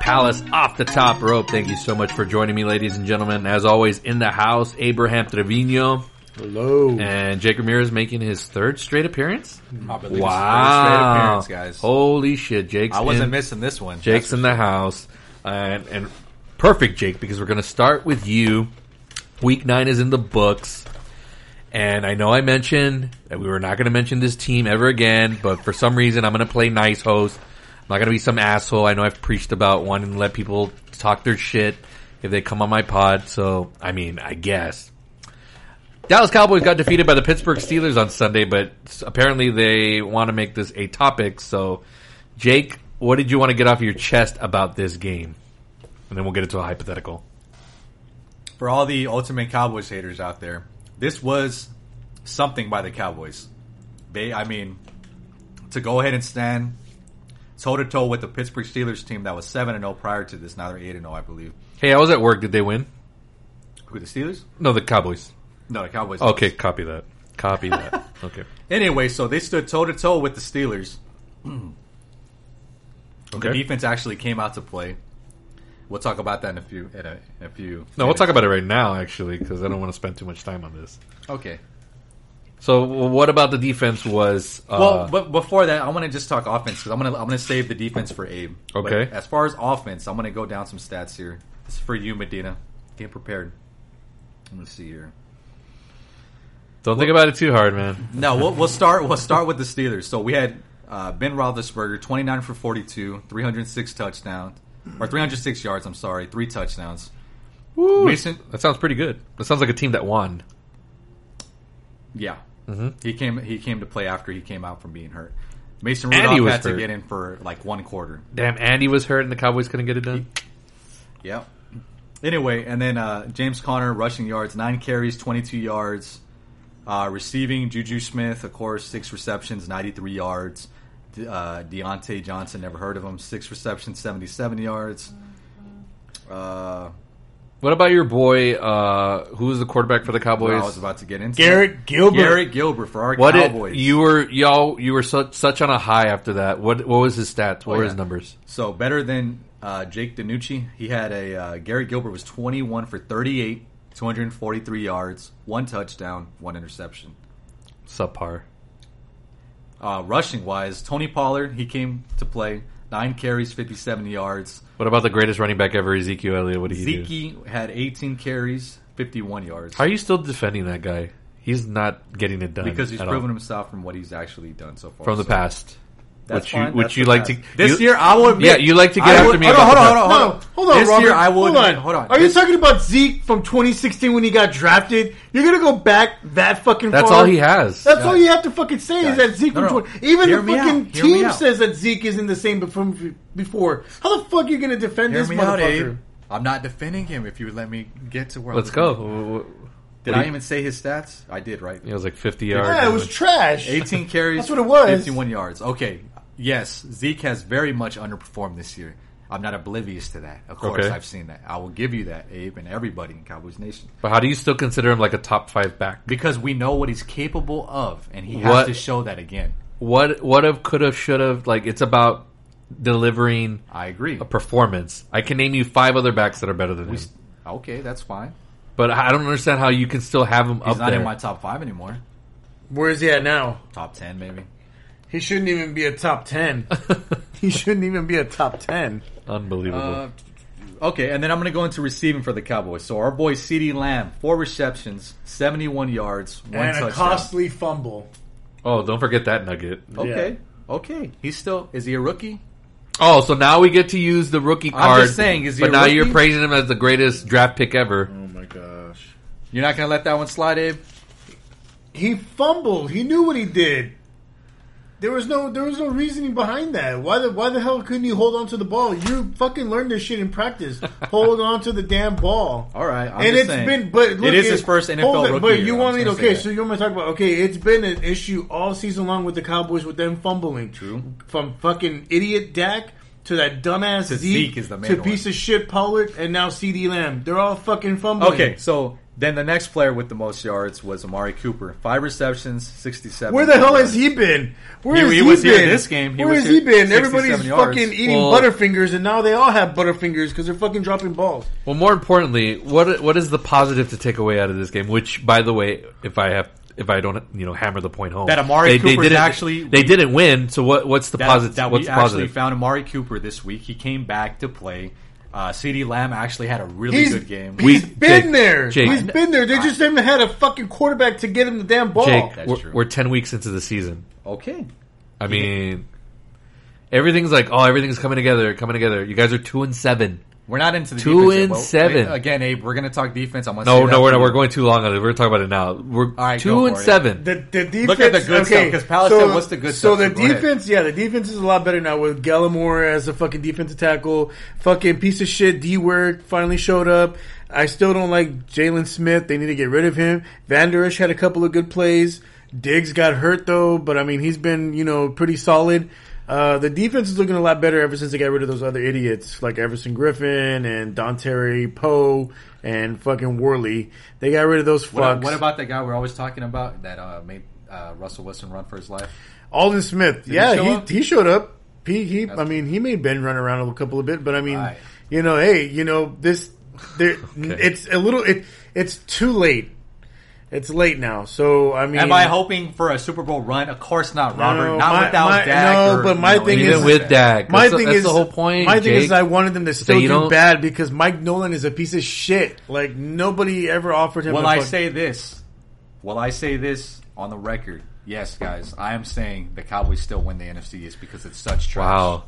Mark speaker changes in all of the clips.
Speaker 1: Palace off the top rope. Thank you so much for joining me, ladies and gentlemen. As always, in the house, Abraham Trevino
Speaker 2: Hello.
Speaker 1: and Jake Ramirez making his third straight appearance.
Speaker 3: Probably
Speaker 1: Wow,
Speaker 3: straight appearance, guys.
Speaker 1: Holy shit, Jake's
Speaker 3: I wasn't
Speaker 1: in,
Speaker 3: missing this one.
Speaker 1: Jake's in the house, and, and perfect, Jake, because we're going to start with you. Week nine is in the books, and I know I mentioned that we were not going to mention this team ever again, but for some reason, I'm going to play nice host. I'm not going to be some asshole. I know I've preached about wanting to let people talk their shit if they come on my pod. So, I mean, I guess Dallas Cowboys got defeated by the Pittsburgh Steelers on Sunday, but s- apparently they want to make this a topic. So, Jake, what did you want to get off your chest about this game? And then we'll get into a hypothetical.
Speaker 3: For all the ultimate Cowboys haters out there, this was something by the Cowboys. They, I mean, to go ahead and stand toe to toe with the Pittsburgh Steelers team that was seven and zero prior to this. Now they're eight and zero, I believe.
Speaker 1: Hey, I was at work. Did they win?
Speaker 3: Who the Steelers?
Speaker 1: No, the Cowboys.
Speaker 3: No, the Cowboys.
Speaker 1: Okay, copy that. Copy that. Okay.
Speaker 3: Anyway, so they stood toe to toe with the Steelers. The
Speaker 1: Okay.
Speaker 3: defense actually came out to play. We'll talk about that in a few. In a, in a few.
Speaker 1: No, we'll talk about it right now, actually, because I don't want to spend too much time on this.
Speaker 3: Okay.
Speaker 1: So, w- what about the defense was? Uh,
Speaker 3: Well, but before that, I want to just talk offense because I'm gonna I'm gonna save the defense for Abe.
Speaker 1: Okay.
Speaker 3: But as far as offense, I'm gonna go down some stats here. This is for you, Medina. Get prepared. Let me see here.
Speaker 1: don't think about it too hard, man.
Speaker 3: No, we'll, we'll start. We'll start with the Steelers. So we had uh, Ben Roethlisberger, 29 for 42, 306 touchdowns, or 306 yards. I'm sorry, three touchdowns. Recent,
Speaker 1: That sounds pretty good. That sounds like a team that won.
Speaker 3: yeah.
Speaker 1: Mm-hmm.
Speaker 3: He came. He came to play after he came out from being hurt. Mason
Speaker 1: And he
Speaker 3: Rudolph
Speaker 1: was
Speaker 3: had to
Speaker 1: hurt.
Speaker 3: get in for like one quarter.
Speaker 1: Damn, Andy was hurt, and the Cowboys couldn't get it done.
Speaker 3: Yep. Anyway, and then uh, James Conner rushing yards, nine carries, twenty-two yards. Uh, receiving Juju Smith, of course, six receptions, ninety-three yards. De- uh, Deontay Johnson, never heard of him, six receptions, seventy-seven yards. Uh,
Speaker 1: What about your boy? Uh, who was the quarterback for the
Speaker 3: what
Speaker 1: Cowboys?
Speaker 3: I was about to get into
Speaker 2: Garrett
Speaker 3: that.
Speaker 2: Gilbert.
Speaker 3: Garrett Gilbert for our
Speaker 1: what did
Speaker 3: Cowboys.
Speaker 1: you were y'all you were such such on a high after that? What what was his stats? What
Speaker 3: Oh,
Speaker 1: were
Speaker 3: yeah.
Speaker 1: his numbers?
Speaker 3: So better than uh, Jake DiNucci. He had a uh, Gary Gilbert was 21 for 38, 243 yards, one touchdown, one interception.
Speaker 1: Subpar.
Speaker 3: Uh, rushing wise, Tony Pollard he came to play nine carries, 57 yards.
Speaker 1: What about the greatest running back ever, Ezekiel Elliott? What did he do?
Speaker 3: Zeke had 18 carries, 51 yards.
Speaker 1: How are you still defending that guy? He's not getting it done
Speaker 3: because he's
Speaker 1: at
Speaker 3: proven
Speaker 1: all.
Speaker 3: himself from what he's actually done so far.
Speaker 1: from the
Speaker 3: So
Speaker 1: past.
Speaker 3: that's
Speaker 1: which you-
Speaker 3: fine,
Speaker 1: which
Speaker 3: that's
Speaker 1: you
Speaker 3: the
Speaker 1: like
Speaker 3: past.
Speaker 1: to-
Speaker 3: This
Speaker 1: you-
Speaker 3: year, I will admit.
Speaker 1: Yeah, you like to get
Speaker 3: I
Speaker 1: after
Speaker 3: would-
Speaker 1: me.
Speaker 2: Hold on,
Speaker 1: about
Speaker 2: hold on,
Speaker 1: the
Speaker 2: hold on,
Speaker 3: No,
Speaker 2: hold on. Hold on,
Speaker 3: this
Speaker 2: Robert.
Speaker 3: year I would-
Speaker 2: hold on.
Speaker 3: hold on.
Speaker 2: Are you
Speaker 3: This-
Speaker 2: talking about Zeke from 2016 when he got drafted? You're gonna go back that fucking.
Speaker 1: That's
Speaker 2: far?
Speaker 1: all he has.
Speaker 2: That's all you have to fucking say is
Speaker 3: Guys.
Speaker 2: that Zeke
Speaker 3: No,
Speaker 2: from
Speaker 3: no.
Speaker 2: 20. Even
Speaker 3: Hear
Speaker 2: the
Speaker 3: me
Speaker 2: fucking
Speaker 3: out. Hear me
Speaker 2: team
Speaker 3: out.
Speaker 2: says that Zeke isn't the same be- from before. How the fuck are you gonna defend
Speaker 3: Hear
Speaker 2: this
Speaker 3: me out,
Speaker 2: motherfucker?
Speaker 3: Abe. I'm not defending him. If you would let me get to where
Speaker 1: Let's
Speaker 3: I
Speaker 1: go.
Speaker 3: was going.
Speaker 1: W- w-
Speaker 3: Did
Speaker 1: What do
Speaker 3: I
Speaker 1: you-
Speaker 3: even say his stats? I did, right?
Speaker 1: It was like fifty yards.
Speaker 2: yeah, it was trash.
Speaker 3: 18 carries.
Speaker 2: That's what it was.
Speaker 3: 51 yards. Okay. Yes, Zeke has very much underperformed this year. I'm not oblivious to that. Of course,
Speaker 1: Okay.
Speaker 3: I've seen that. I will give you that, Abe, and everybody in Cowboys Nation.
Speaker 1: but how do you still consider him like a top five back?
Speaker 3: Because we know what he's capable of, and he has
Speaker 1: What-
Speaker 3: to show that again.
Speaker 1: What what have could have should have like it's about delivering
Speaker 3: I agree.
Speaker 1: a performance. I can name you five other backs that are better than him,
Speaker 3: Okay, that's fine.
Speaker 1: but I don't understand how you can still have him
Speaker 3: He's
Speaker 1: up
Speaker 3: not
Speaker 1: there.
Speaker 3: in my top five anymore.
Speaker 2: Where is he at now?
Speaker 3: Top 10, maybe.
Speaker 2: He shouldn't even be a top ten. he shouldn't even be a top ten.
Speaker 1: Unbelievable.
Speaker 3: Uh, okay, and then I'm going to go into receiving for the Cowboys. So our boy CeeDee Lamb, four receptions, 71 yards, one
Speaker 2: and
Speaker 3: touchdown.
Speaker 2: a costly fumble.
Speaker 1: oh, don't forget that nugget.
Speaker 3: okay.
Speaker 2: Yeah.
Speaker 3: Okay. He's still, is he a rookie?
Speaker 1: Oh, so now we get to use the rookie
Speaker 3: I'm
Speaker 1: card.
Speaker 3: just saying, is he
Speaker 1: but
Speaker 3: a
Speaker 1: now
Speaker 3: rookie?
Speaker 1: you're praising him as the greatest draft pick ever.
Speaker 2: Oh my gosh.
Speaker 3: You're not going to let that one slide, Abe?
Speaker 2: He fumbled. He knew what he did. There was no there was no reasoning behind that. Why the why the hell couldn't you hold on to the ball? You fucking learned this shit in practice. hold on to the damn ball.
Speaker 3: All right, I'm
Speaker 2: and
Speaker 3: just
Speaker 2: it's
Speaker 3: saying.
Speaker 2: been but
Speaker 3: It
Speaker 2: look,
Speaker 3: is his first NFL
Speaker 2: hold it,
Speaker 3: rookie
Speaker 2: But
Speaker 3: year,
Speaker 2: you
Speaker 3: I'm
Speaker 2: want me
Speaker 3: just
Speaker 2: to okay?
Speaker 3: gonna say that.
Speaker 2: So you want me to talk about okay? It's been an issue all season long with the Cowboys with them fumbling.
Speaker 3: True.
Speaker 2: From fucking idiot Dak to that dumbass
Speaker 3: To
Speaker 2: Zeke,
Speaker 3: Zeke is the main
Speaker 2: to
Speaker 3: one.
Speaker 2: piece of shit Pollard and now C D Lamb. They're all fucking fumbling.
Speaker 3: Okay, so Then the next player with the most yards was Amari Cooper, five receptions, sixty-seven.
Speaker 2: Where the hell
Speaker 3: yards.
Speaker 2: has he been? Where
Speaker 3: He-
Speaker 2: has
Speaker 3: he was
Speaker 2: been?
Speaker 3: here this game. He
Speaker 2: Where
Speaker 3: was
Speaker 2: has he
Speaker 3: here
Speaker 2: been?
Speaker 3: 67
Speaker 2: Everybody's
Speaker 3: yards.
Speaker 2: fucking eating
Speaker 1: Well-
Speaker 2: butterfingers, and now they all have butterfingers because they're fucking dropping balls.
Speaker 1: Well, more importantly, what what is the positive to take away out of this game? Which, by the way, if I have if I don't you know hammer the point home,
Speaker 3: That Amari Cooper is
Speaker 1: didn't,
Speaker 3: actually-
Speaker 1: they didn't win. So what what's the
Speaker 3: that,
Speaker 1: positive?
Speaker 3: that
Speaker 1: what's
Speaker 3: we
Speaker 1: the
Speaker 3: actually
Speaker 1: positive?
Speaker 3: found Amari Cooper this week. He came back to play. Uh, C.D. Lamb actually had a really
Speaker 2: He's,
Speaker 3: good game.
Speaker 1: We-
Speaker 2: he's been
Speaker 1: Jake,
Speaker 2: there.
Speaker 1: Jake.
Speaker 2: he's been there. They just haven't had a fucking quarterback to get him the damn ball.
Speaker 1: Jake,
Speaker 3: Oh, That's
Speaker 1: we're,
Speaker 3: true.
Speaker 1: we're ten weeks into the season.
Speaker 3: okay.
Speaker 1: I mean, everything's like oh, everything's coming together, coming together. You guys are two and seven.
Speaker 3: We're not into the
Speaker 1: Two
Speaker 3: defense yet.
Speaker 1: and
Speaker 3: Well,
Speaker 1: seven.
Speaker 3: wait, again, Abe, we're going to talk defense. I'm gonna
Speaker 1: No,
Speaker 3: say that
Speaker 1: no, we're
Speaker 3: for
Speaker 1: not.
Speaker 3: you.
Speaker 1: We're going too long on it. We're talking about it now. We're
Speaker 3: right, go
Speaker 1: two and
Speaker 3: for it.
Speaker 1: seven.
Speaker 2: The, the defense.
Speaker 3: Look at the good
Speaker 2: okay,
Speaker 3: stuff, 'cause Palace
Speaker 2: so-
Speaker 3: said, "What's the good
Speaker 2: So
Speaker 3: stuff?" So
Speaker 2: the
Speaker 3: go ahead.
Speaker 2: defense, yeah, the defense is a lot better now with Gallimore as a fucking defensive tackle. Fucking piece of shit. D word finally showed up. I still don't like Jalen Smith. They need to get rid of him. Vanderish had a couple of good plays. Diggs got hurt though, but I mean he's been you know pretty solid. Uh, the defense is looking a lot better ever since they got rid of those other idiots like Everson Griffin and Don Terry Poe and fucking Worley. They got rid of those fucks.
Speaker 3: What, what about that guy we're always talking about that uh, made uh, Russell Wilson run for his life?
Speaker 2: Alden Smith.
Speaker 3: he
Speaker 2: yeah,
Speaker 3: show
Speaker 2: he,
Speaker 3: up?
Speaker 2: he, showed up. He, he I mean, he made Ben run around a little couple of bit, but I mean,
Speaker 3: Right.
Speaker 2: you know, hey, you know, this, there, it's a little, it, it's too late. It's late now, so I mean,
Speaker 3: Am I hoping for a Super Bowl run? Of course not, Robert.
Speaker 2: No,
Speaker 3: not
Speaker 2: my-
Speaker 3: without
Speaker 2: my-
Speaker 3: Dak.
Speaker 2: no,
Speaker 3: or,
Speaker 2: but my
Speaker 3: you know,
Speaker 2: thing
Speaker 3: anything
Speaker 1: Even
Speaker 2: is-
Speaker 3: like
Speaker 1: with
Speaker 3: that.
Speaker 1: Dak,
Speaker 2: my
Speaker 1: that's,
Speaker 2: thing
Speaker 1: that's
Speaker 2: is
Speaker 1: the whole point.
Speaker 2: My thing
Speaker 1: Jake.
Speaker 2: is, I wanted them to still
Speaker 1: you
Speaker 2: do
Speaker 1: don't-
Speaker 2: bad because Mike Nolan is a piece of shit. Like nobody ever offered him.
Speaker 3: Will
Speaker 2: a
Speaker 3: I
Speaker 2: fuck-
Speaker 3: say this? Will I say this on the record? Yes, guys, I am saying the Cowboys still win the NFC is because it's such trash.
Speaker 1: wow.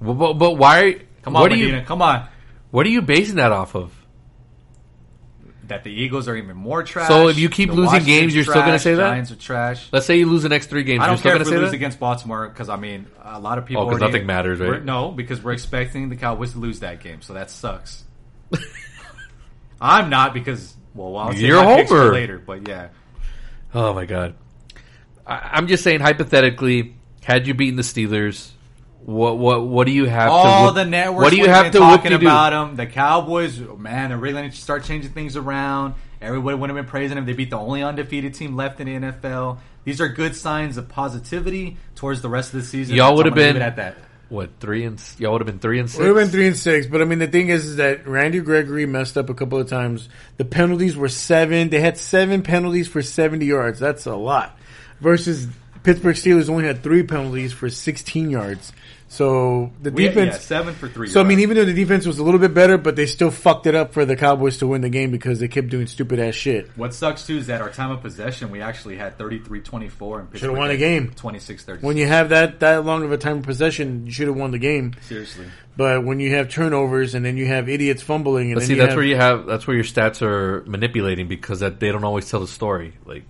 Speaker 1: But, but, but why?
Speaker 3: Come on,
Speaker 1: what
Speaker 3: Medina.
Speaker 1: are you
Speaker 3: Come on.
Speaker 1: what are you basing that off of?
Speaker 3: That the Eagles are even more trash.
Speaker 1: So if you keep
Speaker 3: The
Speaker 1: losing
Speaker 3: Washington's
Speaker 1: games, you're still gonna
Speaker 3: trash,
Speaker 1: say that?
Speaker 3: Giants are trash.
Speaker 1: Let's say you lose the next three games.
Speaker 3: I
Speaker 1: You're
Speaker 3: don't
Speaker 1: still
Speaker 3: care
Speaker 1: going
Speaker 3: if
Speaker 1: to
Speaker 3: we
Speaker 1: say
Speaker 3: lose
Speaker 1: that?
Speaker 3: against Baltimore because I mean a lot of people.
Speaker 1: Oh, 'cause
Speaker 3: already-
Speaker 1: nothing matters, right?
Speaker 3: we're- No, because we're expecting the Cowboys to lose that game, so that sucks. I'm not because well, I'll save
Speaker 1: You're a
Speaker 3: my picks for
Speaker 1: homer.
Speaker 3: later, but yeah,
Speaker 1: Oh my god. I, I'm just saying hypothetically, had you beaten the Steelers, what what what do you have to
Speaker 3: all
Speaker 1: whoop-
Speaker 3: the networks.
Speaker 1: What do you
Speaker 3: we've
Speaker 1: have
Speaker 3: been
Speaker 1: to whoop
Speaker 3: talking
Speaker 1: to do?
Speaker 3: about them? The Cowboys, man, they're really going to start changing things around. Everybody would have been praising them. They beat the only undefeated team left in the NFL. These are good signs of positivity towards the rest of the season.
Speaker 1: Y'all
Speaker 3: So I'm
Speaker 1: would have
Speaker 3: gonna leave
Speaker 1: been-
Speaker 3: it at that.
Speaker 1: What, 3 and s- y'all would have been 3 and 6.
Speaker 2: We would have been three and six, but I mean the thing is, is that Randy Gregory messed up a couple of times. The penalties were seven. They had seven penalties for seventy yards. That's a lot. Versus Pittsburgh Steelers only had three penalties for sixteen yards. So the
Speaker 3: We-
Speaker 2: defense.
Speaker 3: yeah, seven for three.
Speaker 2: so I
Speaker 3: you're
Speaker 2: mean,
Speaker 3: right.
Speaker 2: even though the defense was a little bit better, but they still fucked it up for the Cowboys to win the game because they kept doing stupid ass shit.
Speaker 3: What sucks too is that our time of possession, we actually had 33-24 and Pittsburgh
Speaker 2: won the
Speaker 3: had
Speaker 2: game.
Speaker 3: 26-36.
Speaker 2: When you have that that long of a time of possession, you should have won the game.
Speaker 3: Seriously.
Speaker 2: But when you have turnovers and then you have idiots fumbling, and
Speaker 1: But
Speaker 2: then
Speaker 1: see,
Speaker 2: you
Speaker 1: that's
Speaker 2: have,
Speaker 1: where you have that's where your stats are manipulating because that they don't always tell the story. Like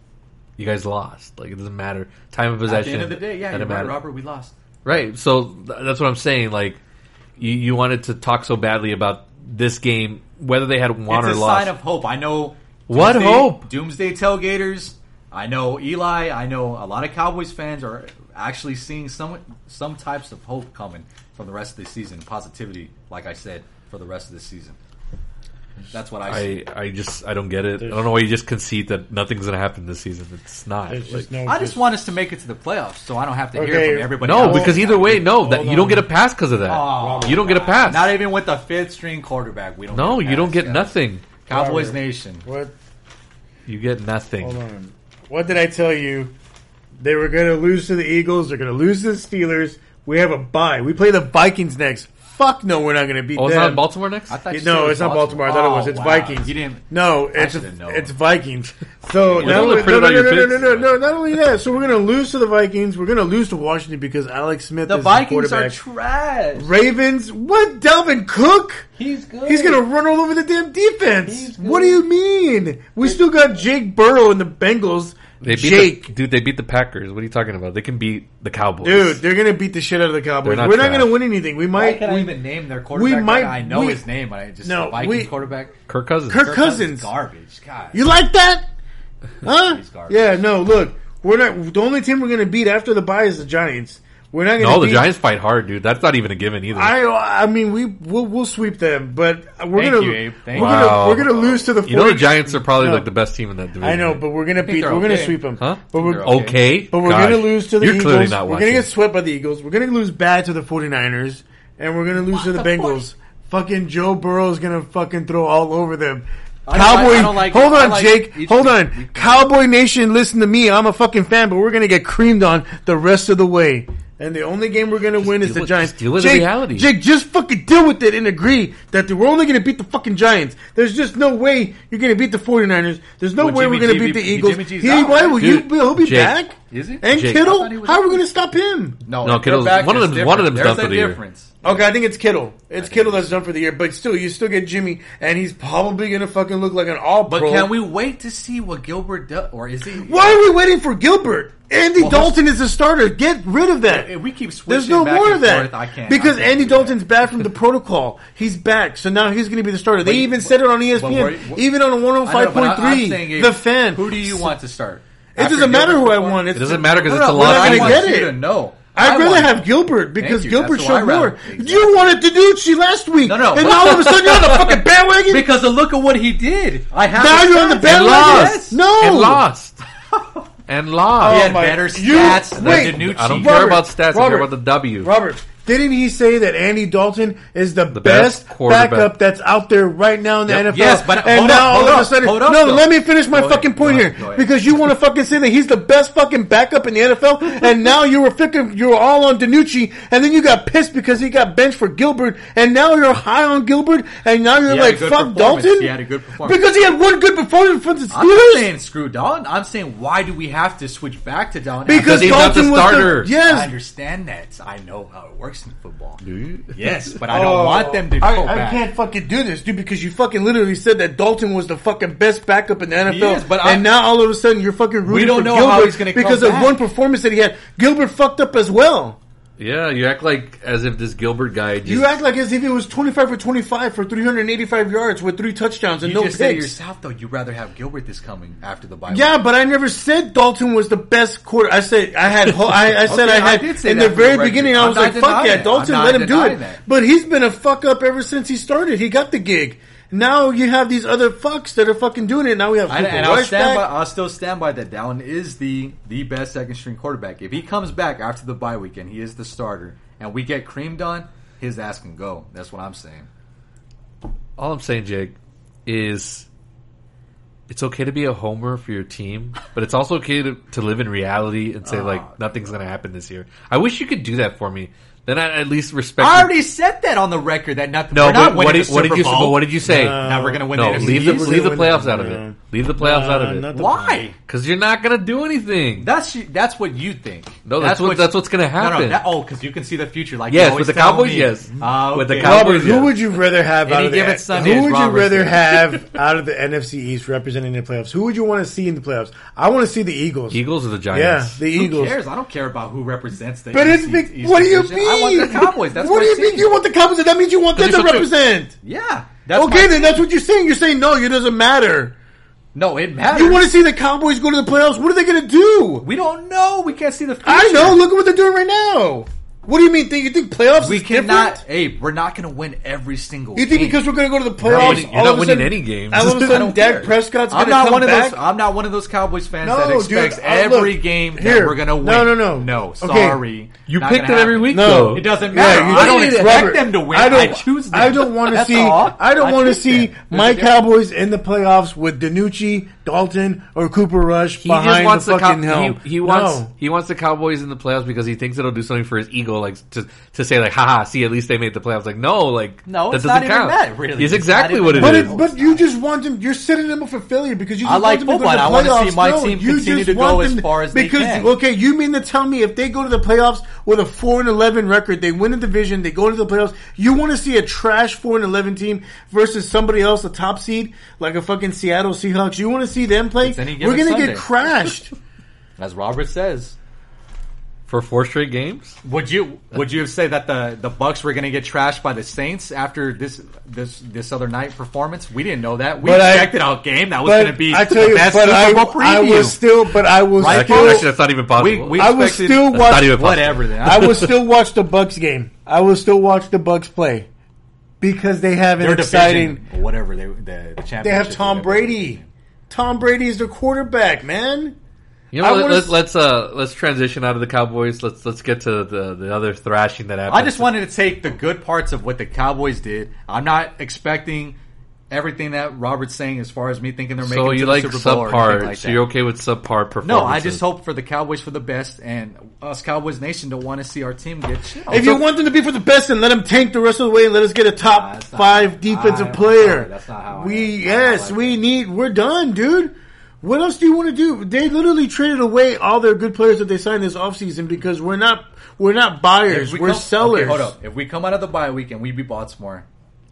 Speaker 1: you guys lost. Like it doesn't matter. Time of
Speaker 3: At
Speaker 1: possession.
Speaker 3: the end of the day, yeah,
Speaker 1: doesn't
Speaker 3: you're right,
Speaker 1: matter.
Speaker 3: Robert. We lost.
Speaker 1: Right. So th- that's what I'm saying. Like you, you wanted to talk so badly about this game, whether they had won
Speaker 3: it's
Speaker 1: or
Speaker 3: a
Speaker 1: lost.
Speaker 3: sign of hope. I know.
Speaker 1: What
Speaker 3: Doomsday-
Speaker 1: hope?
Speaker 3: Doomsday tailgaters. I know Eli. I know a lot of Cowboys fans are actually seeing some some types of hope coming from the rest of the season. Positivity, like I said, for the rest of the season. That's what I, see.
Speaker 1: I, I just I don't get it. I don't know why you just concede that nothing's gonna happen this season. It's not.
Speaker 2: There's
Speaker 1: Like,
Speaker 2: just no
Speaker 3: I just want us to make it to the playoffs, so I don't have to
Speaker 2: Okay.
Speaker 3: hear from everybody.
Speaker 1: no,
Speaker 3: else.
Speaker 1: because either way, no, that
Speaker 2: Hold
Speaker 1: you don't
Speaker 2: on.
Speaker 1: get a pass because of that.
Speaker 3: Oh,
Speaker 1: you don't get a pass.
Speaker 3: Not even with the fifth string quarterback. We don't.
Speaker 1: no,
Speaker 3: get a
Speaker 1: you don't
Speaker 3: pass,
Speaker 1: get
Speaker 3: guys.
Speaker 1: nothing.
Speaker 3: Cowboys
Speaker 2: Robert.
Speaker 3: Nation.
Speaker 2: what
Speaker 1: You get nothing.
Speaker 2: Hold on. What did I tell you? They were going to lose to the Eagles. They're going to lose to the Steelers. We have a bye. We play the Vikings next. Fuck no, we're not going to beat
Speaker 1: Oh, it's not
Speaker 2: them.
Speaker 1: Baltimore next.
Speaker 3: I thought you said
Speaker 2: no,
Speaker 3: it
Speaker 2: it's
Speaker 3: was
Speaker 2: not Baltimore. I thought it was.
Speaker 3: Oh,
Speaker 2: It's
Speaker 3: wow.
Speaker 2: Vikings.
Speaker 3: You didn't.
Speaker 2: No, it's
Speaker 3: should've known.
Speaker 2: it's Vikings. So not
Speaker 1: only
Speaker 2: only, no,
Speaker 1: printed
Speaker 2: no,
Speaker 1: on
Speaker 2: no,
Speaker 1: your
Speaker 2: no, no,
Speaker 1: picks.
Speaker 2: no, no, Not only that, so we're going to lose to the Vikings. We're going to lose to Washington because Alex Smith
Speaker 3: The
Speaker 2: is
Speaker 3: Vikings are
Speaker 2: quarterback.
Speaker 3: trash.
Speaker 2: Ravens. What? Delvin Cook.
Speaker 3: He's good.
Speaker 2: He's gonna run all over the damn defense.
Speaker 3: He's
Speaker 2: What do
Speaker 3: good.
Speaker 2: you mean? We still got Jake Burrow and the Bengals.
Speaker 1: they beat
Speaker 2: Jake,
Speaker 1: the, dude. They beat the Packers. What are you talking about? They can beat the Cowboys,
Speaker 2: dude, they're gonna beat the shit out of the Cowboys.
Speaker 1: They're not
Speaker 2: We're not
Speaker 1: trash.
Speaker 2: gonna win anything. We
Speaker 3: Why
Speaker 2: might.
Speaker 3: can't I
Speaker 2: we-
Speaker 3: even name their quarterback? right
Speaker 2: might-
Speaker 3: now? I know
Speaker 2: we-
Speaker 3: his name, but I just
Speaker 2: No,
Speaker 3: the Vikings
Speaker 2: we-
Speaker 3: quarterback.
Speaker 1: Kirk Cousins.
Speaker 2: Kirk
Speaker 3: Cousins
Speaker 2: Cousins.
Speaker 3: is garbage. God,
Speaker 2: You like that? Huh?
Speaker 3: He's garbage.
Speaker 2: Yeah. No. Look, we're not. The only team we're gonna beat after the bye is the Giants. We're not going to
Speaker 1: No, the Giants fight hard, dude. That's not even a given either.
Speaker 2: I I mean we we'll, we'll sweep them, but we're
Speaker 4: Thank
Speaker 2: gonna
Speaker 4: you, Abe. Thank
Speaker 2: we're
Speaker 4: you.
Speaker 2: gonna we're gonna lose to the. 40.
Speaker 1: you know the Giants are probably
Speaker 2: No.
Speaker 1: like the best team in that division.
Speaker 2: I know,
Speaker 1: right?
Speaker 2: but we're gonna beat.
Speaker 4: they're
Speaker 2: We're gonna
Speaker 4: okay.
Speaker 2: sweep them.
Speaker 1: Huh?
Speaker 2: But we're
Speaker 4: They're
Speaker 1: okay.
Speaker 2: but we're
Speaker 1: Gosh.
Speaker 2: gonna lose to the
Speaker 1: You're
Speaker 2: Eagles.
Speaker 1: clearly not
Speaker 2: we're
Speaker 1: watching.
Speaker 2: gonna get swept by the Eagles. We're gonna lose bad to the 49ers, and we're gonna lose to the, Bengals. Fucking Joe Burrow's gonna fucking throw all over them.
Speaker 4: I don't
Speaker 2: Cowboy,
Speaker 4: like- I don't like-
Speaker 2: hold
Speaker 4: I
Speaker 2: on,
Speaker 4: like-
Speaker 2: Jake.
Speaker 4: you-
Speaker 2: Hold on, Cowboy Nation. Listen to me. I'm a fucking fan, but we're gonna get creamed on the rest of the way. And the only game we're gonna win is
Speaker 1: deal
Speaker 2: the
Speaker 1: with-
Speaker 2: Giants.
Speaker 1: just deal with the
Speaker 2: Jake,
Speaker 1: reality.
Speaker 2: Jake, just fucking deal with it and agree that the- we're only gonna beat the fucking Giants. There's just no way you're gonna beat the 49ers. There's no
Speaker 4: Well,
Speaker 2: way
Speaker 4: Jimmy
Speaker 2: we're gonna
Speaker 4: G-
Speaker 2: beat the
Speaker 4: Jimmy
Speaker 2: Eagles.
Speaker 4: G's
Speaker 2: He,
Speaker 4: out,
Speaker 2: why
Speaker 4: right?
Speaker 2: will you?
Speaker 1: Dude,
Speaker 2: He'll be
Speaker 1: Jake.
Speaker 2: back.
Speaker 4: Is he?
Speaker 2: And
Speaker 1: Jake.
Speaker 2: Kittle?
Speaker 3: I thought he was
Speaker 2: How are we
Speaker 3: out.
Speaker 2: going to stop him?
Speaker 3: No,
Speaker 1: No,
Speaker 3: if they're
Speaker 1: Kittle's-
Speaker 3: back,
Speaker 1: one of
Speaker 3: it's
Speaker 1: them's- one of them's
Speaker 3: different. There's
Speaker 1: done for the year.
Speaker 3: difference.
Speaker 2: Okay, I think it's Kittle. It's Kittle that's done for the year, but still, you still get Jimmy, and he's probably going to fucking look like an all
Speaker 3: But
Speaker 2: pro.
Speaker 3: can we wait to see what Gilbert does, or is he?
Speaker 2: Why are we waiting for Gilbert? Andy
Speaker 3: Well,
Speaker 2: Dalton is a starter. Get rid of that.
Speaker 3: If we keep switching
Speaker 2: There's no
Speaker 3: back
Speaker 2: more
Speaker 3: and
Speaker 2: of that.
Speaker 3: forth, I can't
Speaker 2: because
Speaker 3: I can't
Speaker 2: Andy
Speaker 3: do that.
Speaker 2: Dalton's back from the protocol. He's back, so now he's going to be the starter. They
Speaker 3: Wait,
Speaker 2: even said it on E ESPN,
Speaker 3: where- wh-
Speaker 2: even on
Speaker 3: I know, but I- I'm
Speaker 2: 105.3
Speaker 3: saying,
Speaker 2: The Fan.
Speaker 3: Who do you want to start?
Speaker 2: It doesn't matter who I want. It's
Speaker 1: it doesn't matter because
Speaker 3: No,
Speaker 1: it's a
Speaker 3: no,
Speaker 1: lot.
Speaker 2: not
Speaker 1: of
Speaker 2: gonna
Speaker 3: I
Speaker 1: games.
Speaker 3: want
Speaker 2: get
Speaker 3: you
Speaker 2: it.
Speaker 3: to know.
Speaker 2: I'd
Speaker 3: I
Speaker 2: rather
Speaker 3: want-
Speaker 2: have Gilbert because
Speaker 3: you.
Speaker 2: Gilbert
Speaker 3: That's who I
Speaker 2: showed
Speaker 3: rather-
Speaker 2: more.
Speaker 3: Exactly.
Speaker 2: You wanted to do she last week.
Speaker 3: No, no.
Speaker 2: And now all of a sudden you're on the fucking bandwagon.
Speaker 3: Because of look at what he did. I have
Speaker 2: now you're on the
Speaker 3: stats.
Speaker 2: bandwagon.
Speaker 3: Yes.
Speaker 2: No.
Speaker 1: and lost and lost.
Speaker 3: He had
Speaker 2: Oh my-
Speaker 3: better
Speaker 2: you-
Speaker 3: stats than
Speaker 2: Oh, wait.
Speaker 3: Danucci.
Speaker 1: I don't
Speaker 2: Robert,
Speaker 1: care about stats. I
Speaker 2: Robert,
Speaker 1: care about the W.
Speaker 2: Robert, didn't he say that Andy Dalton is the,
Speaker 1: best
Speaker 2: best,
Speaker 1: quarterback.
Speaker 2: backup that's out there right now in the
Speaker 1: Yep.
Speaker 2: NFL?
Speaker 3: Yes, but
Speaker 2: and
Speaker 3: hold
Speaker 2: now
Speaker 3: up,
Speaker 2: all
Speaker 3: hold
Speaker 2: of a
Speaker 3: up,
Speaker 2: sudden,
Speaker 3: hold up,
Speaker 2: no.
Speaker 3: though.
Speaker 2: Let me finish my
Speaker 3: Go ahead,
Speaker 2: fucking point
Speaker 3: go ahead, go
Speaker 2: here
Speaker 3: ahead.
Speaker 2: because you want to fucking say that he's the best fucking backup in the NFL, and now you were fucking you were all on Danucci, and then you got pissed because he got benched for Gilbert, and now you're high on Gilbert, and now you're
Speaker 3: He had a
Speaker 2: like
Speaker 3: good
Speaker 2: fuck
Speaker 3: performance.
Speaker 2: Dalton.
Speaker 3: He had a good performance.
Speaker 2: because he had one good performance for the
Speaker 3: I'm not
Speaker 2: Steelers.
Speaker 3: saying screw Dalton. I'm saying why do we have to switch back to Dalton?
Speaker 1: Because
Speaker 2: Because
Speaker 1: he's not the
Speaker 2: Dalton was
Speaker 1: starter.
Speaker 2: the
Speaker 3: I
Speaker 2: yes.
Speaker 3: understand that. I know how it works in football.
Speaker 1: You- Oh.
Speaker 3: Yes, but I don't want them to go
Speaker 2: Oh. I, I
Speaker 3: back.
Speaker 2: can't fucking do this, dude, because you fucking literally said that Dalton was the fucking best backup in the NFL,
Speaker 3: is, but I-
Speaker 2: and now all of a sudden you're fucking rooting
Speaker 3: don't
Speaker 2: for
Speaker 3: know how
Speaker 2: Gilbert
Speaker 3: he's gonna come
Speaker 2: because of
Speaker 3: back.
Speaker 2: one performance that he had. Gilbert fucked up as well.
Speaker 1: Yeah, you act like as if this Gilbert guy. Just,
Speaker 2: You act like as if it was 25 for 25 for 385 yards with three touchdowns and
Speaker 3: You
Speaker 2: no
Speaker 3: just said it
Speaker 2: picks.
Speaker 3: yourself, though. You'd rather have Gilbert this coming after the bye.
Speaker 2: Yeah, but I never said Dalton was the best quarter. I said I had. ho- I, I said
Speaker 3: Okay,
Speaker 2: I
Speaker 3: I
Speaker 2: had
Speaker 3: did say
Speaker 2: in
Speaker 3: that
Speaker 2: the
Speaker 3: for the
Speaker 2: very
Speaker 3: record.
Speaker 2: beginning. I
Speaker 3: I'm
Speaker 2: was
Speaker 3: not
Speaker 2: like, "Fuck
Speaker 3: denying
Speaker 2: yeah,
Speaker 3: it.
Speaker 2: Dalton,
Speaker 3: I'm
Speaker 2: let
Speaker 3: not
Speaker 2: him do it."
Speaker 3: denying that.
Speaker 2: But he's been a fuck up ever since he started. He got the gig. Now you have these other fucks that are fucking doing it. Now we have
Speaker 3: I,
Speaker 2: Cooper
Speaker 3: and I'll
Speaker 2: Rush
Speaker 3: stand by.
Speaker 2: back.
Speaker 3: I'll still stand by that. Dalton is the the best second string quarterback. If he comes back after the bye weekend, he is the starter, and we get creamed on. His ass can go. That's what I'm saying.
Speaker 1: all I'm saying, Jake, is it's okay to be a homer for your team, but it's also okay to, to live in reality and say
Speaker 3: Ah,
Speaker 1: like nothing's going to happen this year. I wish you could do that for me. Then I at least respect.
Speaker 3: I
Speaker 1: your-
Speaker 3: already said that on the record that nothing.
Speaker 1: no,
Speaker 3: we're
Speaker 1: but
Speaker 3: not
Speaker 1: what
Speaker 3: winning
Speaker 1: did,
Speaker 3: the
Speaker 1: what
Speaker 3: Super
Speaker 1: did you?
Speaker 3: Bowl.
Speaker 1: But what did you say?
Speaker 2: No.
Speaker 3: now we're gonna win
Speaker 1: No,
Speaker 3: the NFC
Speaker 1: leave the
Speaker 3: East.
Speaker 2: We're
Speaker 1: leave the
Speaker 2: gonna win
Speaker 1: playoffs
Speaker 2: the-
Speaker 1: out of
Speaker 2: no.
Speaker 1: it. Leave the playoffs out of
Speaker 2: not
Speaker 1: it
Speaker 2: the-
Speaker 3: Why?
Speaker 1: because you're not going to do anything.
Speaker 3: That's that's what you think.
Speaker 1: No, that's what- that's what's gonna happen.
Speaker 3: that- oh, because you can see the future. Like
Speaker 1: Yes,
Speaker 3: you always
Speaker 1: with the
Speaker 3: tell
Speaker 1: Cowboys,
Speaker 3: me.
Speaker 1: yes.
Speaker 3: Ah,
Speaker 1: With the
Speaker 3: okay.
Speaker 1: Cowboys.
Speaker 2: Robert, who
Speaker 1: yeah.
Speaker 2: would you rather have
Speaker 3: Any
Speaker 2: out of
Speaker 3: given
Speaker 2: the?
Speaker 3: Sunday
Speaker 2: who
Speaker 3: is
Speaker 2: would you
Speaker 3: Robert's
Speaker 2: rather
Speaker 3: day.
Speaker 2: have out of the NFC East representing the playoffs? Who would you want to see in the playoffs? I want to see the Eagles.
Speaker 1: Eagles or the
Speaker 2: Yeah,
Speaker 1: Giants?
Speaker 2: the
Speaker 3: Who
Speaker 2: Eagles.
Speaker 3: cares? I don't care about who represents the.
Speaker 2: But it's
Speaker 3: East-
Speaker 2: big,
Speaker 3: East
Speaker 2: what do you
Speaker 3: division.
Speaker 2: mean?
Speaker 3: I want the Cowboys. That's
Speaker 2: what, do
Speaker 3: I'm
Speaker 2: you mean?
Speaker 3: saying.
Speaker 2: You want the Cowboys? That means you want them
Speaker 1: Because
Speaker 2: to
Speaker 1: they should do it.
Speaker 2: represent.
Speaker 3: Yeah. That's
Speaker 2: okay,
Speaker 3: my-
Speaker 2: then that's what you're saying. You're saying no, it doesn't matter.
Speaker 3: No, it matters.
Speaker 2: You want to see the Cowboys go to the playoffs? What are they going to do?
Speaker 3: We don't know. We can't see the future.
Speaker 2: I know. Look at what they're doing right now. What do you mean? Think you think playoffs?
Speaker 3: We
Speaker 2: is
Speaker 3: cannot.
Speaker 2: different?
Speaker 3: Hey, we're not going to win every single.
Speaker 2: You think
Speaker 3: game.
Speaker 2: because we're going to go to the
Speaker 1: You're not
Speaker 2: playoffs?
Speaker 1: winning-
Speaker 2: all
Speaker 1: you're not
Speaker 2: of a
Speaker 1: winning
Speaker 2: sudden-
Speaker 1: any games.
Speaker 2: All of a
Speaker 3: I
Speaker 2: sudden,
Speaker 3: don't
Speaker 2: Dak
Speaker 3: care.
Speaker 2: Prescott's going
Speaker 3: I'm
Speaker 2: to
Speaker 3: not
Speaker 2: come
Speaker 3: one
Speaker 2: back.
Speaker 3: of those. I'm not one of those Cowboys fans
Speaker 2: No,
Speaker 3: that
Speaker 2: dude,
Speaker 3: expects
Speaker 2: uh,
Speaker 3: every
Speaker 2: look,
Speaker 3: game
Speaker 2: here.
Speaker 3: that we're going to win.
Speaker 2: No, no, no.
Speaker 3: no.
Speaker 2: Okay.
Speaker 3: Sorry,
Speaker 1: You
Speaker 3: Not
Speaker 1: picked
Speaker 3: gonna
Speaker 1: them every
Speaker 3: happen.
Speaker 1: week,
Speaker 2: No.
Speaker 1: though.
Speaker 3: It doesn't
Speaker 2: Yeah,
Speaker 3: matter.
Speaker 2: you
Speaker 3: I
Speaker 2: don't-
Speaker 3: don't expect
Speaker 2: Robert,
Speaker 3: them to win.
Speaker 2: I
Speaker 3: I,
Speaker 2: don't
Speaker 3: choose them.
Speaker 2: I don't want to
Speaker 3: That's
Speaker 2: see.
Speaker 3: all.
Speaker 2: I don't want to
Speaker 3: choose
Speaker 2: see
Speaker 3: them. There's
Speaker 2: my
Speaker 3: a difference.
Speaker 2: Cowboys in the playoffs with Danucci, Dalton, or Cooper Rush
Speaker 1: He
Speaker 2: behind
Speaker 1: just wants
Speaker 2: the
Speaker 1: the,
Speaker 2: fucking
Speaker 1: cow-
Speaker 2: helm.
Speaker 1: he, he wants
Speaker 2: No.
Speaker 1: he wants the Cowboys in the playoffs because he thinks it'll do something for his ego, like to to say like, haha, see, at least they made the playoffs. Like, no, like
Speaker 3: No,
Speaker 1: that
Speaker 3: it's
Speaker 1: doesn't
Speaker 3: not even
Speaker 1: count.
Speaker 3: that, really.
Speaker 1: It's
Speaker 3: It's
Speaker 1: exactly
Speaker 3: not
Speaker 1: what
Speaker 3: even
Speaker 1: it
Speaker 2: But
Speaker 3: that.
Speaker 1: is.
Speaker 2: it, but you just want them. You're setting them up for failure because you. Just
Speaker 3: I
Speaker 2: want
Speaker 3: like
Speaker 2: them To
Speaker 3: football, and I
Speaker 2: go to
Speaker 3: wanna
Speaker 2: the playoffs.
Speaker 3: see my
Speaker 2: no,
Speaker 3: team
Speaker 2: you
Speaker 3: continue
Speaker 2: just
Speaker 3: to go
Speaker 2: want
Speaker 3: as
Speaker 2: them
Speaker 3: far as they
Speaker 2: because
Speaker 3: can.
Speaker 2: okay, you mean to tell me if they go to the playoffs with a four and eleven record, they win the division, they go into the playoffs. You want to see a trash four and eleven team versus somebody else, a top seed like a fucking Seattle Seahawks? You want to see them play?
Speaker 3: It's any given
Speaker 2: We're gonna
Speaker 3: Sunday.
Speaker 2: get crashed.
Speaker 3: As Robert says,
Speaker 1: for four straight games.
Speaker 3: Would you would you have said that the the Bucks were going to get trashed by the Saints after this this this other night performance? We didn't know that. We
Speaker 2: But I-
Speaker 3: expected our game that was
Speaker 2: but
Speaker 3: going to be
Speaker 2: I tell
Speaker 3: the
Speaker 2: you,
Speaker 3: best
Speaker 2: but
Speaker 3: Super
Speaker 2: I,
Speaker 3: Bowl preview.
Speaker 2: I was still, but I was
Speaker 3: Right,
Speaker 1: Actually,
Speaker 2: still,
Speaker 1: actually, that's not even possible.
Speaker 3: We- we-
Speaker 2: I was
Speaker 3: expected-
Speaker 2: still
Speaker 3: That's
Speaker 1: not
Speaker 2: watching.
Speaker 1: even possible.
Speaker 3: whatever. Then
Speaker 2: I will still watch the Bucks game. I will still watch the Bucks play because they have an
Speaker 3: Their
Speaker 2: exciting.
Speaker 3: division, or whatever they the, the championship.
Speaker 2: They have Tom
Speaker 3: whatever.
Speaker 2: Brady. Tom Brady is their quarterback, man.
Speaker 1: You know,
Speaker 2: I
Speaker 1: let,
Speaker 2: wanna
Speaker 1: let's
Speaker 2: s-
Speaker 1: let's uh let's transition out of the Cowboys. Let's let's get to the the other thrashing that happened.
Speaker 3: I just wanted to take the good parts of what the Cowboys did. I'm not expecting everything that Robert's saying as far as me thinking they're making
Speaker 1: so
Speaker 3: it to
Speaker 1: you
Speaker 3: the
Speaker 1: like
Speaker 3: Super Bowl or anything
Speaker 1: subpar.
Speaker 3: like
Speaker 1: so
Speaker 3: that.
Speaker 1: you're okay with subpar performances?
Speaker 3: No, I just hope for the Cowboys for the best, and us Cowboys Nation don't want to see our team get shit. on.
Speaker 2: If you want them to be for the best, then let them tank the rest of the way and let us get a
Speaker 3: Nah,
Speaker 2: top
Speaker 3: that's not-
Speaker 2: five defensive
Speaker 3: I- I'm
Speaker 2: player.
Speaker 3: sorry, that's not how I-
Speaker 2: we
Speaker 3: that's not how I
Speaker 2: yes,
Speaker 3: like
Speaker 2: we
Speaker 3: it.
Speaker 2: need. We're done, dude. What else do you want to do? They literally traded away all their good players that they signed this offseason because we're not we're not buyers.
Speaker 3: If we
Speaker 2: We are
Speaker 3: come-
Speaker 2: sellers.
Speaker 3: okay, hold up. If we come out of the bye week and we beat Baltimore,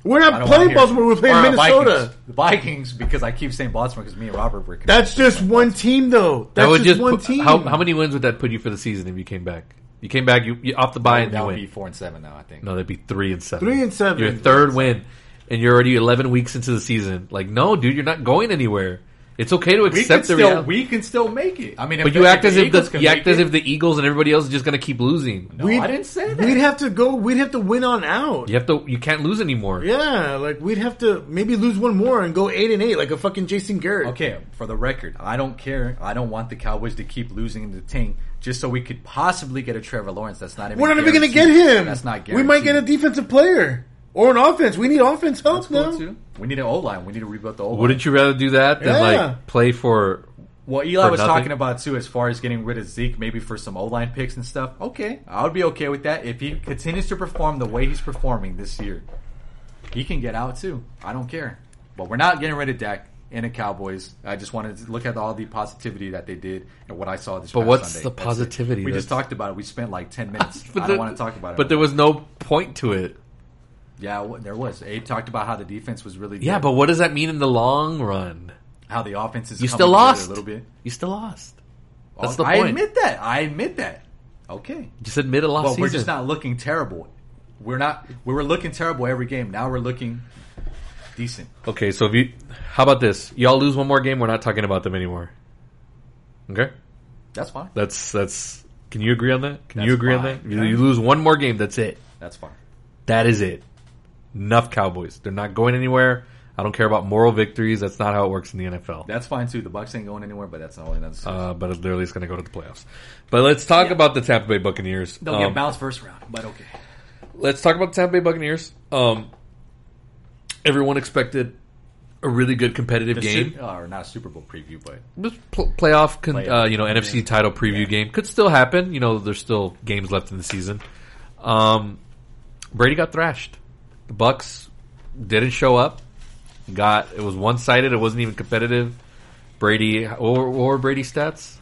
Speaker 2: We're
Speaker 3: I
Speaker 2: not
Speaker 3: don't
Speaker 2: playing
Speaker 3: wanna hear-
Speaker 2: Baltimore. We're
Speaker 3: or,
Speaker 2: playing
Speaker 3: uh,
Speaker 2: Minnesota.
Speaker 3: Vikings. The Vikings, because I keep saying Baltimore because me and Robert were.
Speaker 2: That's just one team, though.
Speaker 1: That
Speaker 2: That's
Speaker 1: would
Speaker 2: just,
Speaker 1: just
Speaker 2: one
Speaker 1: put-
Speaker 2: team.
Speaker 1: How, how many wins would that put you for the season if you came back? You came back, you, you off the bye, and you
Speaker 3: that would
Speaker 1: win.
Speaker 3: be four and seven now. I think.
Speaker 1: No, that'd be three and seven.
Speaker 2: Three and seven.
Speaker 1: Your third win, and you're already eleven weeks into the season. Like, no, dude, you're not going anywhere. It's okay to
Speaker 3: we
Speaker 1: accept
Speaker 3: can
Speaker 1: the
Speaker 3: still
Speaker 1: reality.
Speaker 3: we can still make it. I mean,
Speaker 1: but you act as if
Speaker 3: Eagles
Speaker 1: the
Speaker 3: can
Speaker 1: you
Speaker 3: make
Speaker 1: act as
Speaker 3: it-
Speaker 1: if the Eagles and everybody else is just going to keep losing.
Speaker 3: No,
Speaker 2: We'd-
Speaker 3: Oh, I didn't say that.
Speaker 2: We'd have to go. We'd have to win on out.
Speaker 1: You have to. You can't lose anymore.
Speaker 2: Yeah, like we'd have to maybe lose one more and go eight and eight, like a fucking Jason Garrett.
Speaker 3: Okay, for the record, I don't care. I don't want the Cowboys to keep losing in the tank just so we could possibly get a Trevor Lawrence. That's not even
Speaker 2: We're not even gonna get
Speaker 3: guaranteed.
Speaker 2: him.
Speaker 3: That's not guaranteed.
Speaker 2: We might get a defensive player or an offense. We need offense help
Speaker 3: That's cool,
Speaker 2: now.
Speaker 3: too. We need an O line. We need to rebuild the O line.
Speaker 1: Wouldn't you rather do that than
Speaker 2: Yeah.
Speaker 1: like play for?
Speaker 3: Well, Eli
Speaker 1: For
Speaker 3: was
Speaker 1: nothing?
Speaker 3: talking about too, as far as getting rid of Zeke, maybe for some O line picks and stuff. Okay, I would be okay with that if he continues to perform the way he's performing this year. He can get out too. I don't care. But we're not getting rid of Dak and the Cowboys. I just wanted to look at all the positivity that they did and what I saw this.
Speaker 1: But
Speaker 3: past
Speaker 1: what's
Speaker 3: Sunday.
Speaker 1: the
Speaker 3: That's it.
Speaker 1: positivity
Speaker 3: We just
Speaker 1: that's-
Speaker 3: talked about it. We spent like ten minutes. I don't
Speaker 1: there-
Speaker 3: want to talk about it.
Speaker 1: But there was no point to it.
Speaker 3: yeah, w- there was. Abe talked about how the defense was really good.
Speaker 1: Yeah, but what does that mean in the long run?
Speaker 3: how the offense is
Speaker 1: You
Speaker 3: coming
Speaker 1: still
Speaker 3: together
Speaker 1: lost
Speaker 3: a little bit. Oh,
Speaker 1: You still lost. That's the
Speaker 3: I
Speaker 1: point.
Speaker 3: admit that. I admit that. Okay.
Speaker 1: You said mid a lost
Speaker 3: Well,
Speaker 1: season.
Speaker 3: we're just not looking terrible. We're not. We were looking terrible every game. Now we're looking decent.
Speaker 1: Okay, so if you, how about this? Y'all lose one more game, we're not talking about them anymore. Okay,
Speaker 3: That's fine.
Speaker 1: that's that's. Can you agree on that? Can you
Speaker 3: That's
Speaker 1: agree on
Speaker 3: fine.
Speaker 1: that? You, you lose one more game, that's it.
Speaker 3: That's fine.
Speaker 1: That is it. Enough Cowboys. They're not going anywhere. I don't care about moral victories. That's not how it works in the NFL.
Speaker 3: That's fine too. The Bucks ain't going anywhere, but that's not only that's.
Speaker 1: Uh, but it literally, it's going to go to the playoffs. But let's talk about the Tampa Bay Buccaneers.
Speaker 3: They'll
Speaker 1: Um,
Speaker 3: get bounced first round, but okay.
Speaker 1: let's talk about the Tampa Bay Buccaneers. Um, everyone expected a really good competitive
Speaker 3: The
Speaker 1: game.
Speaker 3: Sup- uh, or not a Super Bowl preview, but
Speaker 1: this pl- playoff, con-
Speaker 3: Playoff.
Speaker 1: Uh, you know, NFC title preview game could still happen. You know, there's still games left in the season. Um, Brady got thrashed. The Bucks didn't show up. Got it was one sided. It wasn't even competitive. Brady or, or Brady stats.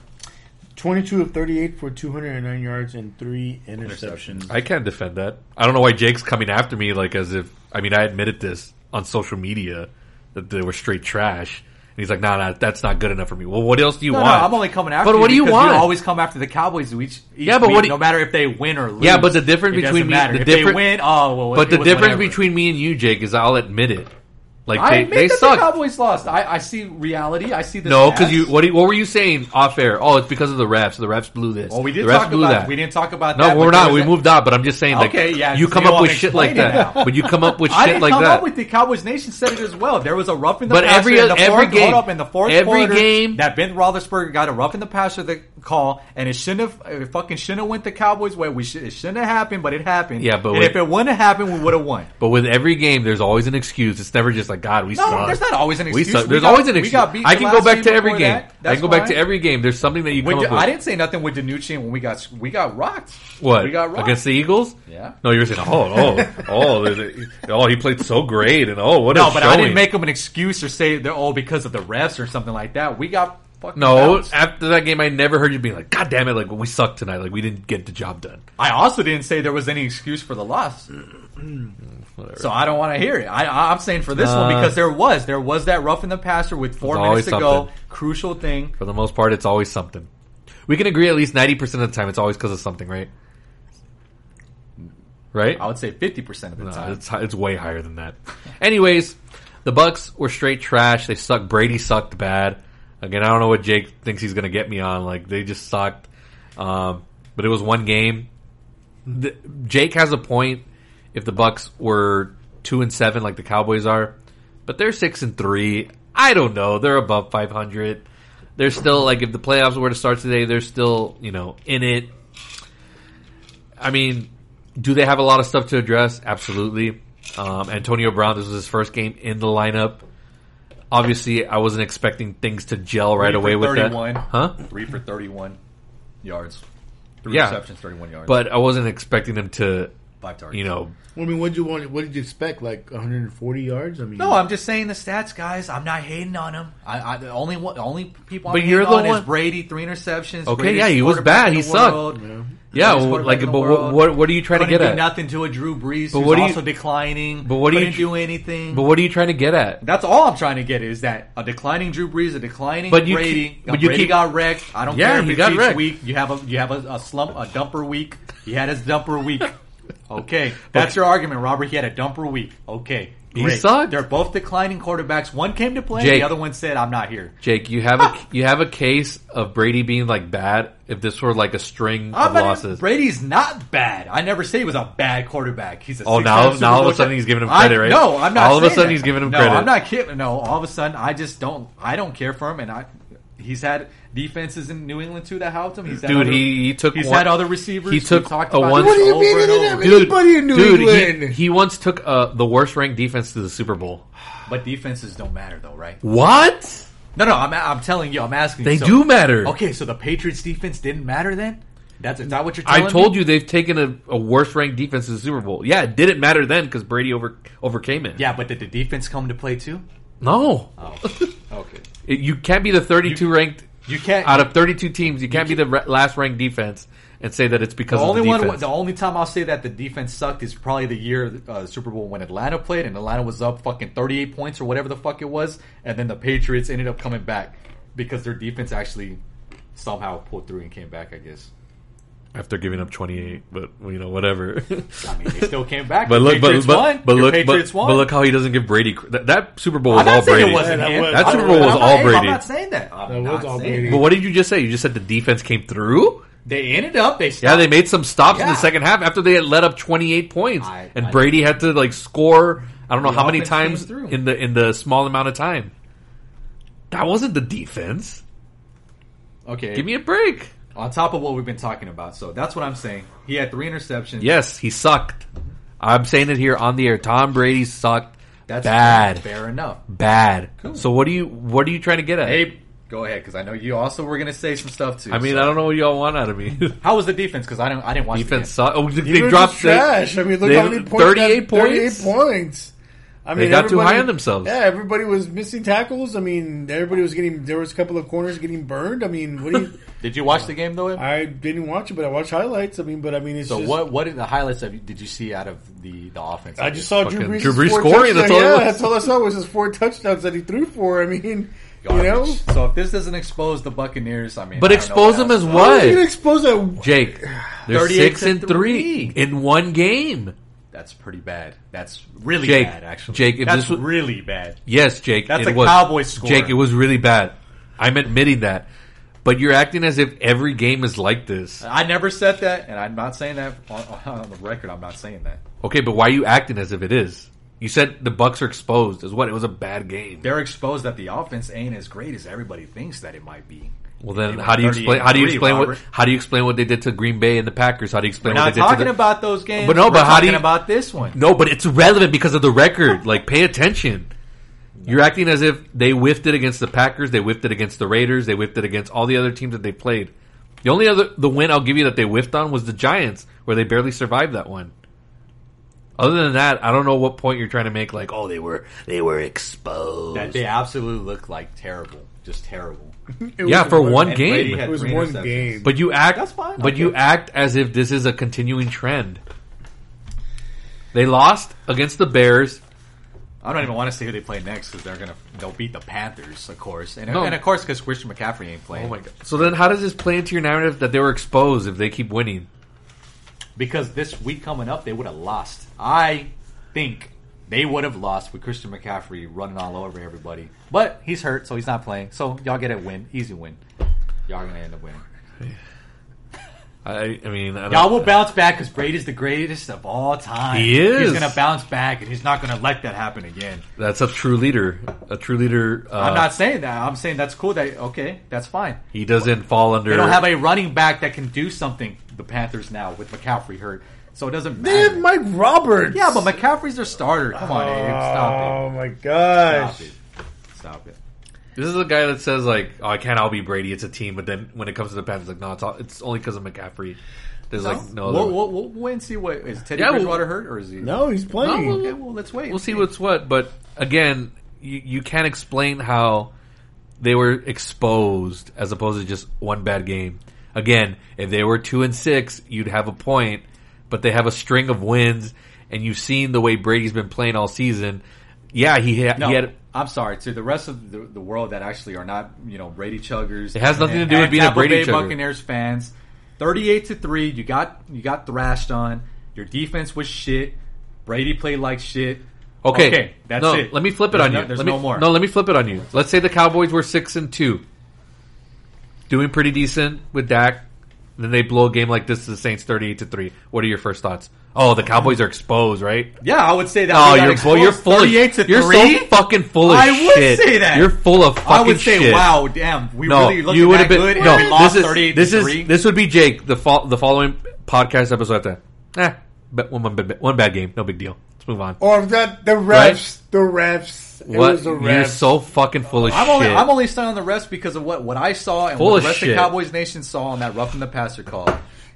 Speaker 2: Twenty-two of thirty-eight for two hundred and nine yards and three interceptions.
Speaker 1: I can't defend that. I don't know why Jake's coming after me like as if I mean I admitted this on social media that they were straight trash. And he's like, nah, nah, that's not good enough for me. Well, what else do you
Speaker 3: No,
Speaker 1: want?
Speaker 3: no, I'm only coming after.
Speaker 1: But what do you
Speaker 3: because
Speaker 1: want?
Speaker 3: always come after the Cowboys each. each
Speaker 1: Yeah, but what
Speaker 3: week,
Speaker 1: do you-
Speaker 3: no matter if they win or lose.
Speaker 1: Yeah, but the difference
Speaker 3: it doesn't
Speaker 1: between me-
Speaker 3: matter.
Speaker 1: the
Speaker 3: if
Speaker 1: different-
Speaker 3: they win, oh well.
Speaker 1: But
Speaker 3: it
Speaker 1: the
Speaker 3: was
Speaker 1: difference
Speaker 3: whatever.
Speaker 1: between me and you, Jake, is I'll admit it. Like
Speaker 3: I
Speaker 1: they,
Speaker 3: admit
Speaker 1: they
Speaker 3: that
Speaker 1: suck.
Speaker 3: the Cowboys lost. I, I see reality. I see the
Speaker 1: no, because
Speaker 3: stats.
Speaker 1: you what, do you- what were you saying off air? Oh, it's because of the refs. The refs blew this.
Speaker 3: Well, we
Speaker 1: the
Speaker 3: did
Speaker 1: refs
Speaker 3: talk
Speaker 1: blew
Speaker 3: about.
Speaker 1: that.
Speaker 3: We didn't talk about
Speaker 1: no,
Speaker 3: that.
Speaker 1: we're
Speaker 3: but
Speaker 1: not.
Speaker 3: there
Speaker 1: We
Speaker 3: was a-
Speaker 1: moved out. But I'm just saying, like,
Speaker 3: Okay, yeah,
Speaker 1: you
Speaker 3: so
Speaker 1: come
Speaker 3: you
Speaker 1: up
Speaker 3: don't
Speaker 1: with
Speaker 3: wanna
Speaker 1: shit like
Speaker 3: explain it
Speaker 1: that.
Speaker 3: now.
Speaker 1: But you come up with
Speaker 3: I didn't
Speaker 1: shit like
Speaker 3: come
Speaker 1: that.
Speaker 3: up with the Cowboys Nation said it as well. There was a rough in the
Speaker 1: But
Speaker 3: passer
Speaker 1: every-
Speaker 3: in the
Speaker 1: every
Speaker 3: fourth,
Speaker 1: game-
Speaker 3: hold up, in the fourth
Speaker 1: every
Speaker 3: quarter,
Speaker 1: game-
Speaker 3: that Ben Roethlisberger got a rough in the passer the call, and it shouldn't have it fucking shouldn't have went the Cowboys way. We should, it shouldn't have happened, but it happened.
Speaker 1: Yeah, but
Speaker 3: and
Speaker 1: with-
Speaker 3: if it wouldn't have happened, we would have won.
Speaker 1: But with every game, there's always an excuse. It's never just like God, we
Speaker 3: No,
Speaker 1: suck.
Speaker 3: there's not always an excuse.
Speaker 1: We suck.
Speaker 3: We
Speaker 1: There's
Speaker 3: got-
Speaker 1: always an
Speaker 3: we
Speaker 1: excuse.
Speaker 3: got beat
Speaker 1: I
Speaker 3: the
Speaker 1: can
Speaker 3: last
Speaker 1: go back
Speaker 3: game
Speaker 1: to every
Speaker 3: before
Speaker 1: game.
Speaker 3: that.
Speaker 1: I can
Speaker 3: That's
Speaker 1: go back to
Speaker 3: fine.
Speaker 1: every game. There's something that you
Speaker 3: We
Speaker 1: come
Speaker 3: di-
Speaker 1: up with.
Speaker 3: I didn't say nothing with Danucci when we got we got rocked.
Speaker 1: What
Speaker 3: we got rocked
Speaker 1: against the Eagles?
Speaker 3: Yeah.
Speaker 1: No, you were saying, oh, oh, oh, there's a- oh, he played so great, and oh, what
Speaker 3: No,
Speaker 1: a
Speaker 3: but I
Speaker 1: showing.
Speaker 3: didn't make them an excuse or say they're all because of the refs or something like that. We got fucking
Speaker 1: No,
Speaker 3: bounced.
Speaker 1: after that game, I never heard you being like, "God damn it! Like we sucked tonight. Like we didn't get the job done."
Speaker 3: I also didn't say there was any excuse for the loss.
Speaker 1: Mm.
Speaker 3: so I don't want to hear it. I- I, I'm saying for this one because there was there was that rough in the passer with four
Speaker 1: Uh, There's always
Speaker 3: minutes to go,
Speaker 1: something.
Speaker 3: crucial thing.
Speaker 1: For the most part, it's always something. We can agree at least ninety percent of the time it's always because of something, right? Right?
Speaker 3: I would say 50% of the
Speaker 1: No,
Speaker 3: time.
Speaker 1: it's it's way higher than that. Anyways, the Bucks were straight trash. They sucked. Brady sucked bad. Again, I don't know what Jake thinks he's going to get me on. Like they just sucked. Um, but it was one game. The, Jake has a point. If the Bucks were two and seven, like the Cowboys are, but they're six and three. I don't know. They're above five hundred. They're still like if the playoffs were to start today, they're still you know in it. I mean, do they have a lot of stuff to address? Absolutely. Um, Antonio Brown, this was his first game in the lineup. Obviously, I wasn't expecting things to gel right
Speaker 3: Three for
Speaker 1: away with that.
Speaker 3: 31.
Speaker 1: Huh?
Speaker 3: 3 for 31 yards. 3
Speaker 1: Yeah.
Speaker 3: receptions, 31 yards.
Speaker 1: But I wasn't expecting them to,
Speaker 3: 5 targets.
Speaker 1: you know,
Speaker 2: I mean, what did you want? What did you expect? Like 140 yards? I mean,
Speaker 3: No, I'm just saying the stats, guys. I'm not hating on him. I, I the only one, the only people. I'm
Speaker 1: But you're
Speaker 3: hating
Speaker 1: the
Speaker 3: on
Speaker 1: one-
Speaker 3: is Brady three interceptions.
Speaker 1: Okay,
Speaker 3: greatest
Speaker 1: yeah, he was
Speaker 3: quarterback
Speaker 1: bad.
Speaker 3: in
Speaker 1: He
Speaker 3: the
Speaker 1: sucked.
Speaker 3: world.
Speaker 1: yeah,
Speaker 3: Greatest
Speaker 1: well,
Speaker 3: quarterback
Speaker 1: like,
Speaker 3: in the
Speaker 1: but what,
Speaker 3: world.
Speaker 1: what, what are you trying to
Speaker 3: Couldn't
Speaker 1: get
Speaker 3: do
Speaker 1: at?
Speaker 3: nothing to a Drew Brees,
Speaker 1: But
Speaker 3: who's
Speaker 1: what do you-
Speaker 3: also declining.
Speaker 1: but what do you
Speaker 3: couldn't
Speaker 1: tr-
Speaker 3: do anything?
Speaker 1: but what are you trying to get at?
Speaker 3: That's all I'm trying to get is that a declining Drew Brees, a declining
Speaker 1: But you
Speaker 3: Brady.
Speaker 1: keep-
Speaker 3: Now,
Speaker 1: but you
Speaker 3: Brady
Speaker 1: keep-
Speaker 3: got wrecked. I don't
Speaker 1: Yeah,
Speaker 3: care if
Speaker 1: he
Speaker 3: it's
Speaker 1: got
Speaker 3: each
Speaker 1: wrecked.
Speaker 3: week. You have a you have a, a slump, a dumper week. He had his dumper week. Okay, that's your argument, Robert. He had a dumper week. Okay,
Speaker 1: He
Speaker 3: great.
Speaker 1: sucked.
Speaker 3: They're both declining quarterbacks. One came to play,
Speaker 1: Jake.
Speaker 3: the other one said, "I'm not here."
Speaker 1: Jake, you have
Speaker 3: Ah!
Speaker 1: a you have a case of Brady being like bad. If this were like a string
Speaker 3: I'm
Speaker 1: of
Speaker 3: not-
Speaker 1: losses,
Speaker 3: Brady's not bad. I never say he was a bad quarterback. He's a
Speaker 1: Oh,
Speaker 3: six-time
Speaker 1: now-
Speaker 3: Super
Speaker 1: now all of
Speaker 3: Bowl
Speaker 1: a sudden
Speaker 3: champ.
Speaker 1: he's giving him
Speaker 3: I-
Speaker 1: credit, right?
Speaker 3: No, I'm not.
Speaker 1: All of a
Speaker 3: saying
Speaker 1: sudden
Speaker 3: that.
Speaker 1: he's giving him
Speaker 3: no,
Speaker 1: credit.
Speaker 3: I'm not kidding. No, all of a sudden I just don't. I don't care for him, and I. He's had defenses in New England too that helped him. He's had
Speaker 1: Dude,
Speaker 3: other-
Speaker 1: he- he took
Speaker 3: He's
Speaker 1: one-
Speaker 3: had other receivers.
Speaker 1: he took
Speaker 3: We've talked
Speaker 1: a
Speaker 3: about
Speaker 1: one-
Speaker 3: this
Speaker 1: What do you
Speaker 3: over
Speaker 2: mean he
Speaker 3: and
Speaker 2: didn't
Speaker 3: over.
Speaker 2: have- Anybody in New
Speaker 1: he-
Speaker 2: England.
Speaker 1: He, once took uh, the worst ranked defense to the Super Bowl.
Speaker 3: But defenses don't matter though, right?
Speaker 1: What?
Speaker 3: No, no. I'm, I'm telling you. I'm asking.
Speaker 1: They
Speaker 3: you. So-
Speaker 1: do matter.
Speaker 3: Okay, so the Patriots defense didn't matter then. That's is that what you're telling
Speaker 1: I told
Speaker 3: me?
Speaker 1: you they've taken a, a worse ranked defense to the Super Bowl. Yeah, it didn't matter then because Brady over overcame it.
Speaker 3: Yeah, but did the defense come to play too? Oh,
Speaker 1: No,
Speaker 3: Okay.
Speaker 1: It- you can't be the 32 ranked
Speaker 3: You can't
Speaker 1: out of 32 teams. You can't be the re- last ranked defense and say that it's because
Speaker 3: The
Speaker 1: of
Speaker 3: only
Speaker 1: the defense.
Speaker 3: one, the only time I'll say that the defense sucked is probably the year uh, Super Bowl when Atlanta played, and Atlanta was up fucking thirty eight points or whatever the fuck it was, and then the Patriots ended up coming back because their defense actually somehow pulled through and came back. I guess.
Speaker 1: After giving up 28, but you know whatever.
Speaker 3: I mean, they still came back.
Speaker 1: But
Speaker 3: Your
Speaker 1: look, but,
Speaker 3: Patriots
Speaker 1: but,
Speaker 3: won.
Speaker 1: but
Speaker 3: Your
Speaker 1: look, but,
Speaker 3: Patriots won.
Speaker 1: but look how he doesn't give Brady cr- that, that Super Bowl was
Speaker 3: I'm not
Speaker 1: all
Speaker 3: saying
Speaker 1: Brady.
Speaker 3: it wasn't
Speaker 2: Yeah, that
Speaker 3: him.
Speaker 2: was-
Speaker 3: I'm
Speaker 1: that Super
Speaker 3: not-
Speaker 1: Bowl was
Speaker 3: I'm
Speaker 1: all
Speaker 3: not-
Speaker 1: Brady.
Speaker 3: I'm not saying that. I'm
Speaker 2: That was
Speaker 3: not
Speaker 2: all
Speaker 3: saying
Speaker 2: Brady.
Speaker 1: But what did you just say? You just said the defense came through.
Speaker 3: that. They ended up. They
Speaker 1: Yeah,
Speaker 3: stopped.
Speaker 1: they made some stops in the
Speaker 3: Yeah.
Speaker 1: second half after they had let up 28 points,
Speaker 3: I-
Speaker 1: and
Speaker 3: I-
Speaker 1: Brady had to like score. I don't know
Speaker 3: The
Speaker 1: how many
Speaker 3: offense came
Speaker 1: times
Speaker 3: through.
Speaker 1: in the in the small amount of time. That wasn't the defense.
Speaker 3: Okay.
Speaker 1: Give me a break.
Speaker 3: on top of what we've been talking about. So that's what I'm saying. He had three interceptions.
Speaker 1: Yes, he sucked. I'm saying it here on the air. Tom Brady sucked.
Speaker 3: That's
Speaker 1: bad,
Speaker 3: Fair enough.
Speaker 1: bad. So what do you what are you trying to get at?
Speaker 3: Hey, go ahead because I know you also were going to say some stuff too.
Speaker 1: I mean,
Speaker 3: so-
Speaker 1: I don't know what y'all want out of me.
Speaker 3: How was the defense? Because I don't, I didn't watch
Speaker 1: defense
Speaker 3: The
Speaker 1: sucked. Oh, they,
Speaker 2: They
Speaker 1: they
Speaker 2: were
Speaker 1: dropped
Speaker 2: just
Speaker 1: the-
Speaker 2: trash. I mean, look
Speaker 1: they-
Speaker 2: how many points.
Speaker 1: 38 points.
Speaker 2: 38 points. I mean,
Speaker 1: got too
Speaker 2: everybody-
Speaker 1: high on themselves.
Speaker 2: Yeah, everybody was missing tackles. I mean, everybody was getting. There was a couple of corners getting burned. I mean, what do you?
Speaker 3: game. Did you watch the game though? Em?
Speaker 2: I didn't watch it, but I watched highlights. I mean, but I mean, it's
Speaker 3: so
Speaker 2: just,
Speaker 3: what? What are the highlights of? Did you see out of the the offense?
Speaker 2: I just saw Drew
Speaker 1: Fucking
Speaker 2: Brees,
Speaker 1: Drew Brees
Speaker 2: four
Speaker 1: scoring, that's
Speaker 2: touchdowns.
Speaker 1: all it was.
Speaker 2: yeah, that's all I saw was his four touchdowns that he threw for. I mean,
Speaker 3: Garbage.
Speaker 2: you know,
Speaker 3: So if this doesn't expose the Buccaneers, I mean,
Speaker 1: But
Speaker 3: I don't know
Speaker 1: expose them
Speaker 3: else.
Speaker 1: as
Speaker 2: How are you gonna
Speaker 1: what?
Speaker 2: expose that?
Speaker 1: Jake, they're
Speaker 3: 38
Speaker 1: six
Speaker 3: to
Speaker 1: and three
Speaker 3: three.
Speaker 1: in one game.
Speaker 3: That's pretty bad. That's really
Speaker 1: Jake,
Speaker 3: bad. Actually,
Speaker 1: Jake, if
Speaker 3: that's
Speaker 1: this was-
Speaker 3: really bad.
Speaker 1: Yes, Jake.
Speaker 3: That's
Speaker 1: it
Speaker 3: a
Speaker 1: was.
Speaker 3: Cowboys score.
Speaker 1: Jake, it was really bad. I'm admitting that. But you're acting as if every game is like this.
Speaker 3: I never said that, and I'm not saying that on, on the record. I'm not saying that
Speaker 1: Okay, but why are you acting as if it is? You said the Bucks are exposed as what? It was a bad game.
Speaker 3: they're exposed that the offense ain't as great as everybody thinks that it might be.
Speaker 1: Well then,
Speaker 3: They
Speaker 1: how do you
Speaker 3: were
Speaker 1: explain? How do you
Speaker 3: 38,
Speaker 1: explain what?
Speaker 3: Robert.
Speaker 1: How do you explain what they did to Green Bay and the Packers? How do you
Speaker 3: We're
Speaker 1: explain what
Speaker 3: not
Speaker 1: they did to
Speaker 3: talking
Speaker 1: the,
Speaker 3: about those games.
Speaker 1: But no,
Speaker 3: We're
Speaker 1: but how do
Speaker 3: talking
Speaker 1: you-
Speaker 3: about this one?
Speaker 1: No, but it's relevant because of the record. Like, pay attention. You're acting as if they whiffed it against the Packers, they whiffed it against the Raiders, they whiffed it against all the other teams that they played. The only other the win I'll give you that they whiffed on was the Giants, where they barely survived that one. Other than that, I don't know what point you're trying to make. Like, oh, they were they were exposed.
Speaker 3: That they absolutely look like terrible, just terrible.
Speaker 2: It
Speaker 1: yeah,
Speaker 2: was
Speaker 1: for
Speaker 2: one-
Speaker 1: one
Speaker 3: And
Speaker 1: game.
Speaker 3: Brady had
Speaker 2: It was
Speaker 3: three
Speaker 2: one
Speaker 3: interceptions.
Speaker 2: game.
Speaker 1: but you act.
Speaker 3: That's fine,
Speaker 1: But
Speaker 3: okay.
Speaker 1: you act as if this is a continuing trend. They lost against the Bears.
Speaker 3: I don't even want to see who they play next because they're gonna they'll beat the Panthers, of course, and,
Speaker 1: No.
Speaker 3: and of course because Christian McCaffrey ain't playing.
Speaker 1: Oh my god. So then, how does this play into your narrative that they were exposed if they keep winning?
Speaker 3: Because this week coming up, they would have lost. I think they would have lost with Christian McCaffrey running all over everybody. But he's hurt, so he's not playing. So y'all get a win, easy win. Y'all gonna end up winning.
Speaker 1: I, I mean, I don't-
Speaker 3: Y'all will bounce back because Brady's the greatest of all time.
Speaker 1: He is.
Speaker 3: He's gonna bounce back, and he's not gonna let that happen again.
Speaker 1: That's a true leader. A true leader. Uh,
Speaker 3: I'm not saying that. I'm saying that's cool. That okay, that's fine.
Speaker 1: He doesn't fall under.
Speaker 3: They don't have a running back that can do something. The Panthers now with McCaffrey hurt, so it doesn't
Speaker 2: They
Speaker 3: matter.
Speaker 2: have Mike Roberts.
Speaker 3: yeah, but McCaffrey's their starter. Come on, Abe,
Speaker 2: Oh
Speaker 3: stop
Speaker 2: my
Speaker 3: it,
Speaker 2: gosh!
Speaker 3: stop it, stop it.
Speaker 1: This is a guy that says like, "Oh, I can't all be Brady. It's a team." But then when it comes to the Panthers, like, no, it's all, it's only because of McCaffrey. There's like no. other
Speaker 3: we'll,
Speaker 1: way.
Speaker 3: we'll, we'll wait and see what is Teddy
Speaker 1: Yeah, we'll-
Speaker 3: Bridgewater hurt or is he?
Speaker 2: No, he's playing.
Speaker 1: No,
Speaker 3: Okay, well let's wait.
Speaker 1: we'll see what's what. But again, you, you can't explain how they were exposed as opposed to just one bad game. Again, if they were two and six, you'd have a point, but they have a string of wins, and you've seen the way Brady's been playing all season. Yeah, he, ha-
Speaker 3: No,
Speaker 1: he had.
Speaker 3: I'm sorry to the rest of the, the world that actually are not you know Brady chuggers.
Speaker 1: It has nothing
Speaker 3: and-
Speaker 1: to do with
Speaker 3: and
Speaker 1: being a
Speaker 3: Tampa
Speaker 1: Brady
Speaker 3: Bay
Speaker 1: chugger.
Speaker 3: Buccaneers fans. Thirty-eight to three, you got you got thrashed on. Your defense was shit. Brady played like shit.
Speaker 1: Okay,
Speaker 3: that's
Speaker 1: no,
Speaker 3: it.
Speaker 1: Let me flip it
Speaker 3: There's
Speaker 1: on
Speaker 3: no-
Speaker 1: you.
Speaker 3: There's
Speaker 1: Let me-
Speaker 3: no more.
Speaker 1: No, let me flip it on you. Let's say the Cowboys were six and two, doing pretty decent with Dak. Then they blow a game like this to the Saints, thirty-eight to three. What are your first thoughts? Oh, the Cowboys are exposed, right?
Speaker 3: yeah, I would say that.
Speaker 1: Oh,
Speaker 3: we got
Speaker 1: you're full.
Speaker 3: exposed
Speaker 1: You're full. Of,
Speaker 3: 38 to
Speaker 1: you're
Speaker 3: three.
Speaker 1: so fucking full of
Speaker 3: I
Speaker 1: shit.
Speaker 3: would say that.
Speaker 1: You're full of fucking
Speaker 3: I would say,
Speaker 1: shit.
Speaker 3: wow, damn, we
Speaker 1: No,
Speaker 3: really looked
Speaker 1: you would
Speaker 3: that
Speaker 1: have been
Speaker 3: good. and
Speaker 1: no.
Speaker 3: we lost
Speaker 1: this is
Speaker 3: 38
Speaker 1: this
Speaker 3: to
Speaker 1: is
Speaker 3: three.
Speaker 1: this would be Jake. The fol- the following podcast episode after. Eh, but one, one, bad- one bad game, no big deal. Let's move on.
Speaker 2: Or that the refs,
Speaker 1: Right?
Speaker 2: the refs. It
Speaker 1: What?
Speaker 2: was the refs.
Speaker 1: You're so fucking full of
Speaker 3: I'm
Speaker 1: shit.
Speaker 3: only I'm only stunned on the rest because of what what I saw and
Speaker 1: Full
Speaker 3: what
Speaker 1: of
Speaker 3: the rest
Speaker 1: shit.
Speaker 3: of Cowboys Nation saw on that roughing the passer call.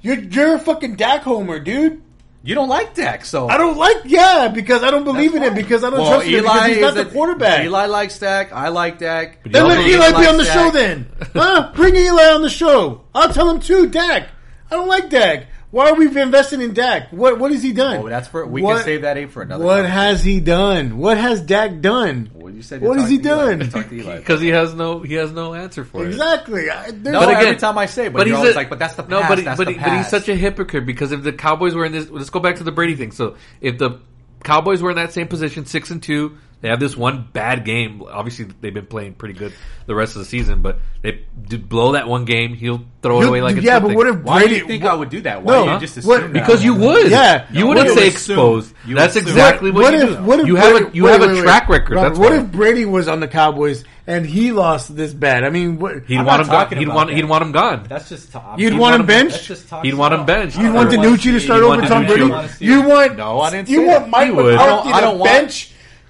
Speaker 2: you're you're a fucking Dak homer, dude.
Speaker 3: You don't like Dak, so
Speaker 2: I don't like yeah because I don't believe in
Speaker 3: That's
Speaker 2: it because I don't
Speaker 3: Well,
Speaker 2: trust him because he's not
Speaker 3: is
Speaker 2: the
Speaker 3: a-
Speaker 2: quarterback.
Speaker 3: Eli likes Dak. I like Dak.
Speaker 1: you
Speaker 2: Then let
Speaker 1: Eli
Speaker 2: Eli be on the show then. Huh? Bring Eli on the show. I'll tell him too, Dak. I don't like Dak. Why are we investing in Dak? What what has he done?
Speaker 3: Oh, that's for we
Speaker 2: What-
Speaker 3: can save that eight for another.
Speaker 2: What
Speaker 3: time.
Speaker 2: has he done? What has Dak done?
Speaker 3: Well, you said you
Speaker 2: What has
Speaker 3: talked
Speaker 2: he
Speaker 3: to Eli.
Speaker 2: done?
Speaker 3: You talked to Eli.
Speaker 1: because he has no he has no answer for it.
Speaker 2: Exactly. I, there's-
Speaker 3: No,
Speaker 1: But again,
Speaker 3: every time I say, but, you're always like, but that's the past.
Speaker 1: no, but he-
Speaker 3: that's
Speaker 1: but,
Speaker 3: the
Speaker 1: he- but he's
Speaker 3: past.
Speaker 1: such a hypocrite because if the Cowboys were in this, let's go back to the Brady thing. So if the Cowboys were in that same position, six and two, they have this one bad game. Obviously, they've been playing pretty good the rest of the season, but they do blow that one game. He'll throw it away like it's
Speaker 2: yeah,
Speaker 1: nothing.
Speaker 2: but what if
Speaker 3: Why do
Speaker 2: Brady?
Speaker 3: you think I would do
Speaker 2: No,
Speaker 3: that? Why do
Speaker 2: huh?
Speaker 3: you just
Speaker 2: What-
Speaker 3: assume that?
Speaker 1: Because you would,
Speaker 2: Yeah.
Speaker 1: you
Speaker 2: No,
Speaker 1: wouldn't
Speaker 3: you
Speaker 1: say
Speaker 3: assume.
Speaker 1: exposed.
Speaker 3: You
Speaker 1: That's
Speaker 3: assume.
Speaker 1: exactly what, you do. you have
Speaker 2: Brady-
Speaker 1: a you
Speaker 2: wait,
Speaker 1: have
Speaker 2: wait,
Speaker 1: a
Speaker 2: wait.
Speaker 1: track record.
Speaker 2: Robert,
Speaker 1: That's
Speaker 2: what
Speaker 1: why.
Speaker 2: if Brady was on the Cowboys and he lost this bad? I mean, what,
Speaker 1: he'd
Speaker 3: I'm
Speaker 1: want
Speaker 3: not
Speaker 1: him gone.
Speaker 3: talking
Speaker 1: He'd
Speaker 3: about
Speaker 1: want
Speaker 3: that.
Speaker 1: he'd want him gone.
Speaker 3: That's just top.
Speaker 2: You'd
Speaker 1: He'd
Speaker 2: want him
Speaker 1: him-
Speaker 2: benched.
Speaker 3: That's just top.
Speaker 1: He'd want him benched.
Speaker 2: You'd want
Speaker 1: I don't
Speaker 2: Danucci to start
Speaker 1: you
Speaker 2: over
Speaker 1: want
Speaker 2: Tom
Speaker 1: Danucci
Speaker 2: Brady.
Speaker 1: over-
Speaker 2: You want
Speaker 3: No, I didn't
Speaker 2: You
Speaker 3: say
Speaker 2: want
Speaker 3: that.
Speaker 2: Mike
Speaker 1: He would.
Speaker 2: McCarthy
Speaker 1: I
Speaker 3: don't- I don't
Speaker 2: to
Speaker 3: want-
Speaker 2: bench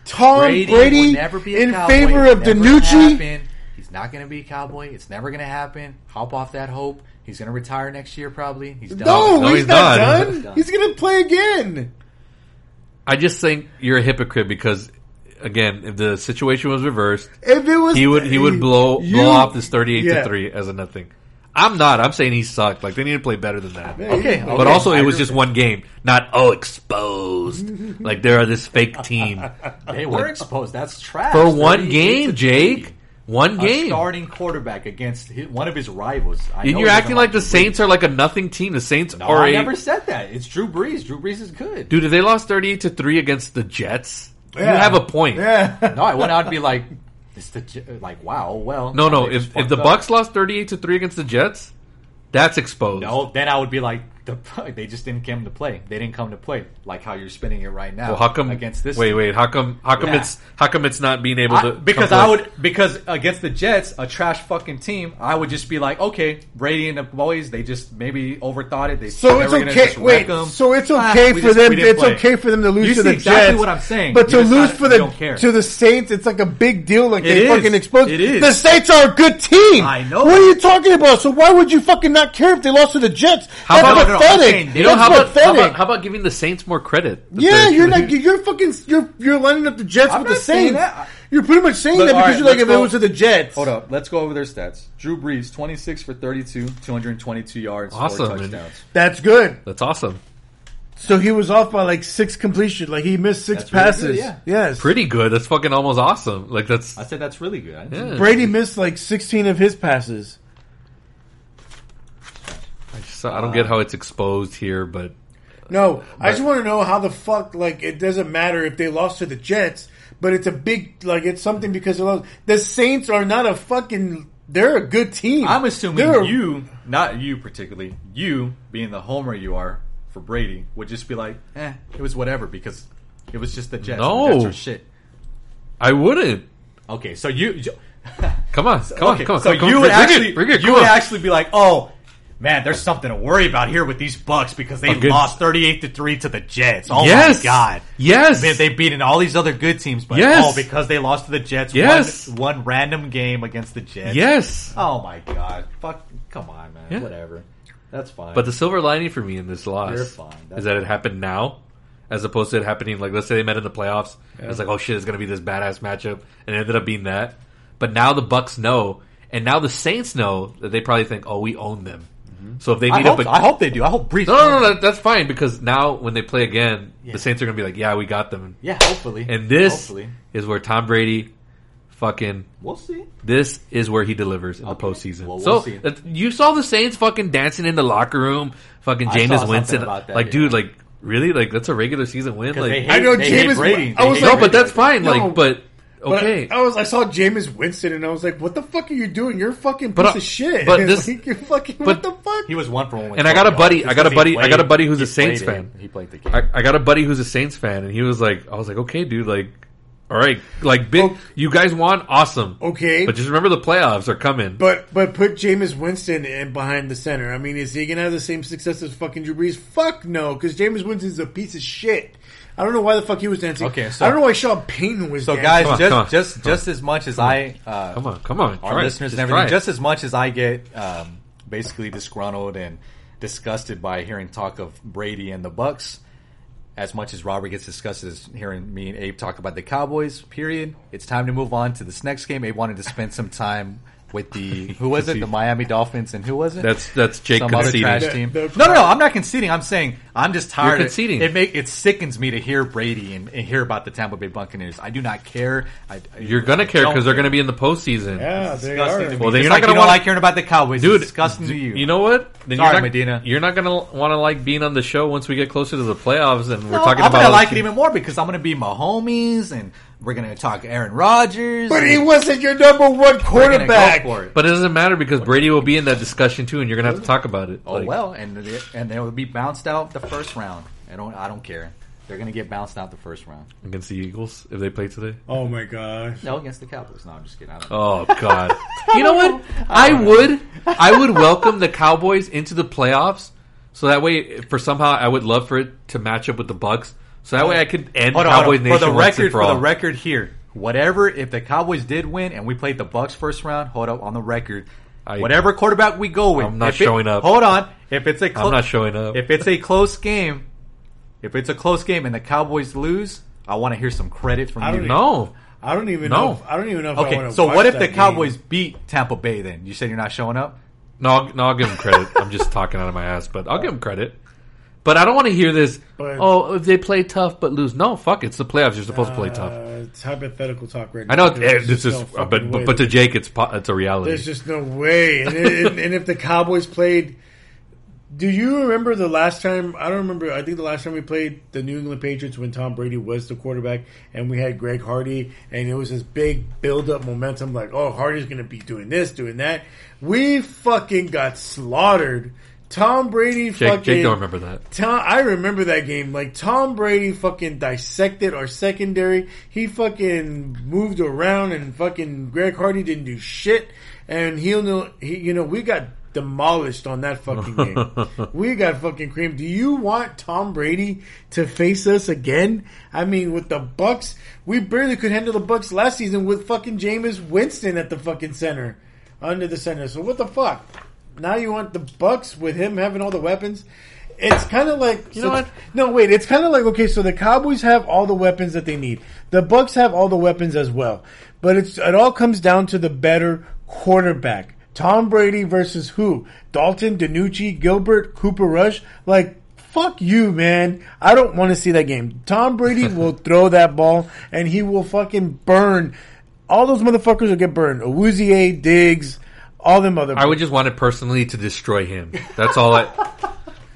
Speaker 2: Tom
Speaker 3: Brady,
Speaker 2: Brady,
Speaker 3: will never be a
Speaker 2: in
Speaker 3: cowboy.
Speaker 2: favor
Speaker 3: It
Speaker 2: of
Speaker 3: never
Speaker 2: Danucci.
Speaker 3: happened. He's not going to be a cowboy. It's never going to happen. Hop off that hope. He's going to retire next year, probably. He's done.
Speaker 2: No,
Speaker 1: No,
Speaker 2: he's,
Speaker 1: he's
Speaker 2: not
Speaker 1: not.
Speaker 2: done. He's gonna play again.
Speaker 1: I just think you're a hypocrite because, again, if the situation was reversed,
Speaker 2: If it was
Speaker 1: he would he would blow
Speaker 2: you-
Speaker 1: blow off this thirty eight
Speaker 2: yeah.
Speaker 1: to three as a nothing. I'm not. I'm saying he sucked. Like they need to play better than that.
Speaker 3: Okay,
Speaker 1: But
Speaker 3: okay.
Speaker 1: also,
Speaker 3: I
Speaker 1: it was
Speaker 3: agree.
Speaker 1: just one game, not oh exposed. like there are this fake team
Speaker 3: They were exposed. That's trash.
Speaker 1: for one
Speaker 3: 38
Speaker 1: game,
Speaker 3: to
Speaker 1: Jake. One
Speaker 3: three. A
Speaker 1: game.
Speaker 3: starting quarterback against hi- one of his rivals. I
Speaker 1: And
Speaker 3: know
Speaker 1: you're
Speaker 3: he's
Speaker 1: acting
Speaker 3: gonna
Speaker 1: like the
Speaker 3: Drew Brees.
Speaker 1: Saints are like a nothing team. The Saints
Speaker 3: No,
Speaker 1: are
Speaker 3: I
Speaker 1: a
Speaker 3: never said that. It's Drew Brees. Drew Brees is good.
Speaker 1: dude. If they lost thirty eight to three against the Jets, you
Speaker 2: Yeah.
Speaker 1: have a point.
Speaker 2: Yeah.
Speaker 3: No, I went out and be like, it's the J- like wow. Well,
Speaker 1: No, no.
Speaker 3: they just
Speaker 1: If if
Speaker 3: fucked
Speaker 1: the
Speaker 3: up.
Speaker 1: Bucks lost thirty eight to three against the Jets, that's exposed.
Speaker 3: no, then I would be like, the, they just didn't come to play. They didn't come to play like how you're spinning it right now.
Speaker 1: Well, how come
Speaker 3: against this?
Speaker 1: Wait, wait. How come? How come
Speaker 3: Yeah.
Speaker 1: it's how come it's not being able
Speaker 3: I-
Speaker 1: to?
Speaker 3: because
Speaker 1: come
Speaker 3: I
Speaker 1: forth?
Speaker 3: would because against the Jets, a trash fucking team, I would just be like, okay, Brady and the boys, they just maybe overthought it. They
Speaker 2: So
Speaker 3: they
Speaker 2: it's
Speaker 3: were gonna
Speaker 2: okay.
Speaker 3: just wreck
Speaker 2: Wait.
Speaker 3: 'em.
Speaker 2: So it's
Speaker 3: Ah,
Speaker 2: okay
Speaker 3: we
Speaker 2: for
Speaker 3: just-
Speaker 2: them.
Speaker 3: we didn't
Speaker 2: It's
Speaker 3: play.
Speaker 2: okay for them to lose
Speaker 3: You
Speaker 2: to
Speaker 3: see
Speaker 2: the
Speaker 3: exactly
Speaker 2: Jets.
Speaker 3: what I'm saying.
Speaker 2: But
Speaker 3: You
Speaker 2: to
Speaker 3: just
Speaker 2: lose
Speaker 3: not-
Speaker 2: for
Speaker 3: you
Speaker 2: the
Speaker 3: don't care.
Speaker 2: to the Saints, it's like a big deal. Like
Speaker 3: It
Speaker 2: they
Speaker 3: is.
Speaker 2: fucking exposed.
Speaker 3: It is.
Speaker 2: The Saints are a good team.
Speaker 3: I know.
Speaker 2: What are you talking about? So why would you fucking not care if they lost to the Jets?
Speaker 1: How
Speaker 2: That's
Speaker 1: about-
Speaker 3: no, no, I'm saying
Speaker 2: pathetic.
Speaker 3: they
Speaker 1: You know
Speaker 2: That's
Speaker 1: how about, how
Speaker 2: pathetic.
Speaker 1: about how about giving the Saints more credit? that
Speaker 2: Yeah,
Speaker 1: they're-
Speaker 2: you're not. You're fucking. You're you're lining up the Jets
Speaker 3: I'm
Speaker 2: with the
Speaker 3: not saying
Speaker 2: Saints.
Speaker 3: that.
Speaker 2: You're pretty much saying
Speaker 3: Look,
Speaker 2: that
Speaker 3: all
Speaker 2: because
Speaker 3: right,
Speaker 2: you're like,
Speaker 3: let's
Speaker 2: if it
Speaker 3: go-
Speaker 2: was to the Jets,
Speaker 3: Hold up, let's go over their stats. Drew Brees, 26 for 32, 222 yards,
Speaker 1: Awesome,
Speaker 3: four
Speaker 1: man.
Speaker 3: touchdowns.
Speaker 2: that's good.
Speaker 1: That's awesome.
Speaker 2: So he was off by like six completion. Like he missed six
Speaker 3: That's really
Speaker 2: passes.
Speaker 3: good, yeah.
Speaker 2: Yes.
Speaker 1: Pretty good. That's fucking almost awesome. Like that's
Speaker 3: I said that's really good. I didn't-
Speaker 1: yeah.
Speaker 2: Brady missed like 16 of his passes.
Speaker 1: I, just- I don't get how it's exposed here, but
Speaker 2: No, I just want to know how the fuck like it doesn't matter if they lost to the Jets, but it's a big like it's something because they lost. The Saints are not a fucking. They're a good team.
Speaker 3: I'm assuming
Speaker 2: They're-
Speaker 3: you, not you particularly, you being the homer you are for Brady, would just be like, eh, it was whatever because it was just the Jets. and
Speaker 1: No.
Speaker 3: the Jets are shit.
Speaker 1: I wouldn't.
Speaker 3: Okay, so you, you
Speaker 1: Come on, come
Speaker 3: okay,
Speaker 1: on, come on. come on,
Speaker 3: so you
Speaker 1: bring
Speaker 3: would
Speaker 1: it,
Speaker 3: actually,
Speaker 1: bring it,
Speaker 3: you
Speaker 1: come
Speaker 3: would
Speaker 1: on.
Speaker 3: actually be like, oh. Man, there's something to worry about here with these Bucks because they
Speaker 1: Against-
Speaker 3: lost 38 to 3 to the Jets. Oh
Speaker 1: yes,
Speaker 3: my god.
Speaker 1: yes.
Speaker 3: Man, they've beaten all these other good teams, but
Speaker 1: Yes.
Speaker 3: oh, because they lost to the Jets
Speaker 1: Yes.
Speaker 3: one, one random game against the Jets.
Speaker 1: yes.
Speaker 3: Oh my god. Fuck come on, man.
Speaker 1: Yeah.
Speaker 3: Whatever. That's fine.
Speaker 1: But the silver lining for me in this loss
Speaker 3: You're fine. That's
Speaker 1: is that it happened now, as opposed to it happening like let's say they met in the playoffs. And it's like oh shit, it's gonna be this badass matchup, and it ended up being that. But now the Bucks know, and now the Saints know that they probably think oh we own them. So if they
Speaker 3: Mm-hmm. I
Speaker 1: meet
Speaker 3: hope,
Speaker 1: up, a-
Speaker 3: I hope they do. I hope Breeze.
Speaker 1: no, no, no, that, that's fine because now when they play again,
Speaker 3: Yeah.
Speaker 1: the Saints are gonna be like yeah we got them,
Speaker 3: Yeah, hopefully.
Speaker 1: and this
Speaker 3: hopefully.
Speaker 1: is where Tom Brady, fucking
Speaker 3: We'll see.
Speaker 1: this is where he delivers in
Speaker 3: Okay.
Speaker 1: the postseason.
Speaker 3: Well, we'll
Speaker 1: so
Speaker 3: see.
Speaker 1: that- you saw the Saints fucking dancing in the locker room, fucking
Speaker 3: I saw
Speaker 1: Jameis
Speaker 3: something
Speaker 1: Winston.
Speaker 3: about that,
Speaker 1: like,
Speaker 3: yeah.
Speaker 1: dude, like really, like that's a regular season win. Like,
Speaker 3: they hate,
Speaker 2: I know
Speaker 3: they hate
Speaker 2: Jameis-
Speaker 3: Brady.
Speaker 2: I
Speaker 3: They
Speaker 2: was
Speaker 3: hate
Speaker 2: like-
Speaker 1: no,
Speaker 3: Brady.
Speaker 1: but that's fine.
Speaker 2: No.
Speaker 1: like, but
Speaker 2: But oh.
Speaker 1: okay.
Speaker 2: I, I was I saw Jameis Winston and I was like, "What the fuck are you doing? You're a fucking
Speaker 1: But
Speaker 2: piece
Speaker 1: I-
Speaker 2: of shit."
Speaker 1: but this-
Speaker 2: Like, you're fucking.
Speaker 1: but-
Speaker 2: what the fuck?
Speaker 3: He was one for one. with
Speaker 1: And I got a
Speaker 3: Tony
Speaker 1: buddy-
Speaker 3: Romo.
Speaker 1: I got a
Speaker 3: Because he
Speaker 1: buddy- I got a buddy who's a
Speaker 3: he
Speaker 1: Saints
Speaker 3: played
Speaker 1: fan.
Speaker 3: it. He played the game.
Speaker 1: I, I got a buddy who's a Saints fan, and he was like, I was like, okay, dude, like, all right, like, big,
Speaker 2: Oh.
Speaker 1: you guys won, awesome,
Speaker 2: okay,
Speaker 1: but
Speaker 2: but,
Speaker 1: just remember the playoffs are coming.
Speaker 2: but put Jameis Winston in behind the center. I mean, is he gonna have the same success as fucking Drew Brees? Fuck no, because Jameis Winston's a piece of shit. I don't know why the fuck he was dancing.
Speaker 3: Okay, so-
Speaker 2: I don't know why Sean Payton was.
Speaker 3: so
Speaker 2: dancing.
Speaker 3: guys,
Speaker 1: Come on,
Speaker 3: just
Speaker 1: come on,
Speaker 3: just
Speaker 1: come on.
Speaker 3: just as much as I uh,
Speaker 1: come on, come on,
Speaker 3: our
Speaker 1: try it.
Speaker 3: listeners and
Speaker 1: Just
Speaker 3: everything,
Speaker 1: try it.
Speaker 3: just as much as I get um, basically disgruntled and disgusted by hearing talk of Brady and the Bucks, as much as Robert gets disgusted as hearing me and Abe talk about the Cowboys. Period. It's time to move on to this next game. Abe wanted to spend some time with the who was it? The Miami Dolphins and who was it?
Speaker 1: that's that's Jake
Speaker 3: some other trash
Speaker 1: conceding.
Speaker 3: team.
Speaker 2: The- the-
Speaker 3: no, no, no, I'm not conceding. I'm saying I'm just tired.
Speaker 1: You're conceding.
Speaker 3: It, it make it sickens me to hear Brady and, and hear about the Tampa Bay Buccaneers. I do not care. I, I-
Speaker 1: You're gonna
Speaker 3: I
Speaker 1: care
Speaker 3: don't
Speaker 1: because they're gonna be in the postseason.
Speaker 2: yeah, they
Speaker 3: disgusting
Speaker 2: are.
Speaker 3: to me.
Speaker 1: Well, then
Speaker 3: Just
Speaker 1: you're not gonna
Speaker 3: like you don't
Speaker 1: wanna-
Speaker 3: like hearing about the Cowboys.
Speaker 1: Dude,
Speaker 3: it's disgusting to you.
Speaker 1: You know what? Then
Speaker 3: Sorry,
Speaker 1: you're not,
Speaker 3: Medina.
Speaker 1: You're not gonna want to like being on the show once we get closer to the playoffs, and we're
Speaker 3: No,
Speaker 1: talking
Speaker 3: I'm
Speaker 1: about
Speaker 3: gonna
Speaker 1: all
Speaker 3: like
Speaker 1: this-
Speaker 3: it even more because I'm gonna be my homies and we're gonna talk Aaron Rodgers.
Speaker 2: But he
Speaker 3: and
Speaker 2: wasn't your number one
Speaker 3: we're gonna go
Speaker 2: quarterback.
Speaker 3: for it.
Speaker 1: But it doesn't matter because Brady will be in that discussion too, and you're gonna have to talk about it.
Speaker 3: Oh
Speaker 1: Like,
Speaker 3: well, and they- and they'll be bounced out the first round. I don't I don't care. They're gonna get bounced out the first round.
Speaker 1: against the Eagles if they play today.
Speaker 2: Oh my god.
Speaker 3: No, against the Cowboys. No, I'm just kidding. I don't
Speaker 1: Oh God! you know what? I would, I would welcome the Cowboys into the playoffs, so that way, for somehow, I would love for it to match up with the Bucks, so that way I could end
Speaker 3: Hold on, hold on.
Speaker 1: Cowboys Nation
Speaker 3: for the
Speaker 1: once and
Speaker 3: record,
Speaker 1: for
Speaker 3: for
Speaker 1: all.
Speaker 3: the record here, whatever. If the Cowboys did win and we played the Bucks first round, hold up on the record.
Speaker 1: I-
Speaker 3: whatever quarterback we go with,
Speaker 1: I'm not
Speaker 3: if it-
Speaker 1: showing up.
Speaker 3: Hold on, if it's a clo-
Speaker 1: I'm not showing up.
Speaker 3: if it's a close game, if it's a close game and the Cowboys lose, I want to hear some credit from
Speaker 2: I
Speaker 3: you.
Speaker 2: don't
Speaker 1: no,
Speaker 2: I don't even
Speaker 1: No.
Speaker 2: know. If, I don't even know. If I
Speaker 3: Okay,
Speaker 2: wanna
Speaker 3: so
Speaker 2: watch
Speaker 3: what if
Speaker 2: that
Speaker 3: the
Speaker 2: game.
Speaker 3: Cowboys beat Tampa Bay? Then you said you're not showing up.
Speaker 1: No, I'll, no, I'll give him credit. I'm just talking out of my ass, but I'll give him credit. But I don't want to hear this.
Speaker 2: But-
Speaker 1: oh, if they play tough but lose, no, fuck. It's the playoffs. You're supposed to play tough.
Speaker 2: Uh, it's hypothetical talk right now.
Speaker 1: I know.
Speaker 2: because there's
Speaker 1: eh, this
Speaker 2: just
Speaker 1: is,
Speaker 2: no
Speaker 1: but,
Speaker 2: fucking way
Speaker 1: but but to
Speaker 2: that-
Speaker 1: Jake, it's po- it's a reality.
Speaker 2: there's just no way. And, it- and, and if the Cowboys played, do you remember the last time? I don't remember. I think the last time we played the New England Patriots when Tom Brady was the quarterback, and we had Greg Hardy, and it was this big build up momentum. Like, oh, Hardy's going to be doing this, doing that. We fucking got slaughtered. Tom Brady
Speaker 1: Jake,
Speaker 2: fucking.
Speaker 1: Jake don't remember that.
Speaker 2: Tom, I remember that game. Like Tom Brady fucking dissected our secondary. He fucking moved around, and fucking Greg Hardy didn't do shit. And he'll know. He, you know, we got demolished on that fucking game. we got fucking creamed. Do you want Tom Brady to face us again? I mean, with the Bucks, we barely could handle the Bucks last season with fucking Jameis Winston at the fucking center, under the center. So what the fuck? Now you want the Bucks with him having all the weapons? It's kind of like you
Speaker 1: know what?
Speaker 2: No, wait. It's kind of like okay. So the Cowboys have all the weapons that they need. The Bucks have all the weapons as well. But it's it all comes down to the better quarterback. Tom Brady versus who? Dalton, Danucci, Gilbert, Cooper Rush. Like Fuck you, man. I don't want to see that game. Tom Brady will throw that ball and he will fucking burn. All those motherfuckers will get burned. Awuzie, Diggs, all them other.
Speaker 1: I would just want it personally to destroy him. That's all I.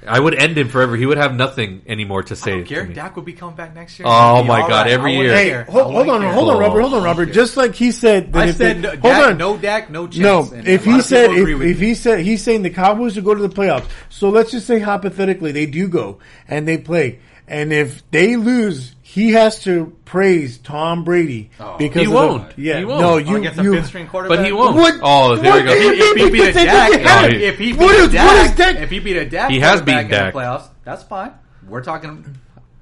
Speaker 1: I would end him forever. He would have nothing anymore to say. to
Speaker 3: Garrett
Speaker 1: me.
Speaker 3: Dak will be coming back next year.
Speaker 1: Oh
Speaker 3: He'll be
Speaker 1: my
Speaker 3: all
Speaker 1: God,
Speaker 3: right.
Speaker 1: every
Speaker 3: I wouldn't
Speaker 1: year.
Speaker 2: Hey,
Speaker 3: care. I
Speaker 2: hold, hold
Speaker 3: wouldn't
Speaker 2: on,
Speaker 3: care.
Speaker 2: hold on,
Speaker 1: Oh,
Speaker 2: Robert, hold on, Robert. Just like he said, that
Speaker 3: I
Speaker 2: if
Speaker 3: said
Speaker 2: they-
Speaker 3: no,
Speaker 2: hold
Speaker 3: Dak,
Speaker 2: on.
Speaker 3: no Dak, no chance.
Speaker 2: No,
Speaker 3: And a
Speaker 2: if
Speaker 3: lot
Speaker 2: he
Speaker 3: of
Speaker 2: said
Speaker 3: people agree
Speaker 2: if,
Speaker 3: with
Speaker 2: if
Speaker 3: me.
Speaker 2: he said he's saying the Cowboys will go to the playoffs. So let's just say hypothetically they do go and they play, and if they lose, he has to praise Tom Brady
Speaker 3: Oh.
Speaker 2: because
Speaker 1: He
Speaker 2: of
Speaker 1: won't.
Speaker 2: The, yeah,
Speaker 1: He won't.
Speaker 2: no,
Speaker 1: Oh,
Speaker 2: you,
Speaker 3: against a
Speaker 2: you
Speaker 3: fifth string quarterback,
Speaker 1: But he won't.
Speaker 2: What-
Speaker 1: Oh, there
Speaker 2: what
Speaker 1: you go.
Speaker 2: do you
Speaker 3: If he
Speaker 2: Maybe
Speaker 3: beat a
Speaker 2: because they
Speaker 3: Dak,
Speaker 2: took your hat.
Speaker 1: No, oh, he-
Speaker 3: if he beat
Speaker 2: What
Speaker 3: a
Speaker 2: is-
Speaker 3: Dak,
Speaker 2: what is Dak-
Speaker 3: if he beat a Dak,
Speaker 1: He has
Speaker 3: quarterback
Speaker 1: beaten
Speaker 3: in the
Speaker 1: Dak.
Speaker 3: playoffs. That's fine. We're talking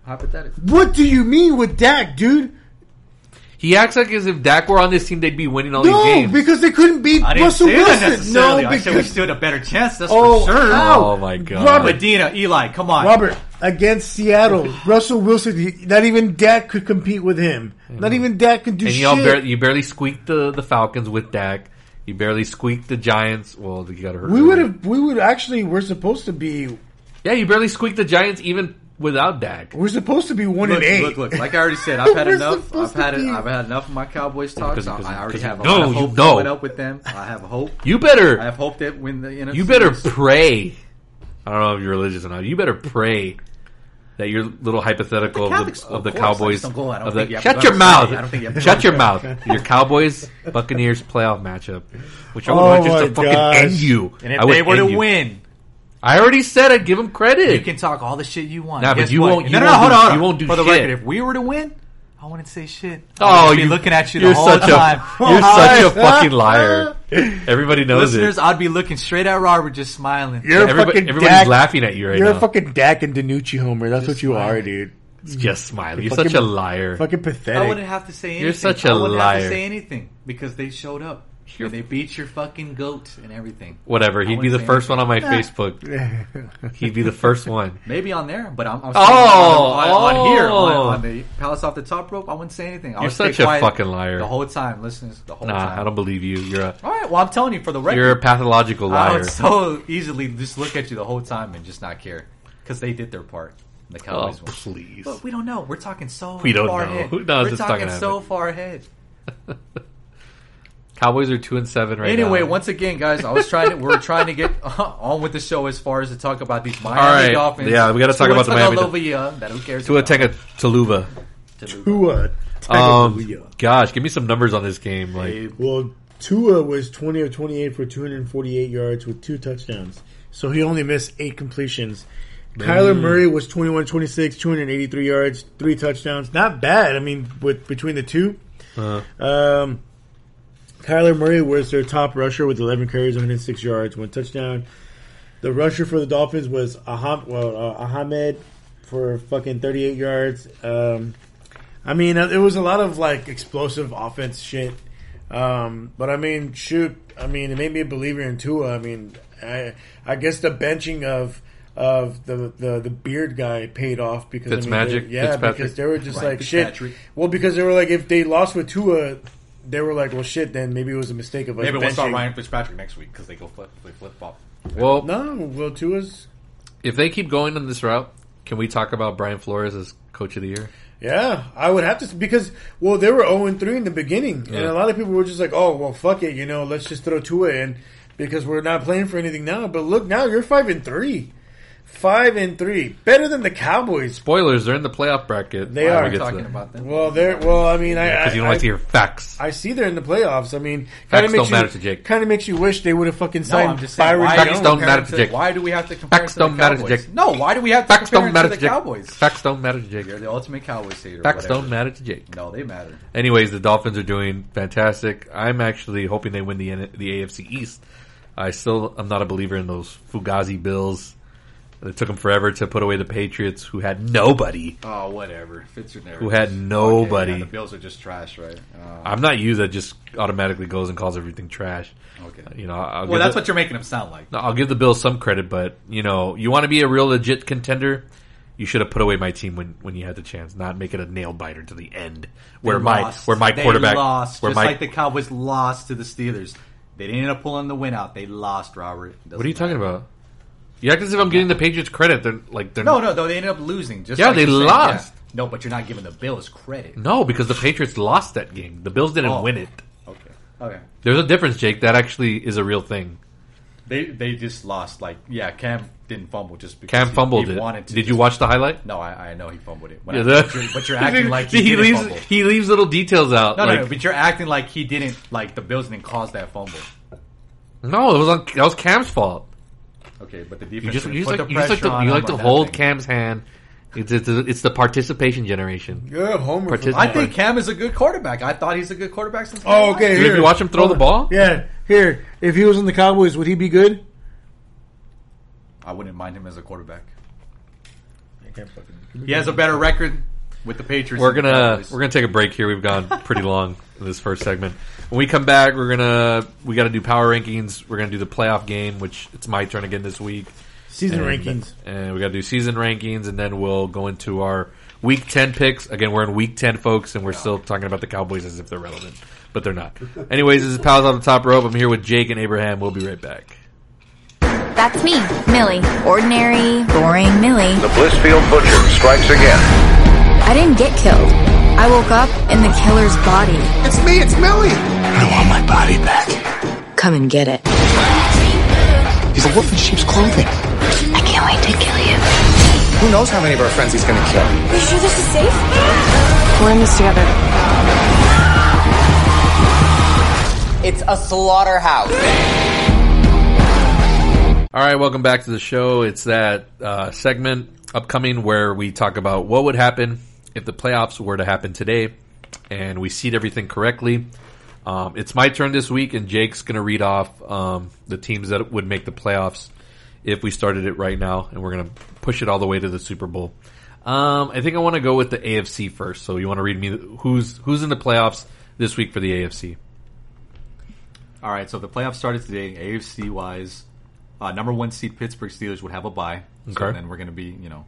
Speaker 3: hypothetical.
Speaker 2: What do you mean with Dak, dude?
Speaker 1: He acts like as if Dak were on this team, they'd be winning all
Speaker 2: No,
Speaker 1: these games.
Speaker 2: because they couldn't beat
Speaker 3: Oh, I didn't
Speaker 2: Russell
Speaker 3: say that
Speaker 2: Wilson.
Speaker 3: necessarily.
Speaker 2: No,
Speaker 3: I said we
Speaker 2: because
Speaker 3: stood a better chance. That's
Speaker 2: Oh,
Speaker 3: for sure.
Speaker 2: how?
Speaker 1: oh my god,
Speaker 2: Robert,
Speaker 3: Medina, Eli, come on.
Speaker 2: Robert against Seattle, Russell Wilson. he- Not even Dak could compete with him. Not even Dak could do
Speaker 1: Mm-hmm. and
Speaker 2: shit.
Speaker 1: y'all barely, you barely squeaked the, the Falcons with Dak. You barely squeaked the Giants. Well, you got hurt.
Speaker 2: We
Speaker 1: early.
Speaker 2: would have. We would actually. We're supposed to be.
Speaker 1: Yeah, you barely squeaked the Giants even without Dak.
Speaker 2: We're supposed to be one
Speaker 3: Look,
Speaker 2: and eight.
Speaker 3: look, look! Like I already said, I've had
Speaker 2: We're
Speaker 3: enough. I've
Speaker 2: supposed
Speaker 3: had
Speaker 2: to
Speaker 3: it.
Speaker 2: be-
Speaker 3: I've had enough of my Cowboys talk.
Speaker 1: Because-
Speaker 3: I-
Speaker 1: because-
Speaker 3: I already
Speaker 1: because-
Speaker 3: have a
Speaker 1: no,
Speaker 3: lot of
Speaker 1: you
Speaker 3: hope
Speaker 1: know.
Speaker 3: going up with them. I have hope.
Speaker 1: You
Speaker 3: I
Speaker 1: better
Speaker 3: have hope that when the NFC
Speaker 1: you better
Speaker 3: is-
Speaker 1: pray. I don't know if you're religious or not. You better pray that your little hypothetical
Speaker 3: The
Speaker 1: of
Speaker 3: Catholics-
Speaker 1: the, of the
Speaker 3: of course, I
Speaker 1: Cowboys
Speaker 3: just don't go. I don't
Speaker 1: of the,
Speaker 3: think you have
Speaker 1: shut
Speaker 3: to
Speaker 1: your mouth.
Speaker 3: say. I don't think you have to
Speaker 1: shut
Speaker 3: go.
Speaker 1: your mouth. Your Cowboys Buccaneers playoff matchup, which I would
Speaker 2: Oh
Speaker 1: want just to
Speaker 2: my
Speaker 1: fucking
Speaker 2: gosh.
Speaker 1: end you.
Speaker 3: And if
Speaker 1: I would
Speaker 3: they were to
Speaker 1: end you.
Speaker 3: win,
Speaker 1: I already said I'd give them credit.
Speaker 3: you can talk all the shit you want.
Speaker 1: Nah, but
Speaker 3: Guess
Speaker 1: you
Speaker 3: what?
Speaker 1: won't-
Speaker 3: No,
Speaker 1: you
Speaker 3: no, no,
Speaker 1: won't
Speaker 3: hold
Speaker 1: do-
Speaker 3: on. hold
Speaker 1: you
Speaker 3: on.
Speaker 1: won't do
Speaker 3: For the
Speaker 1: shit.
Speaker 3: record, if we were to win, I wouldn't say shit. I
Speaker 1: Oh,
Speaker 3: would be
Speaker 1: you
Speaker 3: looking at you the
Speaker 1: You're
Speaker 3: whole
Speaker 1: such
Speaker 3: time. Oh,
Speaker 1: a you're such a fucking liar. Everybody knows
Speaker 3: Listeners,
Speaker 1: it.
Speaker 3: I'd be looking straight at Robert, just smiling.
Speaker 2: You're a
Speaker 1: Everybody,
Speaker 2: fucking
Speaker 1: everybody's
Speaker 2: Dak.
Speaker 1: laughing at you right
Speaker 2: You're
Speaker 1: now.
Speaker 2: a fucking Dak and Danucci homer. That's what you are, dude.
Speaker 1: just smile. You're
Speaker 2: fucking-
Speaker 1: such a liar.
Speaker 2: Fucking
Speaker 3: I
Speaker 2: pathetic.
Speaker 3: wouldn't have to say anything.
Speaker 1: such a
Speaker 3: I wouldn't have
Speaker 1: liar.
Speaker 3: to say anything because they showed up.
Speaker 1: You're-
Speaker 3: And they beat your fucking goat and everything.
Speaker 1: Whatever. He'd be
Speaker 3: wouldn't
Speaker 1: the
Speaker 3: say
Speaker 1: first one on my Facebook. He'd be the first one.
Speaker 3: Maybe on there, but I'm, I'm
Speaker 1: Oh,
Speaker 3: on, on, on here on,
Speaker 1: oh.
Speaker 3: on the palace off the top rope. I wouldn't say anything. I
Speaker 1: You're
Speaker 3: would stay
Speaker 1: such a
Speaker 3: quiet
Speaker 1: fucking liar.
Speaker 3: the whole time, listeners. The whole
Speaker 1: Nah,
Speaker 3: time.
Speaker 1: I don't believe you. You're a
Speaker 3: All right, Ah, well, I'm telling you for the record,
Speaker 1: you're a pathological
Speaker 3: I
Speaker 1: liar.
Speaker 3: would so easily just look at you the whole time and just not care because they did their part. The
Speaker 1: Oh
Speaker 3: Cowboys won.
Speaker 1: please.
Speaker 3: But we don't know. We're talking so
Speaker 1: We don't
Speaker 3: far
Speaker 1: know.
Speaker 3: ahead.
Speaker 1: Who knows
Speaker 3: We're
Speaker 1: what's
Speaker 3: talking
Speaker 1: gonna
Speaker 3: so far ahead.
Speaker 1: Cowboys are two and seven right now.
Speaker 3: Anyway, once again, guys, I was trying to. We're trying to get on with the show as far as to talk about these Miami
Speaker 1: right.
Speaker 3: Dolphins.
Speaker 1: Yeah, we gotta talk about the Miami Dolphins.
Speaker 3: Dolphins. That who cares?
Speaker 1: Tua
Speaker 3: about?
Speaker 1: Tagovailoa.
Speaker 2: Tua.
Speaker 1: Um,
Speaker 2: Tagovailoa.
Speaker 1: gosh, give me some numbers on this game. Like,
Speaker 2: well, Tua was twenty of twenty-eight for two hundred forty-eight yards with two touchdowns. So he only missed eight completions. Kyler Murray was 21 26, 283 yards, three touchdowns. Not bad. I mean, with between the two,
Speaker 1: uh,
Speaker 2: Um, Kyler Murray was their top rusher with 11 carries, 106 yards, one touchdown. The rusher for the Dolphins was Aham, well, uh, Ahmed for fucking 38 yards. Um, I mean, uh, it was a lot of like explosive offense shit. Um, but I mean, shoot, I mean, it made me a believer in Tua. I mean, I, I guess the benching of of the, the the beard guy paid off because I mean,
Speaker 1: Fitzmagic,
Speaker 2: they- yeah,
Speaker 1: Fitzpatrick.
Speaker 2: because they were just
Speaker 3: Right,
Speaker 2: like shit.
Speaker 3: Fitzpatrick.
Speaker 2: Well, because they were like, if they lost with Tua, they were like, well, shit. Then maybe it was a mistake of us.
Speaker 3: Maybe we'll start
Speaker 2: benching.
Speaker 3: Ryan Fitzpatrick next week because they go flip, they flip flop.
Speaker 1: well,
Speaker 2: No, well, Tua's
Speaker 1: if they keep going on this route, can we talk about Brian Flores as coach of the year?
Speaker 2: Yeah, I would have to because well they were zero and three in the beginning, and
Speaker 1: Yeah.
Speaker 2: a lot of people were just like, oh well, fuck it, you know, let's just throw Tua in because we're not playing for anything now. But look, now you're five and three, five and three, better than the Cowboys.
Speaker 1: Spoilers, they're in the playoff bracket.
Speaker 2: They
Speaker 1: When
Speaker 2: are.
Speaker 1: we
Speaker 3: We're
Speaker 1: get to
Speaker 3: talking
Speaker 1: that.
Speaker 3: about them.
Speaker 2: Well, they're well, I mean, I
Speaker 1: because you don't
Speaker 2: I,
Speaker 1: like to hear facts.
Speaker 2: I, I see they're in the playoffs. I mean, kind
Speaker 1: Facts
Speaker 2: of
Speaker 1: don't
Speaker 2: makes you
Speaker 1: matter to Jake.
Speaker 2: kind of makes you wish they would have fucking
Speaker 3: No,
Speaker 2: signed
Speaker 3: I'm just saying.
Speaker 2: Byron
Speaker 3: Why,
Speaker 1: Facts
Speaker 2: Jones.
Speaker 1: don't matter
Speaker 3: compare it
Speaker 1: to Jake.
Speaker 3: Why do we have to compare
Speaker 1: Facts
Speaker 3: it to the
Speaker 1: don't matter to
Speaker 3: Cowboys?
Speaker 1: Jake.
Speaker 3: No, why do we have to
Speaker 1: Facts
Speaker 3: compare
Speaker 1: don't
Speaker 3: it to
Speaker 1: matter
Speaker 3: the
Speaker 1: to Jake.
Speaker 3: Cowboys?
Speaker 1: Facts don't matter to Jake.
Speaker 3: You're the ultimate Cowboys hater. or
Speaker 1: Facts
Speaker 3: whatever.
Speaker 1: don't matter to Jake.
Speaker 3: No, they matter.
Speaker 1: Anyways, the Dolphins are doing fantastic. I'm actually hoping they win the N- the AFC East. I still am not a believer in those Fugazi Bills. It took them forever to put away the Patriots, who had nobody.
Speaker 3: Oh, whatever. Fitz never.
Speaker 1: Who had nobody.
Speaker 3: the Bills are just trash, right? Uh,
Speaker 1: I'm not you that just automatically goes and calls everything trash.
Speaker 3: okay.
Speaker 1: You know, I'll
Speaker 3: Well,
Speaker 1: give
Speaker 3: that's
Speaker 1: the,
Speaker 3: what you're making them sound like.
Speaker 1: I'll give the Bills some credit, but you know, you want to be a real legit contender. You should have put away my team when, when you had the chance, not make it a nail biter to the end, where
Speaker 3: They
Speaker 1: my
Speaker 3: lost.
Speaker 1: where my
Speaker 3: They
Speaker 1: quarterback
Speaker 3: lost,
Speaker 1: where
Speaker 3: just
Speaker 1: my
Speaker 3: like the Cowboys lost to the Steelers. They didn't end up pulling the win out. They lost, Robert.
Speaker 1: what are you talking about? You act as if I'm getting the Patriots credit. They're like they're
Speaker 3: No, no, though they ended up losing. Just
Speaker 1: Yeah,
Speaker 3: like
Speaker 1: they
Speaker 3: you're saying,
Speaker 1: lost.
Speaker 3: yeah. No, but you're not giving the Bills credit.
Speaker 1: No, because the Patriots lost that game. The Bills didn't
Speaker 3: Oh.
Speaker 1: win it.
Speaker 3: Okay, okay.
Speaker 1: There's a difference, Jake. That actually is a real thing.
Speaker 3: They they just lost. Like yeah, Cam didn't fumble just because
Speaker 1: Cam
Speaker 3: he-
Speaker 1: fumbled
Speaker 3: he
Speaker 1: it.
Speaker 3: Wanted to
Speaker 1: Did you
Speaker 3: just-
Speaker 1: watch the highlight?
Speaker 3: No, I, I know he fumbled it. When
Speaker 1: Yeah,
Speaker 3: I-
Speaker 1: the-
Speaker 3: but, you're, but you're acting like he, didn't
Speaker 1: leaves
Speaker 3: fumble.
Speaker 1: he leaves little details out.
Speaker 3: No,
Speaker 1: like,
Speaker 3: no, no, but you're acting like he didn't. Like the Bills didn't cause that fumble.
Speaker 1: no, it was on that was Cam's fault.
Speaker 3: Okay, but the
Speaker 1: You
Speaker 3: defense
Speaker 1: just
Speaker 3: didn't
Speaker 1: you just
Speaker 3: put
Speaker 1: like
Speaker 3: the
Speaker 1: you just like
Speaker 3: pressure
Speaker 1: to,
Speaker 3: on
Speaker 1: you
Speaker 3: him
Speaker 1: like to
Speaker 3: on that
Speaker 1: hold
Speaker 3: thing.
Speaker 1: Cam's hand. It's, it's it's the participation generation.
Speaker 2: Good homer. for
Speaker 1: Partic-
Speaker 2: that.
Speaker 3: I think Cam is a good quarterback. I thought he's a good quarterback since.
Speaker 2: Oh, okay.
Speaker 1: Dude, if
Speaker 2: here.
Speaker 1: you watch him throw the ball?
Speaker 2: Yeah. Here, if he was in the Cowboys, would he be good?
Speaker 3: I wouldn't mind him as a quarterback.
Speaker 2: I can't fucking.
Speaker 3: He has a better record with the Patriots.
Speaker 1: We're
Speaker 3: than
Speaker 1: gonna
Speaker 3: the
Speaker 1: we're gonna take a break here. We've gone pretty long in this first segment. When we come back, we're gonna we got to do power rankings. We're gonna do the playoff game, which it's my turn again this week.
Speaker 2: Season
Speaker 1: And-
Speaker 2: rankings.
Speaker 1: and we got to do season rankings, and then we'll go into our week ten picks. Again, we're in week ten, folks, and we're still talking about the Cowboys as if they're relevant, but they're not. Anyways, this is Pals on the Top Rope. I'm here with Jake and Abraham. We'll be right back.
Speaker 4: That's me, Millie. Ordinary, boring Millie.
Speaker 5: The Blissfield Butcher strikes again.
Speaker 4: I didn't get killed. I woke up in the killer's body.
Speaker 6: It's me, it's Millie.
Speaker 5: I want my body back.
Speaker 4: Come and get it.
Speaker 6: He's a wolf in sheep's clothing.
Speaker 4: I can't wait to kill you.
Speaker 6: Who knows how many of our friends he's gonna kill?
Speaker 4: Are you sure this is safe? We're in this together.
Speaker 7: It's a slaughterhouse.
Speaker 1: All right, welcome back to the show. It's that uh, segment upcoming where we talk about what would happen if the playoffs were to happen today, and we seed everything correctly. Um, it's my turn this week, and Jake's going to read off um, the teams that would make the playoffs if we started it right now, and we're going to push it all the way to the Super Bowl. Um, I think I want to go with the AFC first. So you want to read me who's who's in the playoffs this week for the AFC?
Speaker 3: All right, so if the playoffs started today, AFC wise, uh, number one seed Pittsburgh Steelers would have a bye. So
Speaker 1: Okay.
Speaker 3: then we're going to be, you know,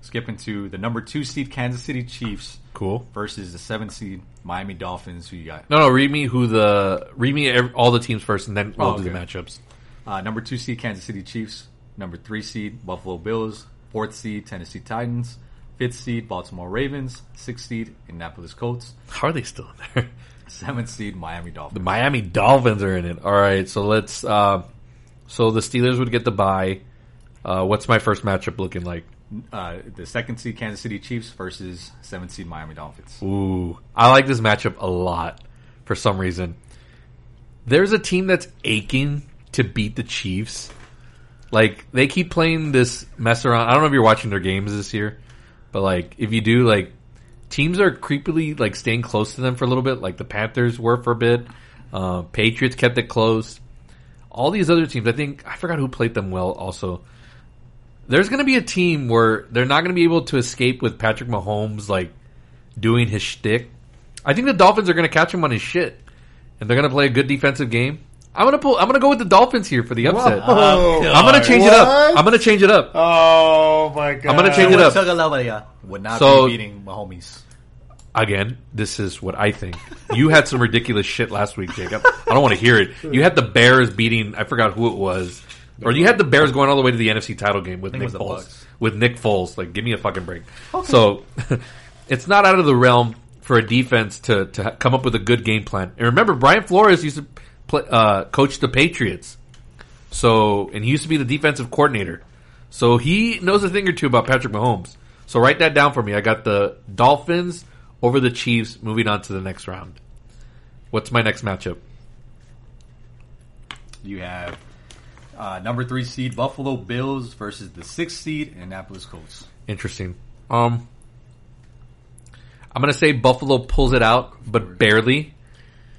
Speaker 3: skipping to the number two seed Kansas City Chiefs
Speaker 1: Cool.
Speaker 3: versus the seven seed Miami Dolphins, who you got.
Speaker 1: No, no, read me who the read me ev- all the teams first, and then we'll
Speaker 3: Oh,
Speaker 1: do the
Speaker 3: okay.
Speaker 1: matchups.
Speaker 3: Uh, number two seed Kansas City Chiefs, number three seed Buffalo Bills, fourth seed Tennessee Titans, fifth seed Baltimore Ravens, sixth seed Indianapolis Colts,
Speaker 1: How are they still in there?
Speaker 3: seventh seed Miami Dolphins.
Speaker 1: The Miami Dolphins are in it. All right, so let's. Uh, so the Steelers would get the bye. Uh, what's my first matchup looking like?
Speaker 3: Uh, the second seed Kansas City Chiefs versus seventh seed Miami Dolphins.
Speaker 1: Ooh, I like this matchup a lot for some reason. There's a team that's aching to beat the Chiefs. Like they keep playing this mess around. I don't know if you're watching their games this year, but like if you do, like teams are creepily like staying close to them for a little bit. Like the Panthers were for a bit. Uh, Patriots kept it close. All these other teams, I think I forgot who played them well. Also, there's going to be a team where they're not going to be able to escape with Patrick Mahomes like doing his shtick. I think the Dolphins are going to catch him on his shit, and they're going to play a good defensive game. I'm going to pull. I'm going to go with the Dolphins here for the upset.
Speaker 2: Whoa.
Speaker 1: I'm going to change it up.
Speaker 2: What?
Speaker 1: I'm going to change it up.
Speaker 2: Oh my god!
Speaker 1: gonna change it up.
Speaker 3: Would not
Speaker 1: So-
Speaker 3: be beating my homies.
Speaker 1: Again, this is what I think. You had some ridiculous shit last week, Jacob. I don't want to hear it. You had the Bears beating. I forgot who it was. Or you had the Bears going all the way to the NFC title game with
Speaker 3: think
Speaker 1: Nick
Speaker 3: it was the
Speaker 1: Foles.
Speaker 3: Bucks.
Speaker 1: With Nick Foles, like, give me a fucking break. So, it's not out of the realm for a defense to to ha- come up with a good game plan. And remember, Brian Flores used to play, uh, coach the Patriots. So, and he used to be the defensive coordinator. So he knows a thing or two about Patrick Mahomes. So write that down for me. I got the Dolphins over the Chiefs moving on to the next round. What's my next matchup?
Speaker 3: You have uh, number three seed Buffalo Bills versus the sixth seed Indianapolis Colts.
Speaker 1: Interesting. Um, I'm gonna say Buffalo pulls it out, but barely.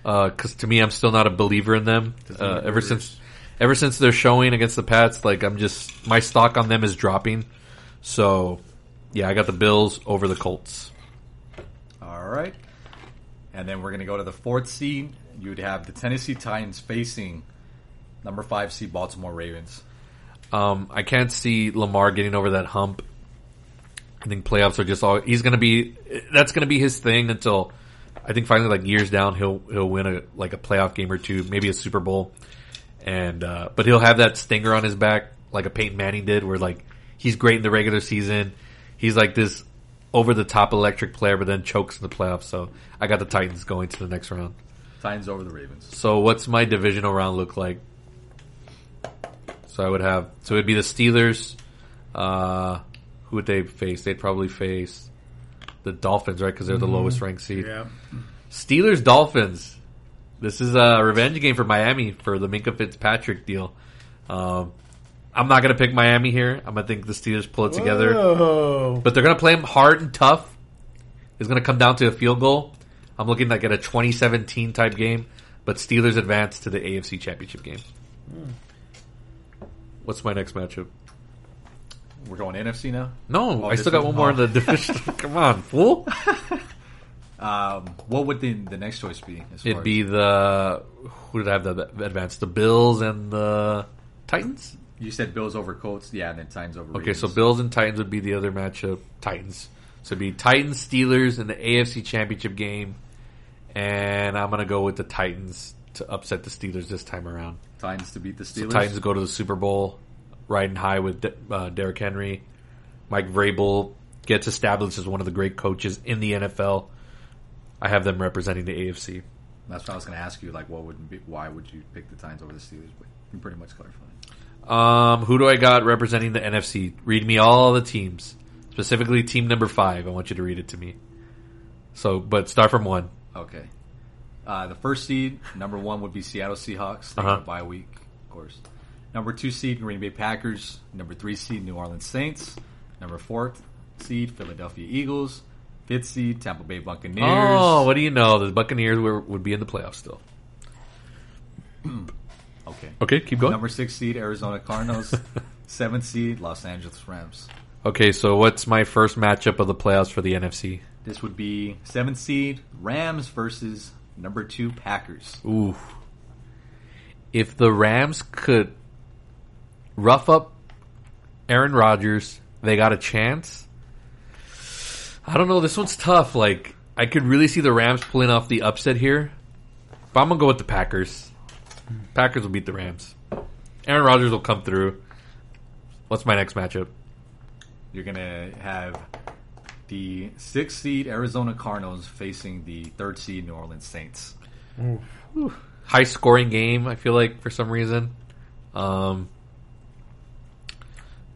Speaker 1: Because to me, I'm still not a believer in them. Uh, ever since, ever since they're showing against the Pats, like I'm just my stock on them is dropping. So, yeah, I got the Bills over the Colts.
Speaker 3: All right, and then we're going to go to the fourth seed. You would have the Tennessee Titans facing number five seed Baltimore Ravens.
Speaker 1: Um, I can't see Lamar getting over that hump. I think playoffs are just all. He's going to be. That's going to be his thing until I think finally, like years down, he'll he'll win a like a playoff game or two, maybe a Super Bowl, and uh, but he'll have that stinger on his back. like a Peyton Manning did, where like he's great in the regular season. He's like this over the top electric player, but then chokes in the playoffs. So I got the Titans going to the next round.
Speaker 3: Titans over the Ravens.
Speaker 1: So what's my divisional round look like? So I would have so it'd be the Steelers. Uh, who would they face? They'd probably face the Dolphins, right? Because they're the lowest ranked seed.
Speaker 2: Mm-hmm. Yeah.
Speaker 1: Steelers Dolphins. This is a revenge game for Miami for the Minka Fitzpatrick deal. Um, I'm not going to pick Miami here. I'm going to think the Steelers pull it together.
Speaker 2: Whoa.
Speaker 1: But they're going to play him hard and tough. It's going to come down to a field goal. I'm looking like at a 2017 type game, but Steelers advance to the AFC Championship game.
Speaker 3: Hmm.
Speaker 1: What's my next matchup?
Speaker 3: We're going NFC now.
Speaker 1: No,
Speaker 3: Oh,
Speaker 1: I
Speaker 3: this
Speaker 1: still got one
Speaker 3: one?
Speaker 1: more in
Speaker 3: Oh.
Speaker 1: the division. Come on, fool!
Speaker 3: What would the, the next choice be? As far
Speaker 1: It'd be the who did I have that advanced? The Bills and the Titans.
Speaker 3: as- you said Bills over Colts. Yeah, and then Titans over.
Speaker 1: Okay,
Speaker 3: Ravens.
Speaker 1: so Bills and Titans would be the other matchup. Titans. So it'd be Titans Steelers in the AFC Championship game, and I'm gonna go with the Titans to upset the Steelers this time around.
Speaker 3: Titans to beat the
Speaker 1: So
Speaker 3: Steelers.
Speaker 1: Titans go to the Super Bowl, riding high with De- uh, Derrick Henry. Mike Vrabel gets established as one of the great coaches in the NFL. I have them representing the AFC.
Speaker 3: That's what I was going to ask you. Like, what would be, why would you pick the Titans over the Steelers? But you pretty much clarified.
Speaker 1: Um, who do I got representing the NFC? Read me all the teams, specifically team number five. I want you to read it to me. So, but start from one.
Speaker 3: Okay. Uh, the first seed, number one, would be Seattle Seahawks. They
Speaker 1: Uh-huh.
Speaker 3: got a bye week, of course. Number two seed, Green Bay Packers. Number three seed, New Orleans Saints. Number four seed, Philadelphia Eagles. Fifth seed, Tampa Bay Buccaneers.
Speaker 1: Oh, what do you know? The Buccaneers were, would be in the playoffs still.
Speaker 3: okay.
Speaker 1: Okay, keep going.
Speaker 3: Number six seed, Arizona Cardinals. Seventh seed, Los Angeles Rams.
Speaker 1: Okay, so what's my first matchup of the playoffs for the NFC?
Speaker 3: This would be seventh seed, Rams versus number two, Packers.
Speaker 1: Ooh. If the Rams could rough up Aaron Rodgers, they got a chance. I don't know. This one's tough. Like, I could really see the Rams pulling off the upset here. But I'm going to go with the Packers. Packers will beat the Rams. Aaron Rodgers will come through. What's my next matchup?
Speaker 3: You're going to have the sixth seed Arizona Cardinals facing the third seed New Orleans Saints.
Speaker 1: High scoring game, I feel like, for some reason. Um,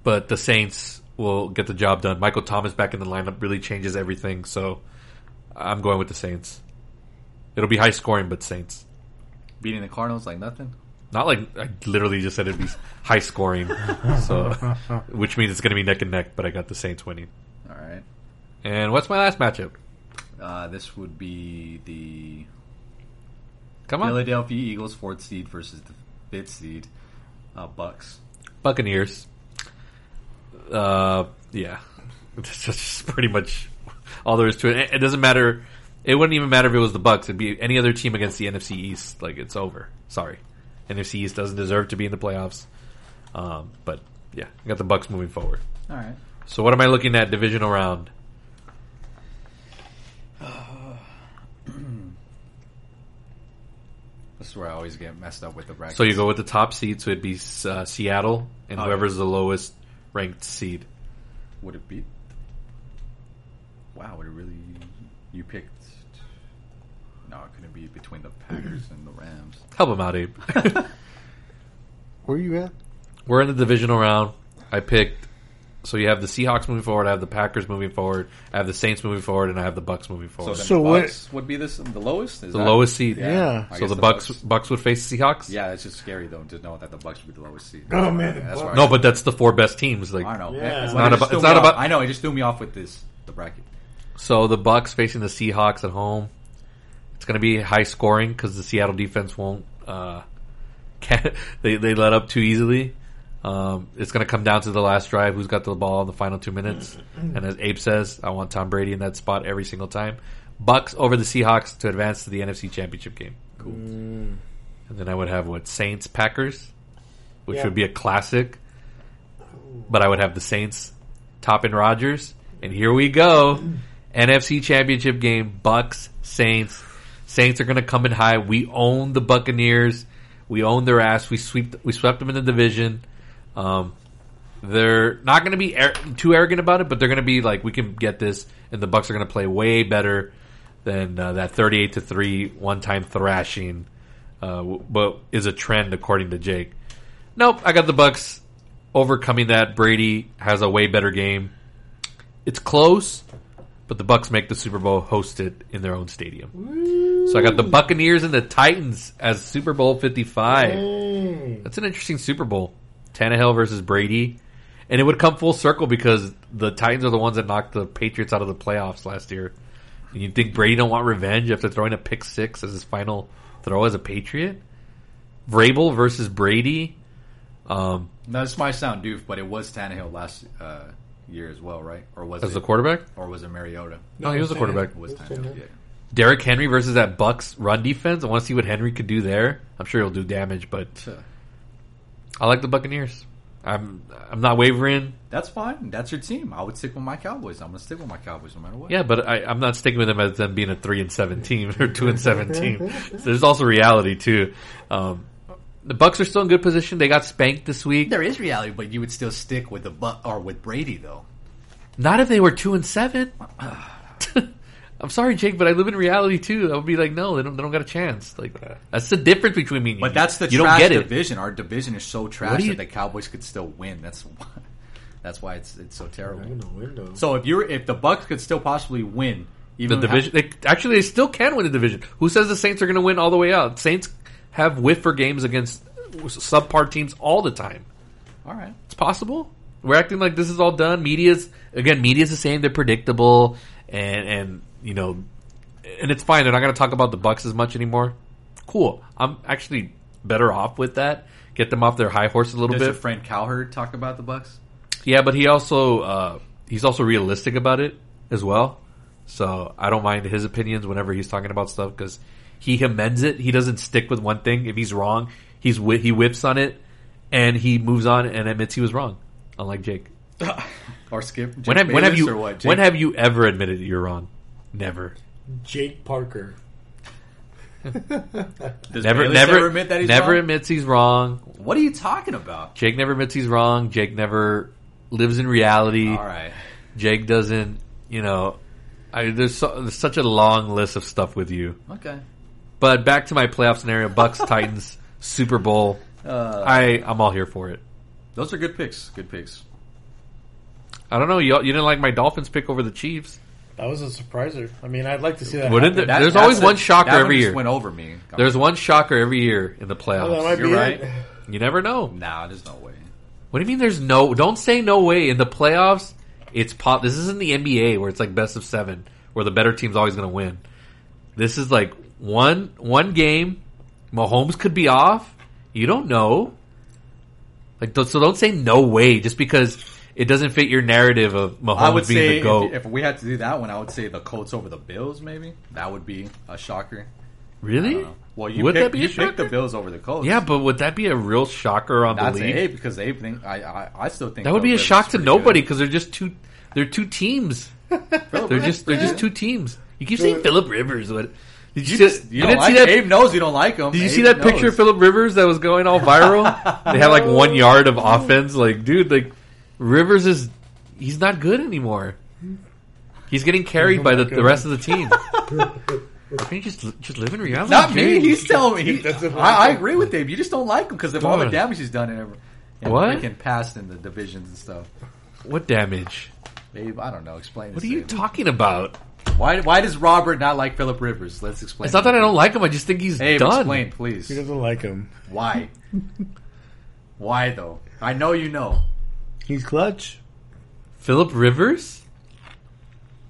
Speaker 1: but the Saints will get the job done. Michael Thomas back in the lineup really changes everything. So I'm going with the Saints. It'll be high scoring, but Saints.
Speaker 3: Beating the Cardinals like nothing.
Speaker 1: Not like I literally just said it'd be high scoring, so which means it's going to be neck and neck. But I got the Saints winning.
Speaker 3: All right.
Speaker 1: And what's my last matchup?
Speaker 3: Uh, this would be the
Speaker 1: Come on,
Speaker 3: Philadelphia Eagles fourth seed versus the fifth seed uh, Bucks.
Speaker 1: Buccaneers. Uh, yeah, that's just pretty much all there is to it. It doesn't matter. It wouldn't even matter if it was the Bucks. It'd be any other team against the NFC East. Like it's over. Sorry, NFC East doesn't deserve to be in the playoffs. Um, but yeah, I got the Bucks moving forward.
Speaker 3: All right.
Speaker 1: So what am I looking at divisional round?
Speaker 3: This is where I always get messed up with the brackets. Oh,
Speaker 1: So you go with the top seed. So it'd be uh, Seattle and
Speaker 3: Okay.
Speaker 1: whoever's the lowest ranked seed.
Speaker 3: Would it be? Wow. Would it really? You picked. No, it couldn't be between the Packers and the Rams.
Speaker 1: Help them out, Abe.
Speaker 2: Where you at?
Speaker 1: We're in the divisional round. I picked. So you have the Seahawks moving forward. I have the Packers moving forward. I have the Saints moving forward, and I have the Bucks moving
Speaker 3: So,
Speaker 1: forward.
Speaker 3: then
Speaker 2: So
Speaker 3: the
Speaker 2: what-
Speaker 3: Bucks would be this the lowest? Is
Speaker 1: the
Speaker 3: that-
Speaker 1: lowest seed.
Speaker 2: Yeah.
Speaker 3: I
Speaker 1: So
Speaker 3: guess
Speaker 1: the, Bucks Bucks
Speaker 3: Bucks.
Speaker 1: would face the Seahawks.
Speaker 3: Yeah, it's just scary though to know that the Bucks would be the lowest seed.
Speaker 2: Oh, man, the
Speaker 3: that's why.
Speaker 1: No, but that's the four best teams. Like
Speaker 3: I don't know.
Speaker 2: Yeah. It's
Speaker 3: But it
Speaker 1: not
Speaker 3: just
Speaker 1: about-
Speaker 3: threw
Speaker 1: it's not
Speaker 3: me off.
Speaker 1: about-
Speaker 3: I know it just threw me off with this the bracket.
Speaker 1: so, the Bucks facing the Seahawks at home. It's going to be high scoring because the Seattle defense won't. Uh, can they they let up too easily. Um, it's going to come down to the last drive. Who's got the ball in the final two minutes? And as Abe says, I want Tom Brady in that spot every single time. Bucks over the Seahawks to advance to the NFC Championship game. Cool. And then I would have what Saints Packers, which
Speaker 2: Yeah.
Speaker 1: would be a classic. But I would have the Saints top in Rodgers, and here we go, NFC Championship game Bucks Saints. Saints are going to come in high. We own the Buccaneers. We own their ass. We sweep. We swept them in the division. Um, They're not going to be ar- too arrogant about it, but they're going to be like, we can get this, and the Bucks are going to play way better than uh, that thirty-eight to three one-time thrashing. Uh, w- but is a trend according to Jake. Nope, I got the Bucks overcoming that. Brady has a way better game. It's close, but the Bucks make the Super Bowl hosted in their own stadium. So I got the Buccaneers and the Titans as Super Bowl 55. That's an interesting Super Bowl. Tannehill versus Brady. And it would come full circle because the Titans are the ones that knocked the Patriots out of the playoffs last year. And you'd think Brady don't want revenge after throwing a pick six as his final throw as a Patriot? Vrabel versus Brady. Um,
Speaker 3: Now this might sound doof, but it was Tannehill last uh, year as well, right? Or was
Speaker 1: as
Speaker 3: it
Speaker 1: the quarterback?
Speaker 3: Or was it Mariota?
Speaker 1: No, he was the quarterback.
Speaker 3: It was Tannehill. Yeah.
Speaker 1: Derrick Henry versus that Bucks run defense. I want to see what Henry could do there. I'm sure he'll do damage, but I like the Buccaneers. I'm I'm not wavering.
Speaker 3: That's fine. That's your team. I would stick with my Cowboys. I'm gonna stick with my Cowboys no matter what.
Speaker 1: Yeah, but I, I'm not sticking with them as them being a three and seven team or two and seven team. So there's also reality too. Um, the Bucks are still in good position. They got spanked this week.
Speaker 3: There is reality, but you would still stick with the but or with Brady though.
Speaker 1: Not if they were two and seven. I'm sorry, Jake, but I live in reality too. I would be like, no, they don't. They don't got a chance. Like that's the difference between me and you.
Speaker 3: But that's the
Speaker 1: you
Speaker 3: trash
Speaker 1: don't get it.
Speaker 3: division. Our division is so
Speaker 1: What
Speaker 3: trash
Speaker 1: do you-
Speaker 3: that the Cowboys could still win. That's why, that's why it's it's so terrible.
Speaker 2: In the window.
Speaker 3: So if you're if the Bucks could still possibly win,
Speaker 1: The
Speaker 3: even
Speaker 1: division. They, actually, they still can win the division. Who says the Saints are going to win all the way out? Saints have whiffer games against subpar teams all the time.
Speaker 3: all right,
Speaker 1: It's possible. We're acting like this is all done. Media's again. Media's the same. They're predictable, and and you know, and it's fine. They're not going to talk about the Bucks as much anymore. Cool. I'm actually better off with that. Get them off their high horse a little
Speaker 3: does your
Speaker 1: bit.
Speaker 3: friend Cowherd talk about the Bucks?
Speaker 1: Yeah, but he also uh, he's also realistic about it as well. So I don't mind his opinions whenever he's talking about stuff because he amends it. He doesn't stick with one thing. If he's wrong, he's whi he whips on it and he moves on and admits he was wrong. Unlike Jake,
Speaker 3: Or Skip? Jake
Speaker 1: when have, when have
Speaker 3: Bayless
Speaker 1: you
Speaker 3: or what? Jake-
Speaker 1: when have you ever admitted that you're wrong? Never,
Speaker 2: Jake Parker.
Speaker 3: does
Speaker 1: never,
Speaker 3: Bayless
Speaker 1: never
Speaker 3: ever admit that he's
Speaker 1: never
Speaker 3: wrong?
Speaker 1: admits he's wrong.
Speaker 3: What are you talking about?
Speaker 1: Jake never admits he's wrong. Jake never lives in reality.
Speaker 3: All right,
Speaker 1: Jake doesn't, you know, I, there's, so, there's such a long list of stuff with you.
Speaker 3: okay.
Speaker 1: But back to my playoff scenario: Bucks, Titans, Super Bowl.
Speaker 2: Uh.
Speaker 1: I I'm all here for it.
Speaker 3: Those are good picks. Good picks.
Speaker 1: I don't know. Y'all, you didn't like my Dolphins pick over the Chiefs.
Speaker 2: That was a surpriser. I mean, I'd like to see that.
Speaker 1: Wouldn't
Speaker 2: happen.
Speaker 1: there- there's always
Speaker 3: the-
Speaker 1: one shocker
Speaker 3: that one
Speaker 1: every
Speaker 3: just
Speaker 1: year.
Speaker 3: Went over me.
Speaker 1: There's one shocker every year in the
Speaker 2: Oh, that
Speaker 1: playoffs.
Speaker 2: might
Speaker 3: You're
Speaker 2: be
Speaker 3: right.
Speaker 2: it.
Speaker 1: You never know.
Speaker 3: Nah, there's no way.
Speaker 1: What do you mean? There's no. Don't say no way in the playoffs. It's pop. This isn't the NBA where it's like best of seven, where the better team's always going to win. This is like one one game. Mahomes could be off. You don't know. Like don't- so, don't say no way just because it doesn't fit your narrative of Mahomes
Speaker 3: I would
Speaker 1: being
Speaker 3: say
Speaker 1: the goat.
Speaker 3: if, if we had to do that one, I would say the Colts over the Bills. Maybe that would be a shocker. I don't
Speaker 1: really?
Speaker 3: know. Well, you
Speaker 1: would
Speaker 3: pick,
Speaker 1: that be
Speaker 3: you
Speaker 1: a shocker?
Speaker 3: picked the Bills over the Colts.
Speaker 1: yeah, but would that be a real shocker on
Speaker 3: That's
Speaker 1: the
Speaker 3: a
Speaker 1: league?
Speaker 3: A because they think I, I I still think
Speaker 1: That would
Speaker 3: Phillip
Speaker 1: be a
Speaker 3: Rivers
Speaker 1: shock
Speaker 3: is
Speaker 1: to
Speaker 3: pretty
Speaker 1: nobody
Speaker 3: good.
Speaker 1: because they're just two. They're two teams.
Speaker 3: Phillip
Speaker 1: They're
Speaker 3: Rivers-
Speaker 1: just they're just two teams. You keep saying Philip Rivers. What did you,
Speaker 3: you,
Speaker 1: see-
Speaker 3: just, you,
Speaker 1: you
Speaker 3: don't
Speaker 1: didn't see
Speaker 3: like
Speaker 1: that?
Speaker 3: Abe knows you don't like him.
Speaker 1: Did you see that picture of Philip Rivers that was going all viral? they had like one yard of offense. Like, dude, like Rivers is he's not good anymore. He's getting carried by the, the rest of the team. I mean, just just live in reality.
Speaker 3: Not me.
Speaker 1: Jake.
Speaker 3: He's telling me. He,
Speaker 2: That's what
Speaker 3: I, I agree with Abe. You just don't like him because of all the
Speaker 1: Dude.
Speaker 3: damage he's done and every and
Speaker 1: What?
Speaker 3: freaking past in the divisions and stuff.
Speaker 1: what damage?
Speaker 3: Abe, I don't know. Explain.
Speaker 1: What are
Speaker 3: this
Speaker 1: you
Speaker 3: to Abe.
Speaker 1: talking about?
Speaker 3: Why why does Robert not like Philip Rivers? Let's explain.
Speaker 1: It's not that I don't like him. I just think he's
Speaker 3: Abe,
Speaker 1: done.
Speaker 3: explain, please.
Speaker 2: He doesn't like him.
Speaker 3: Why? Why though? I know you know.
Speaker 2: He's clutch.
Speaker 1: Philip Rivers,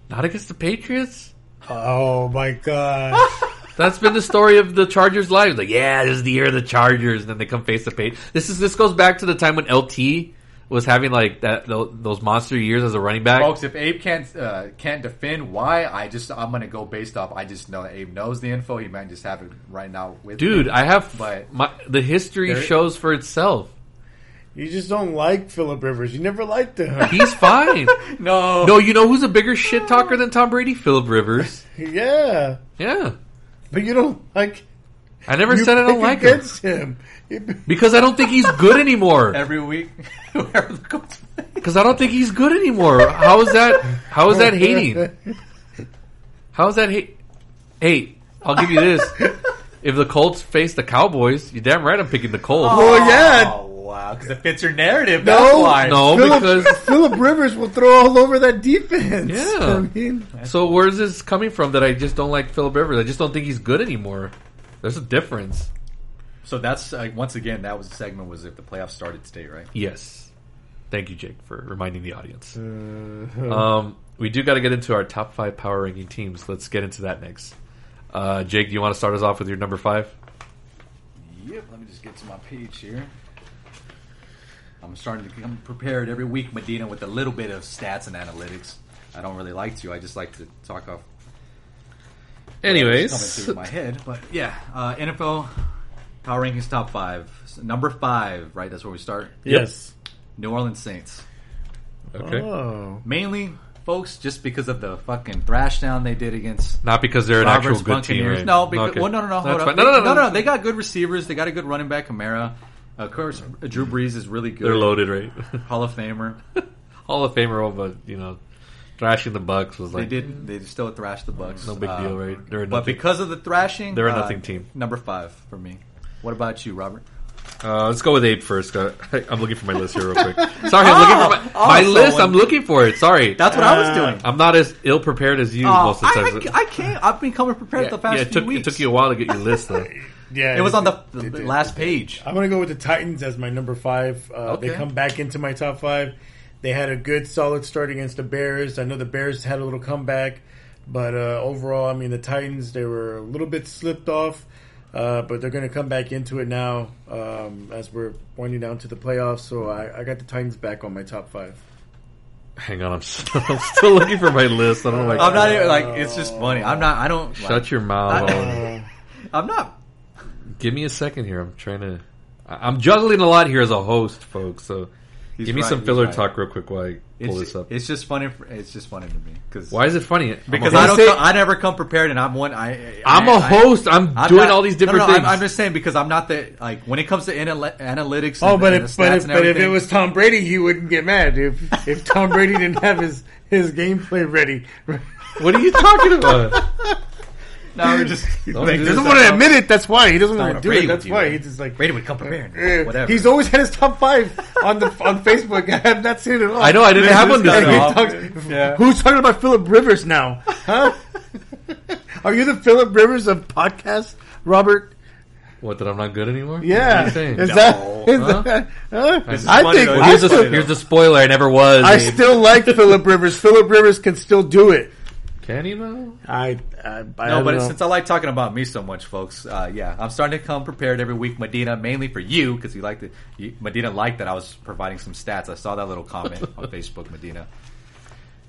Speaker 1: not against the Patriots.
Speaker 2: Oh my god.
Speaker 1: Ah! That's been the story of the Chargers' lives. Like, yeah, this is the year of the Chargers, and then they come face to face. This is this goes back to the time when LT was having like that tho- those monster years as a running back.
Speaker 3: Folks, if Abe can't uh, can't defend why, I just I'm gonna go based off. I just know that Abe knows the info. He might just have it right now with
Speaker 1: Dude,
Speaker 3: him.
Speaker 1: I have
Speaker 3: But-
Speaker 1: my, the history
Speaker 3: There-
Speaker 1: shows for itself.
Speaker 2: You just don't like Philip Rivers. You never liked him.
Speaker 1: He's fine.
Speaker 3: no,
Speaker 1: no, you know who's a bigger shit talker than Tom Brady? Philip Rivers.
Speaker 2: yeah,
Speaker 1: Yeah.
Speaker 2: but you don't like
Speaker 1: I never
Speaker 2: You
Speaker 1: said I don't
Speaker 2: pick
Speaker 1: like him
Speaker 2: against him. him.
Speaker 1: because I don't think he's good anymore.
Speaker 3: every week. whoever the coach plays.
Speaker 1: Because I don't think he's good anymore. How is that? How is that hating? How is that hate? Hey, I'll give you this: if the Colts face the Cowboys, you're damn right I'm picking the Colts.
Speaker 2: Well, yeah.
Speaker 3: Oh wow, because it fits your narrative.
Speaker 2: No,
Speaker 3: that's why.
Speaker 1: No,
Speaker 2: Philip,
Speaker 1: Oh, because-
Speaker 2: Philip Rivers will throw all over that defense.
Speaker 1: Yeah.
Speaker 2: I mean,
Speaker 1: So where's this coming from? That I just don't like Philip Rivers. I just don't think he's good anymore. There's a difference.
Speaker 3: So that's uh, once again that was the segment was if the playoffs started today, right?
Speaker 1: Yes. Thank you, Jake, for reminding the audience. Um, we do got to get into our top five power ranking teams. Let's get into that next. Uh, Jake, do you want to start us off with your number five?
Speaker 3: Yep. Let me just get to my page here. I'm starting to come prepared every week, Medina, with a little bit of stats and analytics. I don't really like to. I just like to talk off
Speaker 1: Anyways,
Speaker 3: coming through my head. But yeah, uh, NFL power rankings top five. So number five, right? That's where we start.
Speaker 2: yes.
Speaker 3: New Orleans Saints.
Speaker 1: okay,
Speaker 2: Oh,
Speaker 3: Mainly, folks, just because of the fucking thrash down they did against
Speaker 1: not because they're an
Speaker 3: Roberts
Speaker 1: actual good team,
Speaker 3: Buccaneers.
Speaker 1: right?
Speaker 3: No, because,
Speaker 1: Okay.
Speaker 3: well, no, no, no,
Speaker 1: That's
Speaker 3: hold up.
Speaker 1: fine. no, no, no, no,
Speaker 3: They got good receivers. They got a good running back, Kamara. Uh, Of course, Drew Brees is really good.
Speaker 1: They're loaded, right?
Speaker 3: Hall of Famer.
Speaker 1: Hall of Famer, oh, but you know, thrashing the Bucks was
Speaker 3: They
Speaker 1: like
Speaker 3: did. They still thrashed the Bucks.
Speaker 1: no big
Speaker 3: Uh,
Speaker 1: deal, right? They're a
Speaker 3: But
Speaker 1: nothing.
Speaker 3: because of the thrashing, uh,
Speaker 1: They're a nothing team.
Speaker 3: Number five for me. What about you, Robert?
Speaker 1: Uh, let's go with eight first. Uh, I'm looking for my list here, real quick. Sorry, I'm looking for my, my
Speaker 3: also
Speaker 1: list. I'm
Speaker 3: Oh, one.
Speaker 1: looking for it. Sorry,
Speaker 3: That's what I was doing.
Speaker 1: I'm not as ill prepared as you
Speaker 3: Uh,
Speaker 1: most of the
Speaker 3: I,
Speaker 1: times.
Speaker 3: I- I can't. I've been coming prepared
Speaker 1: yeah,
Speaker 3: the past
Speaker 1: yeah, it
Speaker 3: few
Speaker 1: took,
Speaker 3: weeks.
Speaker 1: It took you a while to get your list, though.
Speaker 2: yeah.
Speaker 3: It was on the,
Speaker 2: it did.
Speaker 3: last page.
Speaker 2: I'm gonna go with the Titans as my number five. Uh, They
Speaker 3: Okay.
Speaker 2: come back into my top five. They had a good, solid start against the Bears. I know the Bears had a little comeback, but uh, overall, I mean, the Titans they were a little bit slipped off, uh, but they're going to come back into it now um, as we're pointing down to the playoffs. So I, I got the Titans back on my top five.
Speaker 1: Hang on, I'm, s- I'm still looking for my list. I don't know. Like,
Speaker 3: I'm not even like. It's just funny. I'm not. I don't.
Speaker 1: Shut your mouth.
Speaker 3: I'm not.
Speaker 1: Give me a second here. I'm trying to. I- I'm juggling a lot here as a host, folks. So
Speaker 3: He's
Speaker 1: give me
Speaker 3: right,
Speaker 1: some
Speaker 3: he's
Speaker 1: filler
Speaker 3: right.
Speaker 1: talk real quick while I pull
Speaker 3: It's,
Speaker 1: this up.
Speaker 3: it's just funny. For, it's just funny to me because
Speaker 1: Why is it funny? I'm a
Speaker 3: Because
Speaker 1: host.
Speaker 3: I don't,
Speaker 2: They say-
Speaker 3: come, I never come prepared, and I'm one. I, I
Speaker 1: I'm a
Speaker 3: I-
Speaker 1: host. I'm
Speaker 3: I'm
Speaker 1: doing
Speaker 3: not-
Speaker 1: all these
Speaker 3: no,
Speaker 1: different
Speaker 3: no,
Speaker 1: things.
Speaker 3: I'm, I'm just saying because I'm not the like when it comes to anal- analytics.
Speaker 2: Oh,
Speaker 3: and,
Speaker 2: but
Speaker 3: and
Speaker 2: if,
Speaker 3: the stats
Speaker 2: but if,
Speaker 3: and
Speaker 2: but if it
Speaker 3: everything,
Speaker 2: was Tom Brady, he wouldn't get mad if if Tom Brady didn't have his his gameplay ready.
Speaker 1: what are you talking about?
Speaker 3: no, we're just
Speaker 1: do
Speaker 2: He
Speaker 1: this.
Speaker 2: doesn't want to admit it. That's why he doesn't want to do
Speaker 3: Brady
Speaker 2: it.
Speaker 3: would
Speaker 2: That's
Speaker 3: do
Speaker 2: why
Speaker 3: that.
Speaker 2: he's just like
Speaker 3: Brady would come prepared.
Speaker 2: Eh,
Speaker 3: Whatever.
Speaker 2: He's always had his top five on the on Facebook. I have not seen it at all.
Speaker 1: I know, I didn't
Speaker 2: This
Speaker 1: have one
Speaker 2: guy,
Speaker 1: this
Speaker 2: he
Speaker 1: time.
Speaker 2: talks-
Speaker 3: Yeah.
Speaker 2: Who's talking about Philip Rivers now? Huh? Are you the Philip Rivers of podcasts, Robert?
Speaker 1: What? That I'm not good anymore? What
Speaker 2: Yeah.
Speaker 1: are you saying?
Speaker 2: Is that?
Speaker 3: No.
Speaker 2: Is that huh?
Speaker 3: is
Speaker 2: I
Speaker 3: funny,
Speaker 2: think
Speaker 3: though.
Speaker 1: Well,
Speaker 2: I,
Speaker 1: here's,
Speaker 3: That's
Speaker 1: a,
Speaker 3: funny,
Speaker 1: here's
Speaker 3: though.
Speaker 1: a spoiler. I never was.
Speaker 2: I
Speaker 1: Abe.
Speaker 2: still like Philip Rivers. Philip Rivers can still do it.
Speaker 1: Can you though?
Speaker 2: I. I, I
Speaker 3: No,
Speaker 2: don't
Speaker 3: but
Speaker 2: know.
Speaker 3: since I like talking about me so much, folks, uh, yeah, I'm starting to come prepared every week, Medina, mainly for you because you like the you, Medina liked that I was providing some stats. I saw that little comment on Facebook, Medina.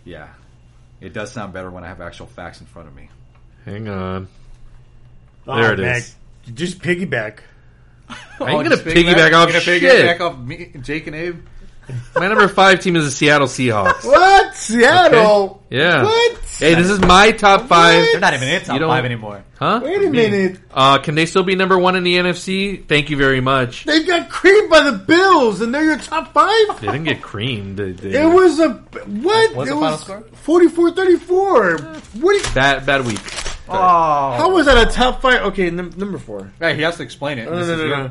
Speaker 3: Yeah, it does sound better when I have actual facts in front of me.
Speaker 1: Hang on.
Speaker 2: Oh,
Speaker 1: there it is.
Speaker 2: Mac, Just piggyback.
Speaker 1: I'm gonna
Speaker 3: just
Speaker 1: piggyback off
Speaker 3: you're gonna
Speaker 1: shit.
Speaker 3: Piggyback off me, Jake and Abe.
Speaker 1: My number five team is the Seattle Seahawks.
Speaker 2: What Seattle?
Speaker 1: Yeah.
Speaker 2: What?
Speaker 1: Hey, this is my top five.
Speaker 3: They're not even in
Speaker 1: You
Speaker 3: top
Speaker 1: don't-
Speaker 3: five anymore.
Speaker 1: Huh?
Speaker 2: Wait a minute.
Speaker 1: Uh, can they still be number one in the NFC? Thank you very much.
Speaker 2: They got creamed by the Bills, and they're your top five.
Speaker 1: They didn't get creamed. They- they-
Speaker 2: It was a what?
Speaker 3: What's
Speaker 2: it
Speaker 3: the final
Speaker 2: was
Speaker 3: score?
Speaker 2: 44-34. What? do you-
Speaker 1: bad. Bad week.
Speaker 3: Oh,
Speaker 2: How was that a top five? Okay, num- number four.
Speaker 3: Right, he has to explain it.
Speaker 2: No,
Speaker 3: This
Speaker 2: no,
Speaker 3: is
Speaker 2: no,
Speaker 3: your-
Speaker 2: no.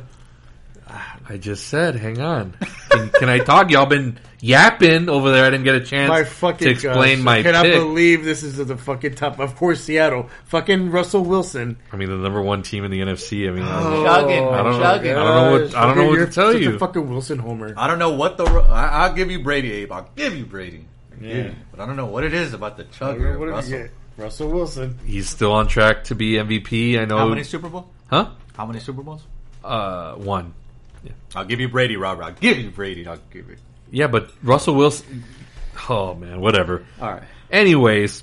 Speaker 1: I just said. Hang on. Can, can I talk? Y'all been yapping over there. I didn't get a chance
Speaker 2: My fucking
Speaker 1: to explain
Speaker 2: gosh.
Speaker 1: my
Speaker 2: I cannot
Speaker 1: pick.
Speaker 2: believe this is the fucking top. Of course, Seattle. Fucking Russell Wilson.
Speaker 1: I mean, the number one team in the NFC. I mean, I
Speaker 2: Oh.
Speaker 1: don't-
Speaker 3: Chugging,
Speaker 1: I don't know.
Speaker 3: chugging.
Speaker 1: I don't know what- I don't know what to
Speaker 2: You're
Speaker 1: tell
Speaker 2: such
Speaker 1: you.
Speaker 2: A fucking Wilson homer.
Speaker 3: I don't know what the. I, I'll give you Brady, Abe. I'll give you Brady. Yeah. But I don't know what it is about the chugger.
Speaker 2: What
Speaker 3: of
Speaker 2: did
Speaker 3: Russell.
Speaker 2: you get? Russell Wilson.
Speaker 1: he's still on track to be MVP. I know.
Speaker 3: How many Super Bowl?
Speaker 1: huh?
Speaker 3: How many Super Bowls?
Speaker 1: Uh, one.
Speaker 3: I'll give you Brady, Robert. I'll give you Brady. I'll give you.
Speaker 1: Yeah, but Russell Wilson. Oh man, whatever.
Speaker 3: All right.
Speaker 1: Anyways,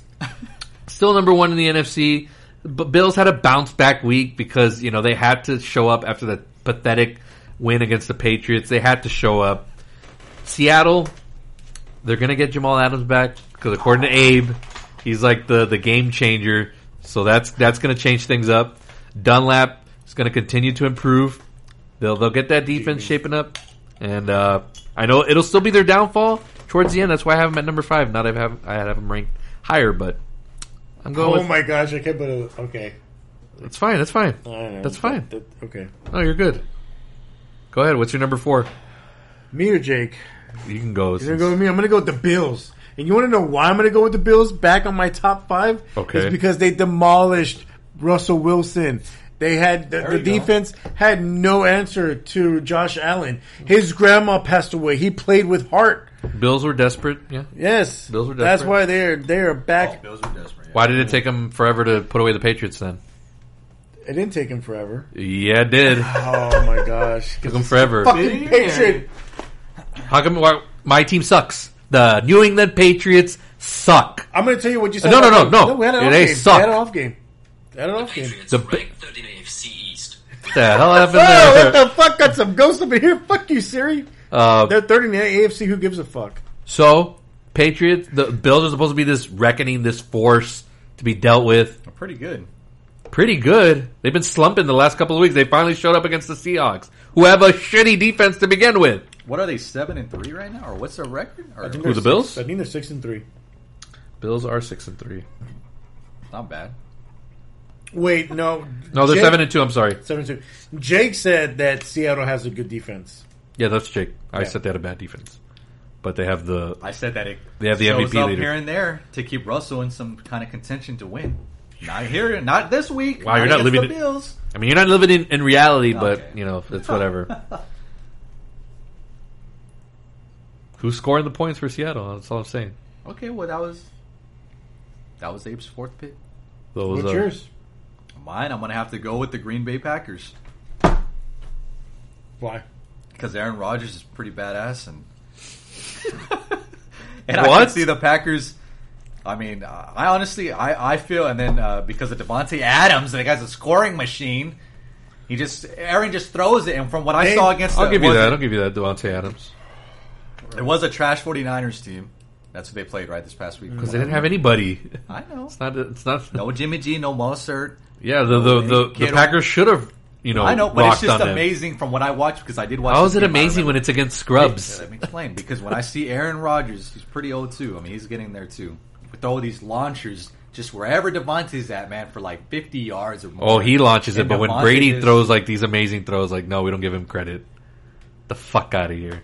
Speaker 1: still number one in the NFC. But Bills had a bounce back week because you know they had to show up after that pathetic win against the Patriots. They had to show up. Seattle, they're gonna get Jamal Adams back because according to Abe, he's like the the game changer. So that's that's gonna change things up. Dunlap It's going to continue to improve. They'll they'll get that defense shaping up, and uh, I know it'll still be their downfall towards the end. That's why I have them at number five. Not I have I have them ranked higher, but I'm going.
Speaker 2: Oh
Speaker 1: with,
Speaker 2: my gosh, I can't believe. Okay,
Speaker 1: That's fine. That's fine.
Speaker 2: I don't know.
Speaker 1: That's fine.
Speaker 2: That- okay,
Speaker 1: Oh, you're good. Go ahead. What's your number four?
Speaker 2: me or Jake?
Speaker 1: You can go.
Speaker 2: You're
Speaker 1: since-
Speaker 2: gonna go with me. I'm gonna go with the Bills. And you want to know why I'm gonna go with the Bills back on my top five?
Speaker 1: Okay.
Speaker 2: It's because they demolished Russell Wilson. They had the, the
Speaker 3: you go.
Speaker 2: defense had no answer to Josh Allen. His grandma passed away. He played with heart.
Speaker 1: Bills were desperate. Yeah.
Speaker 2: Yes,
Speaker 1: Bills were
Speaker 2: That's
Speaker 1: desperate. Oh,
Speaker 2: why they are they are back.
Speaker 3: Bills are desperate.
Speaker 1: Why did it take them forever to put away the Patriots? Then.
Speaker 2: It didn't take him forever.
Speaker 1: Yeah, it did.
Speaker 2: Oh my gosh!
Speaker 1: Took them forever.
Speaker 2: Fucking Patriot.
Speaker 1: How come why, my team sucks? The New England Patriots suck.
Speaker 2: I'm gonna tell you what you said.
Speaker 1: No, no,
Speaker 2: about
Speaker 1: no,
Speaker 2: them.
Speaker 1: no.
Speaker 2: we had an
Speaker 1: It
Speaker 2: off
Speaker 1: ain't
Speaker 2: game.
Speaker 1: suck.
Speaker 2: They had an off game. They had an off game.
Speaker 1: The
Speaker 8: The
Speaker 1: b-
Speaker 8: ranked third in AFC East.
Speaker 1: What the hell happened
Speaker 2: Oh, what
Speaker 1: there?
Speaker 2: the fuck? Got some ghosts up in here. Fuck you, Siri.
Speaker 1: Uh,
Speaker 2: They're 30 in the AFC. Who gives a fuck?
Speaker 1: so, Patriots, the Bills are supposed to be this reckoning, this force to be dealt with.
Speaker 3: Pretty good.
Speaker 1: Pretty good. They've been slumping the last couple of weeks. They finally showed up against the Seahawks, who have a shitty defense to begin with.
Speaker 3: What are they seven and three right now, or what's their record? Or,
Speaker 1: Who, the Bills?
Speaker 2: I think they're six and three.
Speaker 1: Bills are six and three.
Speaker 3: not bad.
Speaker 2: Wait, no.
Speaker 1: No, they're
Speaker 2: Jake-
Speaker 1: seven and two. I'm sorry.
Speaker 2: seven and two. Jake said that Seattle has a good defense.
Speaker 1: Yeah, that's Jake. I said they had a bad defense, but they have the
Speaker 3: I said that it.
Speaker 1: They have the
Speaker 3: shows
Speaker 1: MVP
Speaker 3: up
Speaker 1: leader.
Speaker 3: here and there to keep Russell in some kind of contention to win. Not here, not this week.
Speaker 1: Wow, you're not
Speaker 3: against
Speaker 1: living
Speaker 3: the
Speaker 1: it-
Speaker 3: Bills.
Speaker 1: I mean, you're not living in, in reality,
Speaker 3: Okay.
Speaker 1: but you know it's whatever. Who's scoring the points for Seattle? That's all I'm saying.
Speaker 3: Okay, well that was that was Abe's fourth pick.
Speaker 1: Those,
Speaker 2: What's
Speaker 1: uh,
Speaker 2: yours?
Speaker 3: Mine, I'm gonna have to go with the Green Bay Packers
Speaker 2: Why?
Speaker 3: because Aaron Rodgers is pretty badass, and and I
Speaker 1: What?
Speaker 3: can see the Packers. I mean, I honestly, I, I feel, and then uh, because of Devontae Adams, the guy's a scoring machine. He just Aaron just throws it, and from what I
Speaker 2: Hey,
Speaker 3: saw against,
Speaker 1: I'll
Speaker 3: the,
Speaker 1: give you
Speaker 3: was
Speaker 1: that.
Speaker 3: it-
Speaker 1: I'll give you that. Devontae Adams
Speaker 3: It was a trash 49ers team. That's what they played right this past week.
Speaker 1: because they didn't have anybody.
Speaker 3: I know.
Speaker 1: It's not. It's not.
Speaker 3: No Jimmy G, no Mostert.
Speaker 1: Yeah, the the the, the
Speaker 3: Kittle.
Speaker 1: Packers should have. You know,
Speaker 3: I know, but it's
Speaker 1: rocked
Speaker 3: just
Speaker 1: Oh, on them.
Speaker 3: amazing from what I watched because I did watch.
Speaker 1: How
Speaker 3: this
Speaker 1: is it
Speaker 3: game, I
Speaker 1: amazing when
Speaker 3: remember.
Speaker 1: it's against scrubs?
Speaker 3: Let me explain. Because when I see Aaron Rodgers, he's pretty old too. I mean, he's getting there too. With all these launchers, just wherever Devontae's at, man, for like 50 yards or more.
Speaker 1: Oh, he launches it,
Speaker 3: And
Speaker 1: but when
Speaker 3: Devontae
Speaker 1: Brady
Speaker 3: is-
Speaker 1: throws like these amazing throws, like no, we don't give him credit. The fuck out of here!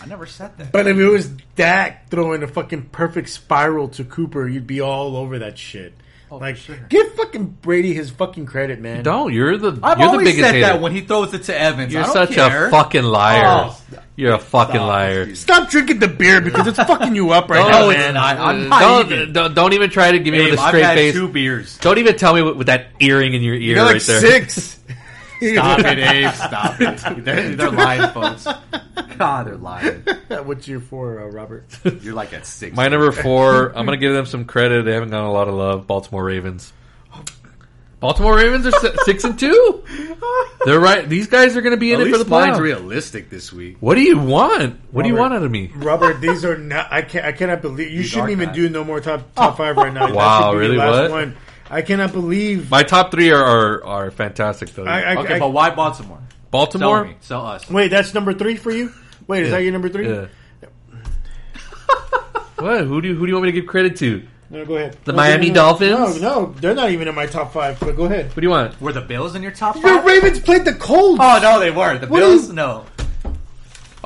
Speaker 3: I never said that.
Speaker 2: But if it was Dak throwing a fucking perfect spiral to Cooper, you'd be all over that shit. like, give fucking Brady his fucking credit, man.
Speaker 1: Don't you're the
Speaker 3: I've
Speaker 1: you're the
Speaker 3: always
Speaker 1: biggest
Speaker 3: said
Speaker 1: hater.
Speaker 3: that when he throws it to Evans. I
Speaker 1: You're
Speaker 3: don't
Speaker 1: such
Speaker 3: care.
Speaker 1: a fucking liar.
Speaker 3: Oh, stop.
Speaker 1: You're a fucking liar.
Speaker 3: Excuse me.
Speaker 2: Stop drinking the beer because it's fucking you up right now,
Speaker 3: No, it's
Speaker 2: man.
Speaker 3: not. I'm not
Speaker 1: Don't,
Speaker 3: even.
Speaker 1: don't don't even try to give me
Speaker 3: Babe,
Speaker 1: with a
Speaker 3: I've
Speaker 1: straight
Speaker 3: had
Speaker 1: face.
Speaker 3: two beers.
Speaker 1: Don't even tell me with, with that earring in your ear
Speaker 2: You're
Speaker 1: right
Speaker 2: like
Speaker 1: there.
Speaker 2: six.
Speaker 3: Stop it, Abe. Stop it. They're, they're lying, folks. God, they're lying.
Speaker 2: What's your four, uh, Robert?
Speaker 3: You're like at six.
Speaker 1: My number four. I'm gonna give them some credit. They haven't gotten a lot of love. Baltimore Ravens. Baltimore Ravens are si- six and two. They're right. These guys are gonna be in
Speaker 3: At
Speaker 1: it for the
Speaker 3: least mine's
Speaker 1: playoffs.
Speaker 3: realistic this week.
Speaker 1: What do you want? What do you
Speaker 2: Robert.
Speaker 1: want out of me?
Speaker 2: Robert, these are not. I can not I cannot believe you shouldn't
Speaker 3: aren't
Speaker 2: even
Speaker 3: bad.
Speaker 2: do no more top top five right now. That
Speaker 1: Wow,
Speaker 2: should be the
Speaker 1: really? What?
Speaker 2: last One. I cannot believe.
Speaker 1: My top three are are, are fantastic though. Uh,
Speaker 2: I, I,
Speaker 3: Okay,
Speaker 2: I-
Speaker 3: but why Baltimore? Tell
Speaker 1: Baltimore.
Speaker 3: me. Tell us.
Speaker 2: wait, that's number three for you. Wait, is that your number three?
Speaker 1: Yeah. what? Who do you, who do you want me to give credit to?
Speaker 2: No, go ahead.
Speaker 1: The
Speaker 2: No,
Speaker 1: Miami
Speaker 2: no,
Speaker 1: Dolphins?
Speaker 2: No, no, they're not even in my top five. But go ahead.
Speaker 1: What do you want?
Speaker 3: Were the Bills in your top
Speaker 2: The
Speaker 3: five?
Speaker 2: Ravens played the Colts.
Speaker 3: Oh no, they were the
Speaker 2: What
Speaker 3: Bills.
Speaker 2: is-
Speaker 3: No,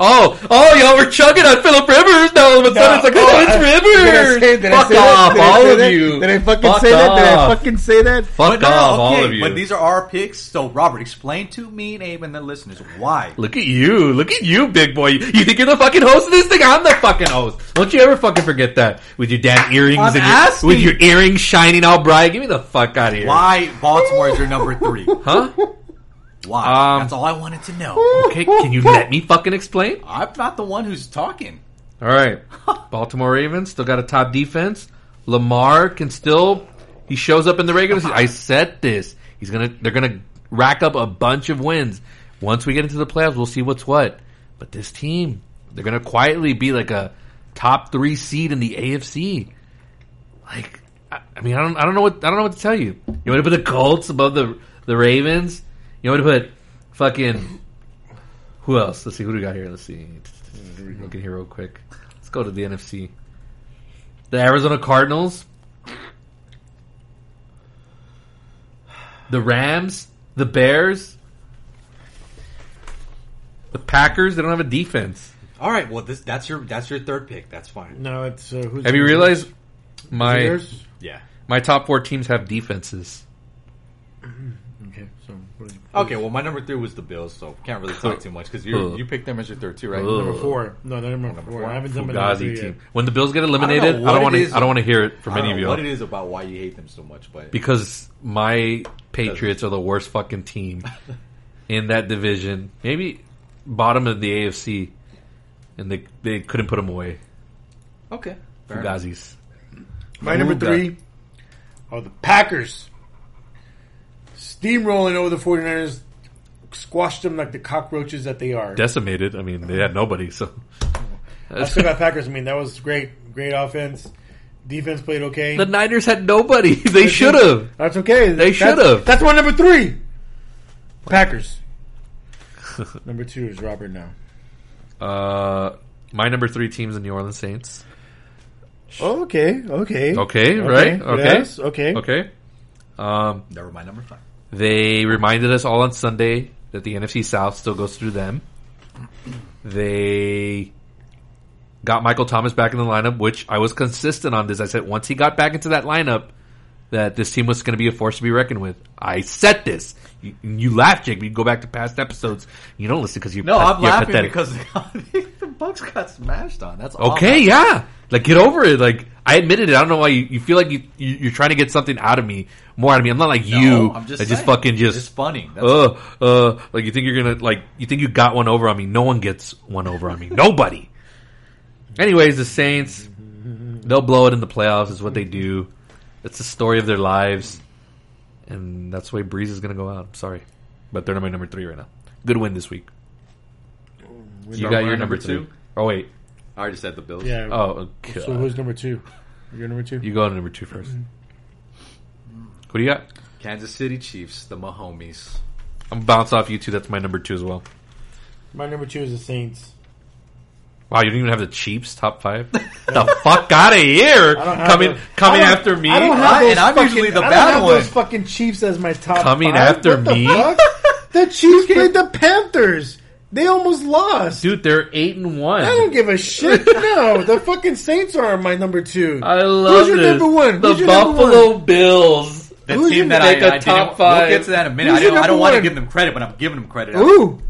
Speaker 1: Oh, oh, y'all were chugging on Philip Rivers. Now all of a sudden it's like, oh, it's Rivers. Fuck off, all of you.
Speaker 2: Did I fucking
Speaker 1: Fuck
Speaker 2: say that? Did I
Speaker 1: off.
Speaker 2: fucking say that?
Speaker 1: Fuck
Speaker 3: no,
Speaker 1: off, all of you.
Speaker 3: But these are our picks. So Robert, explain to me and Abe and the listeners why.
Speaker 1: Look at you. Look at you, big boy. You you think you're the fucking host of this thing? I'm the fucking host. Don't you ever fucking forget that. With your damn earrings
Speaker 3: I'm
Speaker 1: and
Speaker 3: asking.
Speaker 1: your, with your earrings shining all bright. Give me the fuck out of here.
Speaker 3: Why Baltimore is your number three?
Speaker 1: Huh?
Speaker 3: Why?
Speaker 1: Um,
Speaker 3: That's all I wanted to know.
Speaker 1: Okay, can you let me fucking explain?
Speaker 3: I'm not the one who's talking.
Speaker 1: All right. Baltimore Ravens still got a top defense. Lamar can still he shows up in the regular season. I said this. He's gonna they're gonna rack up a bunch of wins. Once we get into the playoffs, we'll see what's what. But this team, they're gonna quietly be like a top three seed in the AFC. Like I, I mean I don't I don't know what I don't know what to tell you. You wanna put the Colts above the the Ravens? You want me to put fucking who else? Let's see who do we got here. Let's see. Look at here real quick. Let's go to the NFC. The Arizona Cardinals, the Rams, the Bears, the Packers. They don't have a defense.
Speaker 8: All right. Well, this that's your that's your third pick. That's fine.
Speaker 2: No, it's uh, who's
Speaker 1: Have you realized my
Speaker 2: Bears?
Speaker 8: Yeah.
Speaker 1: my top four teams have defenses?
Speaker 2: Okay, so what is it?
Speaker 8: Okay. Well, my number three was the Bills, so can't really talk too much because you
Speaker 1: Ugh.
Speaker 8: you picked them as your third too, right?
Speaker 1: Ugh.
Speaker 2: number four. No, they're number, four.
Speaker 8: four.
Speaker 2: I haven't done my number
Speaker 1: Fugazi
Speaker 2: three yet.
Speaker 1: team. When the Bills get eliminated, I
Speaker 8: what
Speaker 1: don't want
Speaker 8: it
Speaker 1: to.
Speaker 8: is.
Speaker 1: I don't want to hear it from
Speaker 8: I don't
Speaker 1: any of
Speaker 8: know
Speaker 1: you.
Speaker 8: what it is about why you hate them so much, but
Speaker 1: because my Patriots are the worst fucking team in that division. Maybe bottom of the AFC, and they they couldn't put them away.
Speaker 8: okay. fair enough.
Speaker 1: Fugazis.
Speaker 2: My number
Speaker 1: Fuga.
Speaker 2: three are the Packers. Steamrolling over the 49ers, squashed them like the cockroaches that they are.
Speaker 1: decimated. I mean, they had nobody. So
Speaker 2: I still got Packers. I mean, that was great. Great offense. Defense played okay.
Speaker 1: the Niners had nobody. They should have.
Speaker 2: That's okay.
Speaker 1: They
Speaker 2: That's-
Speaker 1: should've.
Speaker 2: That's my number three. Packers. number two is Robert now.
Speaker 1: Uh, my number three team's the New Orleans Saints.
Speaker 2: Oh, okay. Okay.
Speaker 1: Okay, right? Okay.
Speaker 2: Yes, okay.
Speaker 1: Okay, um,
Speaker 8: They were my number five.
Speaker 1: they reminded us all on Sunday that the NFC South still goes through them. They got Michael Thomas back in the lineup, which I was consistent on this. I said once he got back into that lineup, that this team was going to be a force to be reckoned with. I said this. You, you laughed, Jake. but You go back to past episodes. You don't listen because you're
Speaker 3: No, I'm
Speaker 1: you're
Speaker 3: laughing
Speaker 1: pathetic.
Speaker 3: because the Bucks got smashed on. That's all.
Speaker 1: Okay, yeah. Like, get over it. Like, I admitted it. I don't know why you, you feel like you, you you're trying to get something out of me, more out of me. I'm not like
Speaker 3: No,
Speaker 1: you.
Speaker 3: I'm just
Speaker 1: that just
Speaker 3: saying.
Speaker 1: fucking just
Speaker 3: It's funny. That's
Speaker 1: uh, uh, like you think you're gonna like you think you got one over on me. No one gets one over on me. Nobody. Anyways, the Saints, they'll blow it in the playoffs. Is what they do. It's the story of their lives, and that's the way Breeze is gonna go out. I'm sorry, but they're my number three right now. Good win this week. You got your number two. Oh wait.
Speaker 3: I already said the Bills.
Speaker 2: Yeah.
Speaker 1: Oh, okay.
Speaker 2: so who's number two? You're number two.
Speaker 1: you go on number two first. What do you got?
Speaker 3: Kansas City Chiefs, the Mahomes.
Speaker 1: I'm gonna bounce off you two. That's my number two as well.
Speaker 2: My number two is the Saints.
Speaker 1: Wow, you don't even have the Chiefs top five. the fuck out of here!
Speaker 2: have
Speaker 1: Coming,
Speaker 2: the-
Speaker 1: coming
Speaker 2: I don't-
Speaker 1: after me.
Speaker 2: I don't
Speaker 3: I-
Speaker 2: have those
Speaker 3: and I'm
Speaker 2: fucking,
Speaker 3: usually the
Speaker 2: I don't
Speaker 3: bad
Speaker 2: have
Speaker 3: one.
Speaker 2: Those fucking Chiefs as my top.
Speaker 1: Coming
Speaker 2: five.
Speaker 1: after
Speaker 2: What the
Speaker 1: me?
Speaker 2: fuck? The Chiefs played the Panthers. They almost lost.
Speaker 1: Dude, they're eight and one.
Speaker 2: I don't give a shit. No, the fucking Saints are my number two.
Speaker 1: I love
Speaker 2: Who's your
Speaker 1: this.
Speaker 2: number one?
Speaker 1: The
Speaker 2: Who's your number
Speaker 1: Buffalo Bills.
Speaker 3: The
Speaker 2: Who's
Speaker 3: team
Speaker 2: your-
Speaker 3: that
Speaker 1: Make a
Speaker 3: I, I
Speaker 1: top
Speaker 3: didn't,
Speaker 1: five.
Speaker 3: We'll get to that in a minute.
Speaker 2: Who's
Speaker 3: I don't,
Speaker 2: your
Speaker 3: I don't
Speaker 2: number
Speaker 3: want to
Speaker 2: one?
Speaker 3: give them credit, but I'm giving them credit.
Speaker 2: Ooh,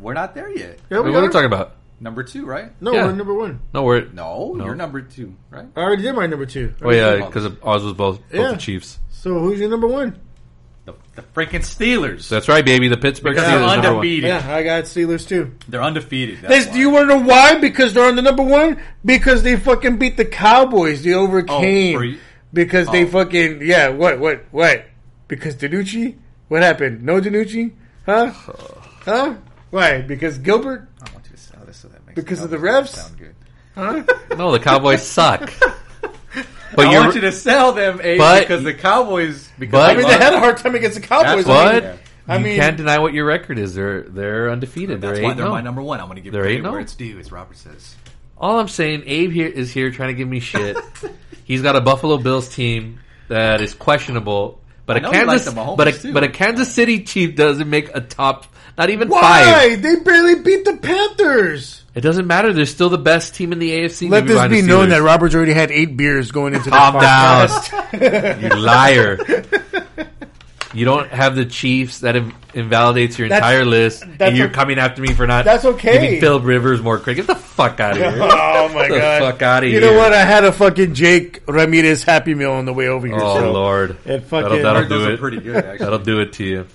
Speaker 3: We're not there yet.
Speaker 2: There
Speaker 1: Wait,
Speaker 2: we
Speaker 1: what are we
Speaker 2: are.
Speaker 1: talking about?
Speaker 3: Number two, right?
Speaker 2: No,
Speaker 1: Yeah.
Speaker 2: we're number one.
Speaker 1: No, we're
Speaker 3: No, you're number two, right?
Speaker 2: I already did my number two.
Speaker 1: Oh yeah, because ours was both both
Speaker 2: Yeah.
Speaker 1: the Chiefs.
Speaker 2: So who's your number one?
Speaker 3: The, the freaking Steelers.
Speaker 1: That's right, baby. The Pittsburgh
Speaker 3: because
Speaker 1: Steelers.
Speaker 3: they're
Speaker 1: Number one.
Speaker 3: undefeated.
Speaker 2: Yeah, I got Steelers too.
Speaker 3: They're undefeated. That's
Speaker 2: This,
Speaker 3: why.
Speaker 2: do you want to know why? Because they're on the number one. Because they fucking beat the Cowboys. They overcame.
Speaker 3: Oh, for you-
Speaker 2: because they
Speaker 3: oh.
Speaker 2: fucking yeah. What what what? Because Danucci. What happened? No Danucci? Huh? Huh? Why? Because Gilbert?
Speaker 3: I want you to sell this so that makes
Speaker 2: Because
Speaker 3: no,
Speaker 2: of the
Speaker 3: that
Speaker 2: refs?
Speaker 3: doesn't Sound good.
Speaker 1: No, the Cowboys suck.
Speaker 3: I
Speaker 1: But
Speaker 3: want you
Speaker 1: you're
Speaker 3: to sell them, A,
Speaker 1: But-
Speaker 3: because the Cowboys. Because
Speaker 1: but-
Speaker 2: I mean, they had a hard time against the Cowboys.
Speaker 3: That's why-
Speaker 1: but
Speaker 2: I mean,
Speaker 3: Yeah.
Speaker 2: I
Speaker 1: you
Speaker 2: mean-
Speaker 1: can't deny what your record is. They're they're undefeated.
Speaker 3: That's
Speaker 1: they're
Speaker 3: why
Speaker 1: eight.
Speaker 3: they're
Speaker 1: and
Speaker 3: my
Speaker 1: oh.
Speaker 3: number one. I'm going to give
Speaker 1: They're
Speaker 3: credit
Speaker 1: eight and oh.
Speaker 3: where it's due, as Robert says.
Speaker 1: All I'm saying, Abe here is here trying to give me shit. He's got a Buffalo Bills team that is questionable, but
Speaker 3: I
Speaker 1: a
Speaker 3: know you like
Speaker 1: Kansas,
Speaker 3: the Mahomes,
Speaker 1: but a,
Speaker 3: too.
Speaker 1: but a Kansas City Chief doesn't make a top, not even
Speaker 2: why?
Speaker 1: five.
Speaker 2: They barely beat the Panthers.
Speaker 1: It doesn't matter. They're still the best team in the AFC.
Speaker 2: Let
Speaker 1: maybe
Speaker 2: this
Speaker 1: behind
Speaker 2: be
Speaker 1: the
Speaker 2: known
Speaker 1: Steelers.
Speaker 2: that Robert's already had eight beers going into the
Speaker 1: Calm down.
Speaker 2: podcast.
Speaker 1: you liar. You don't have the Chiefs. That inv- invalidates your
Speaker 2: That's-
Speaker 1: entire list, and
Speaker 2: that's
Speaker 1: you're
Speaker 2: o-
Speaker 1: coming after me for not.
Speaker 2: That's okay.
Speaker 1: Giving Philip Rivers more credit. Get the fuck out of here.
Speaker 2: Oh my
Speaker 1: The
Speaker 2: god!
Speaker 1: fuck outta
Speaker 2: You
Speaker 1: here.
Speaker 2: know what? I had a fucking Jake Ramirez Happy Meal on the way over here.
Speaker 1: Oh
Speaker 2: so
Speaker 1: lord,
Speaker 2: It
Speaker 1: that'll,
Speaker 2: fucking-
Speaker 1: that'll
Speaker 2: Heard
Speaker 1: do
Speaker 3: Those
Speaker 1: it.
Speaker 3: are pretty good, actually.
Speaker 1: That'll do it to you.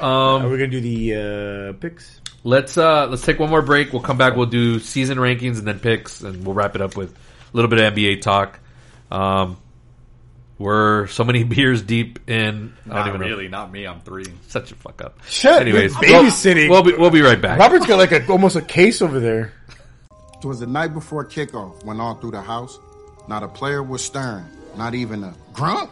Speaker 2: Are we gonna do the uh, picks?
Speaker 1: Let's uh let's take one more break. We'll come back. We'll do season rankings and then picks, and we'll wrap it up with a little bit of NBA talk. Um, we're so many beers deep in. I don't
Speaker 3: Not
Speaker 1: even
Speaker 3: really,
Speaker 1: know.
Speaker 3: not me. I'm three.
Speaker 1: Such a fuck up.
Speaker 2: Shut.
Speaker 1: Anyways,
Speaker 2: you're babysitting.
Speaker 1: We'll, we'll be we'll be right back.
Speaker 2: Robert's got like a, almost a case over there.
Speaker 9: It was the night before kickoff went on through the house. Not a player was stirring, not even a grunt.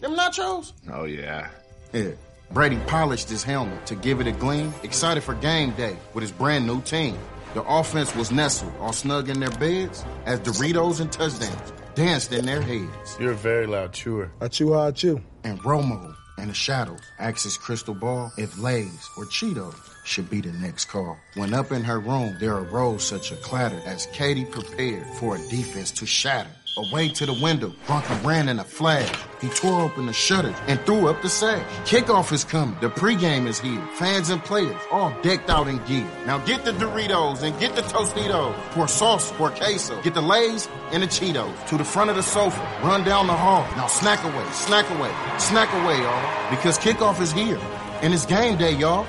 Speaker 9: Them nachos?
Speaker 5: Oh, yeah.
Speaker 9: Yeah, Brady polished his helmet to give it a gleam, excited for game day with his brand new team. The offense was nestled all snug in their beds as Doritos and touchdowns danced in their heads.
Speaker 10: You're a very loud chewer.
Speaker 11: I chew how I chew.
Speaker 9: And Romo and the shadows asked his crystal ball if Lay's or Cheetos should be the next call. When up in her room, there arose such a clatter as Katie prepared for a defense to shatter. Away to the window, Bronco ran in a flash. He tore open the shutters and threw up the sash. Kickoff is coming. The pregame is here. Fans and players all decked out in gear. Now get the Doritos and get the Tostitos. Pour sauce, pour queso. Get the Lays and the Cheetos. To the front of the sofa. Run down the hall. Now snack away, snack away, snack away, y'all. Because kickoff is here. And it's game day, y'all.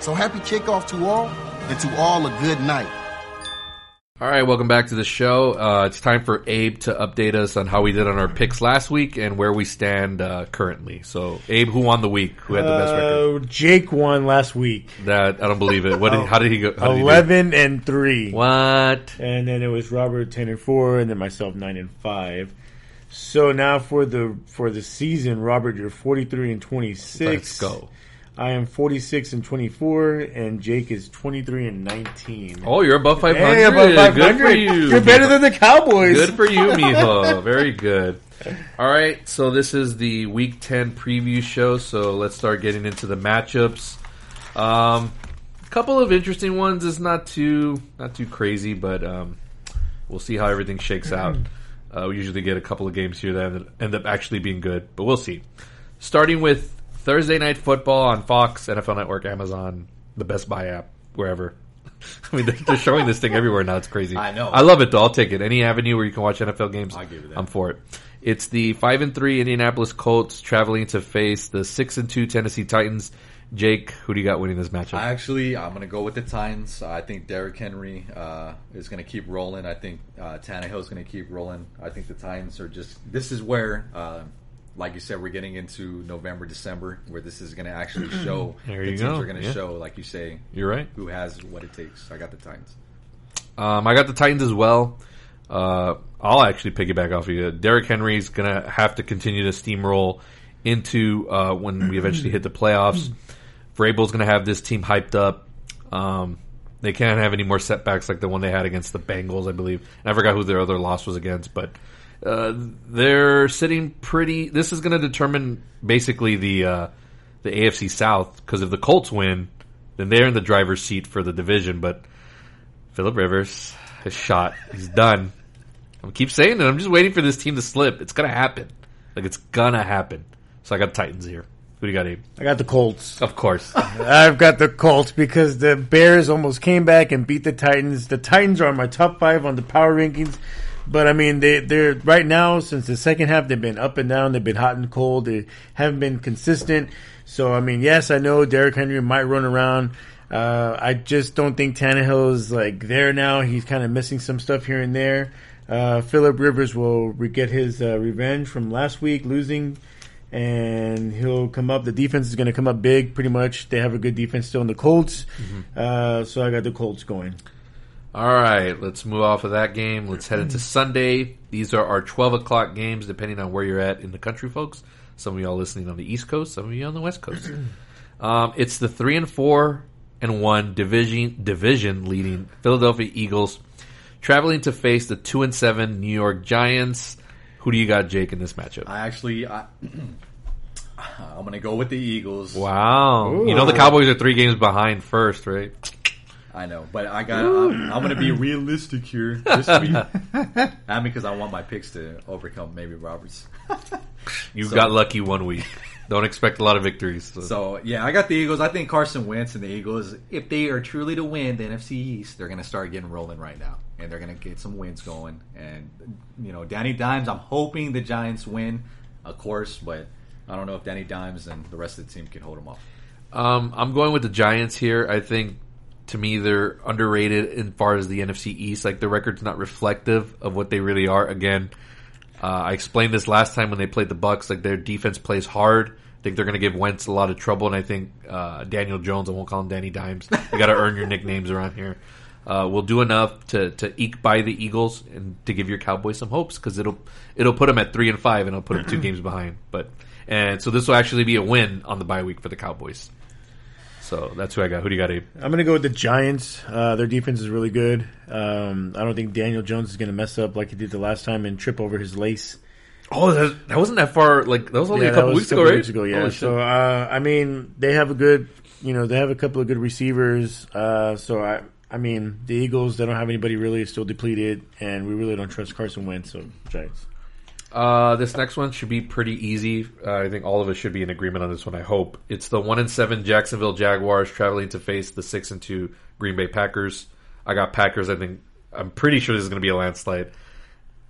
Speaker 9: So happy kickoff to all and to all a good night.
Speaker 1: All right, welcome back to the show. Uh, it's time for Abe to update us on how we did on our picks last week and where we stand uh, currently. So, Abe, who won the week? Who had the best record?
Speaker 2: Uh, Jake won last week.
Speaker 1: That I don't believe it. What? Did, how did he go? How did he do?
Speaker 2: Eleven and three,
Speaker 1: What?
Speaker 2: and then it was Robert ten and four, and then myself nine and five. So now for the for the season, Robert, you're forty three and twenty
Speaker 1: Let's
Speaker 2: six.
Speaker 1: go.
Speaker 2: I am forty six and twenty four, and Jake is twenty three and nineteen.
Speaker 1: Oh, you're above five hundred.
Speaker 2: Hey, above
Speaker 1: Good for
Speaker 2: 500.
Speaker 1: you.
Speaker 2: You're better than the Cowboys.
Speaker 1: Good for you, Mijo. Very good. All right, so this is the Week 10 preview show, so let's start getting into the matchups. Um, a couple of interesting ones. It's not too not too crazy, but um, we'll see how everything shakes out. Uh, we usually get a couple of games here that end up actually being good, but we'll see. Starting with Thursday night football on Fox, NFL Network, Amazon, the Best Buy app, wherever. I mean, they're, they're showing this thing everywhere now. It's crazy.
Speaker 8: I know.
Speaker 1: I love it though. I'll take it. Any avenue where you can watch NFL games,
Speaker 8: I'll give you that.
Speaker 1: I'm for it. It's the five and three Indianapolis Colts traveling to face the six and two Tennessee Titans. Jake, who do you got winning this matchup?
Speaker 8: I actually, I'm going to go with the Titans. I think Derrick Henry uh, is going to keep rolling. I think uh, Tannehill is going to keep rolling. I think the Titans are just. This is where, uh, like you said, we're getting into November, December, where this is going to actually show.
Speaker 1: There
Speaker 8: the
Speaker 1: you
Speaker 8: teams
Speaker 1: go.
Speaker 8: are going to
Speaker 1: Yeah.
Speaker 8: show, like you say,
Speaker 1: You're right.
Speaker 8: who has what it takes. I got the Titans.
Speaker 1: Um, I got the Titans as well. Uh, I'll actually piggyback off of you. Derrick Henry's gonna have to continue to steamroll into uh, when we eventually hit the playoffs. Vrabel's gonna have this team hyped up. Um, they can't have any more setbacks like the one they had against the Bengals, I believe. And I forgot who their other loss was against, but uh, they're sitting pretty. This is gonna determine basically the uh, the AFC South because if the Colts win, then they're in the driver's seat for the division, but. Philip Rivers is shot. He's done. I keep saying it. I'm just waiting for this team to slip. It's gonna happen. Like it's gonna happen. So I got Titans here. Who do you got, Abe?
Speaker 2: I got the Colts.
Speaker 1: Of course.
Speaker 2: I've got the Colts because the Bears almost came back and beat the Titans. The Titans are on my top five on the power rankings, but I mean they they're right now since the second half they've been up and down. They've been hot and cold. They haven't been consistent. So I mean, yes, I know Derrick Henry might run around. Uh, I just don't think Tannehill is like there now. He's kind of missing some stuff here and there. Uh, Philip Rivers will re- get his uh, revenge from last week losing and he'll come up. The defense is going to come up big, pretty much. They have a good defense still in the Colts,
Speaker 1: Mm-hmm.
Speaker 2: uh, so I got the Colts going.
Speaker 1: All right, let's move off of that game. Let's head into Sunday. These are our 12 o'clock games, depending on where you're at in the country, folks. Some of y'all listening on the East Coast, some of you on the West Coast. Um, it's the three and four and one division division leading Philadelphia Eagles traveling to face the two and seven New York Giants. Who do you got, Jake, in this matchup?
Speaker 8: I actually, I, I'm going to go with the Eagles.
Speaker 1: wow, you know the Cowboys are three games behind first, right?
Speaker 8: I know, but I got. I'm, I'm going to be realistic here this week, and because I want my picks to overcome maybe Roberts.
Speaker 1: You got lucky one week. Don't expect a lot of victories. So.
Speaker 8: So yeah, I got the Eagles. I think Carson Wentz and the Eagles, if they are truly to win the NFC East, they're going to start getting rolling right now, and they're going to get some wins going. And you know, Danny Dimes, I'm hoping the Giants win, of course, but I don't know if Danny Dimes and the rest of the team can hold them off.
Speaker 1: Um, I'm going with the Giants here. I think to me they're underrated in far as the NFC East. Like the record's not reflective of what they really are. Again, uh, I explained this last time when they played the Bucks. Like their defense plays hard. I think they're going to give Wentz a lot of trouble, and I think uh, Daniel Jones. I won't call him Danny Dimes. You got to earn your nicknames around here. Uh, will do enough to, to eke by the Eagles and to give your Cowboys some hopes because it'll it'll put them at three and five, and it'll put them two games behind. But and so this will actually be a win on the bye week for the Cowboys. So that's who I got. Who do you got? Abe?
Speaker 2: I'm going to go with the Giants. Uh, their defense is really good. Um, I don't think Daniel Jones is going to mess up like he did the last time and trip over his lace.
Speaker 1: Oh, that, that wasn't that far. Like that was only a
Speaker 2: that
Speaker 1: couple
Speaker 2: was
Speaker 1: weeks ago,
Speaker 2: couple
Speaker 1: right?
Speaker 2: Weeks ago, yeah.
Speaker 1: Holy shit.
Speaker 2: so uh, I mean, they have a good, you know, they have a couple of good receivers. Uh, so I, I mean, the Eagles, they don't have anybody really, still depleted, and we really don't trust Carson Wentz. So Giants.
Speaker 1: Uh, this next one should be pretty easy. Uh, I think all of us should be in agreement on this one. I hope it's the one and seven Jacksonville Jaguars traveling to face the six and two Green Bay Packers. I got Packers. I think I'm pretty sure this is going to be a landslide.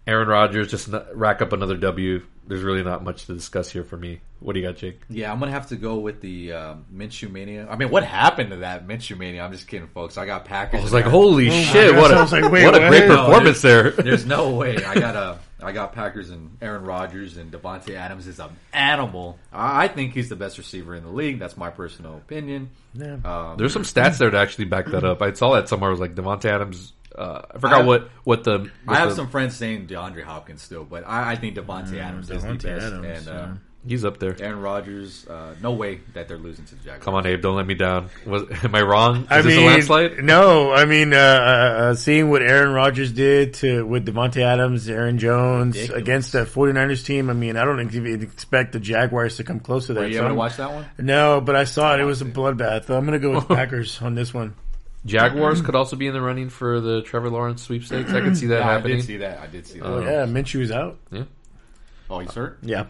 Speaker 1: Aaron Rodgers just n rack up another W. There's really not much to discuss here for me. What do you got, Jake?
Speaker 3: Yeah, I'm gonna have to go with the um, Minshew mania. I mean, what happened to that Minshew mania? I'm just kidding, folks. I got Packers.
Speaker 1: I was like, holy shit!
Speaker 2: God,
Speaker 1: What
Speaker 2: I
Speaker 1: a
Speaker 2: was like, wait,
Speaker 1: what a
Speaker 2: what?
Speaker 1: great
Speaker 2: No,
Speaker 1: performance there.
Speaker 3: There's no way. I got a. I got Packers and Aaron Rodgers and Devontae Adams is an animal. I I think he's the best receiver in the league. That's my personal opinion.
Speaker 1: There's some stats there to actually back that up. I saw that somewhere. I was like Devontae Adams. Uh, I forgot
Speaker 3: I-
Speaker 1: what what the.
Speaker 3: I
Speaker 1: what
Speaker 3: have
Speaker 1: the- Mm,
Speaker 3: some friends saying DeAndre Hopkins still, but I, I think Devontae Adams is the
Speaker 2: Devontae
Speaker 3: best.
Speaker 2: Adams,
Speaker 3: and uh,
Speaker 1: He's up there.
Speaker 3: Aaron Rodgers, uh, no way that they're losing to the Jaguars.
Speaker 1: Come on, Abe, don't let me down. Was, am I wrong? Is
Speaker 2: I
Speaker 1: this
Speaker 2: mean,
Speaker 1: a landslide?
Speaker 2: no. I mean, uh, uh, uh, seeing what Aaron Rodgers did to with Devontae Adams, Aaron Jones
Speaker 3: Ridiculous.
Speaker 2: against that 49ers team. I mean, I don't even expect the Jaguars to come close to that.
Speaker 3: Were you
Speaker 2: So
Speaker 3: able to
Speaker 2: I'm-
Speaker 3: watch that one?
Speaker 2: No, but I saw it. It was a bloodbath. I'm going to go with Packers on this one.
Speaker 1: Jaguars could also be in the running for the Trevor Lawrence sweepstakes. I could see that
Speaker 3: Yeah, I
Speaker 1: happening. Oh,
Speaker 3: did see that. I did see that.
Speaker 2: Yeah, Minshew's out.
Speaker 1: Yeah.
Speaker 3: oh, he's hurt.
Speaker 2: Yeah.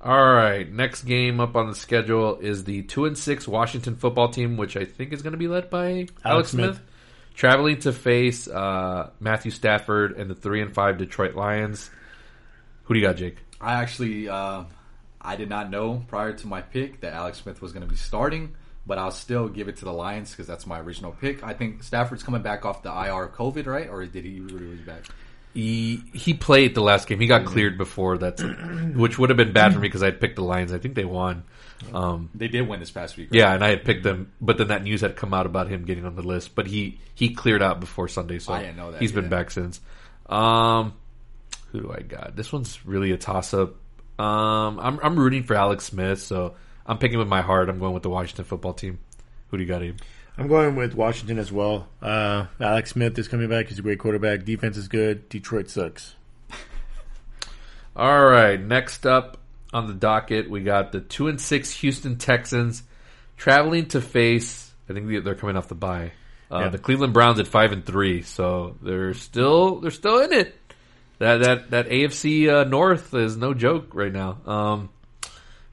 Speaker 1: All right. Next game up on the schedule is the two and six Washington football team, which I think is going to be led by Alex, Smith.
Speaker 2: Smith.
Speaker 1: traveling to face uh, Matthew Stafford and the three and five Detroit Lions. Who do you got, Jake?
Speaker 3: I actually, uh, I did not know prior to my pick that Alex Smith was going to be starting, but I'll still give it to the Lions because that's my original pick. I think Stafford's coming back off the IR of COVID, right? Or did he really was back?
Speaker 1: He he played the last game. He got cleared before that, which would have been bad for me because I picked the Lions. I think they won.
Speaker 3: They did win this past week. Right?
Speaker 1: Yeah, and I had picked them, but then that news had come out about him getting on the list. But he he cleared out before Sunday, so
Speaker 3: I didn't know that
Speaker 1: he's been
Speaker 3: either.
Speaker 1: back since. Um, who do I got? This one's really a toss up. Um, I'm I'm rooting for Alex Smith, so I'm picking with my heart. I'm going with the Washington football team. Who do you got, Abe?
Speaker 2: I'm going with Washington as well. Uh, Alex Smith is coming back. He's a great quarterback. Defense is good. Detroit sucks.
Speaker 1: All right, next up on the docket, we got the two and six Houston Texans traveling to face. I think they- they're coming off the bye. Uh,
Speaker 2: Yeah.
Speaker 1: The Cleveland Browns at five and three, so they're still they're still in it. That that that AFC uh, North is no joke right now. Um,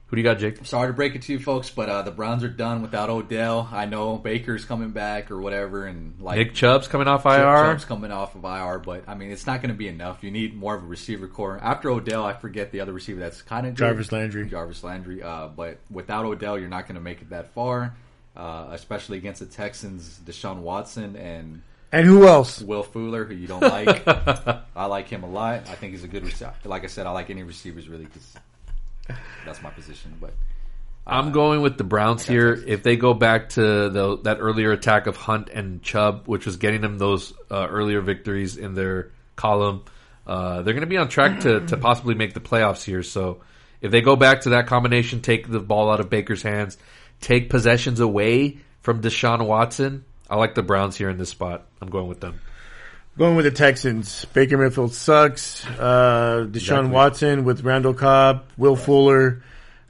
Speaker 1: who do you got, Jake?
Speaker 3: Sorry to break it to you, folks, but uh, the Browns are done without Odell. I know Baker's coming back or whatever, and like
Speaker 1: Nick Chubb's coming off IR.
Speaker 3: Chubb's coming off of IR, but I mean, it's not going to be enough. You need more of a receiver core. After Odell, I forget the other receiver that's kind of
Speaker 2: Jarvis Landry.
Speaker 3: Jarvis Landry. Uh, but without Odell, you're not going to make it that far, uh, especially against the Texans, Deshaun Watson and
Speaker 2: And who else?
Speaker 3: Will Fuller, who you don't like. I like him a lot. I think he's a good receiver. Like I said, I like any receivers really because that's my position. But
Speaker 1: I'm going with the Browns here. If they go back to the, that earlier attack of Hunt and Chubb, which was getting them those uh, earlier victories in their column, uh, they're going to be on track to, to possibly make the playoffs here. So if they go back to that combination, take the ball out of Baker's hands, take possessions away from Deshaun Watson, I like the Browns here in this spot. I'm going with them.
Speaker 2: Going with the Texans. Baker Mayfield sucks. Uh, Deshaun Watson with Randall Cobb, Will Fuller,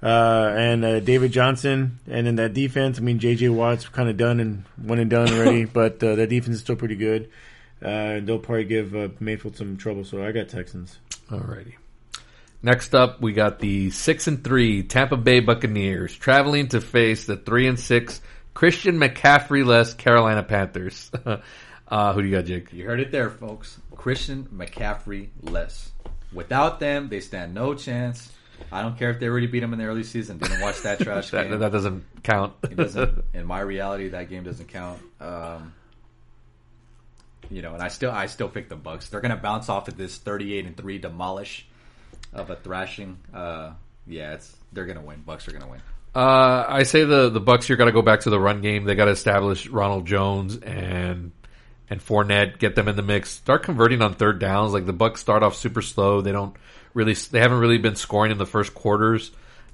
Speaker 2: uh, and uh, David Johnson. And then that defense, I mean, J.J. Watt's kind of done and one and done already, but uh, that defense is still pretty good. Uh, and they'll probably give uh, Mayfield some trouble, so I got Texans.
Speaker 1: Alrighty. Next up, we got the six and three Tampa Bay Buccaneers traveling to face the three and six Christian McCaffrey less Carolina Panthers. uh, who do you got, Jake?
Speaker 3: You heard it there, folks. Christian McCaffrey less. Without them, they stand no chance. I don't care if they already beat them in the early season. Didn't watch that trash
Speaker 1: That,
Speaker 3: game.
Speaker 1: that doesn't count.
Speaker 3: It doesn't. In my reality, that game doesn't count. Um, you know, and I still, I still pick the Bucks. They're going to bounce off of this thirty-eight and three demolish of a thrashing. Uh, yeah, it's they're going to win. Bucks are going to win.
Speaker 1: Uh, I say the the Bucks here got to go back to the run game. They got to establish Ronald Jones and and Fournette, get them in the mix. Start converting on third downs. Like the Bucks start off super slow. They don't really they haven't really been scoring in the first quarters,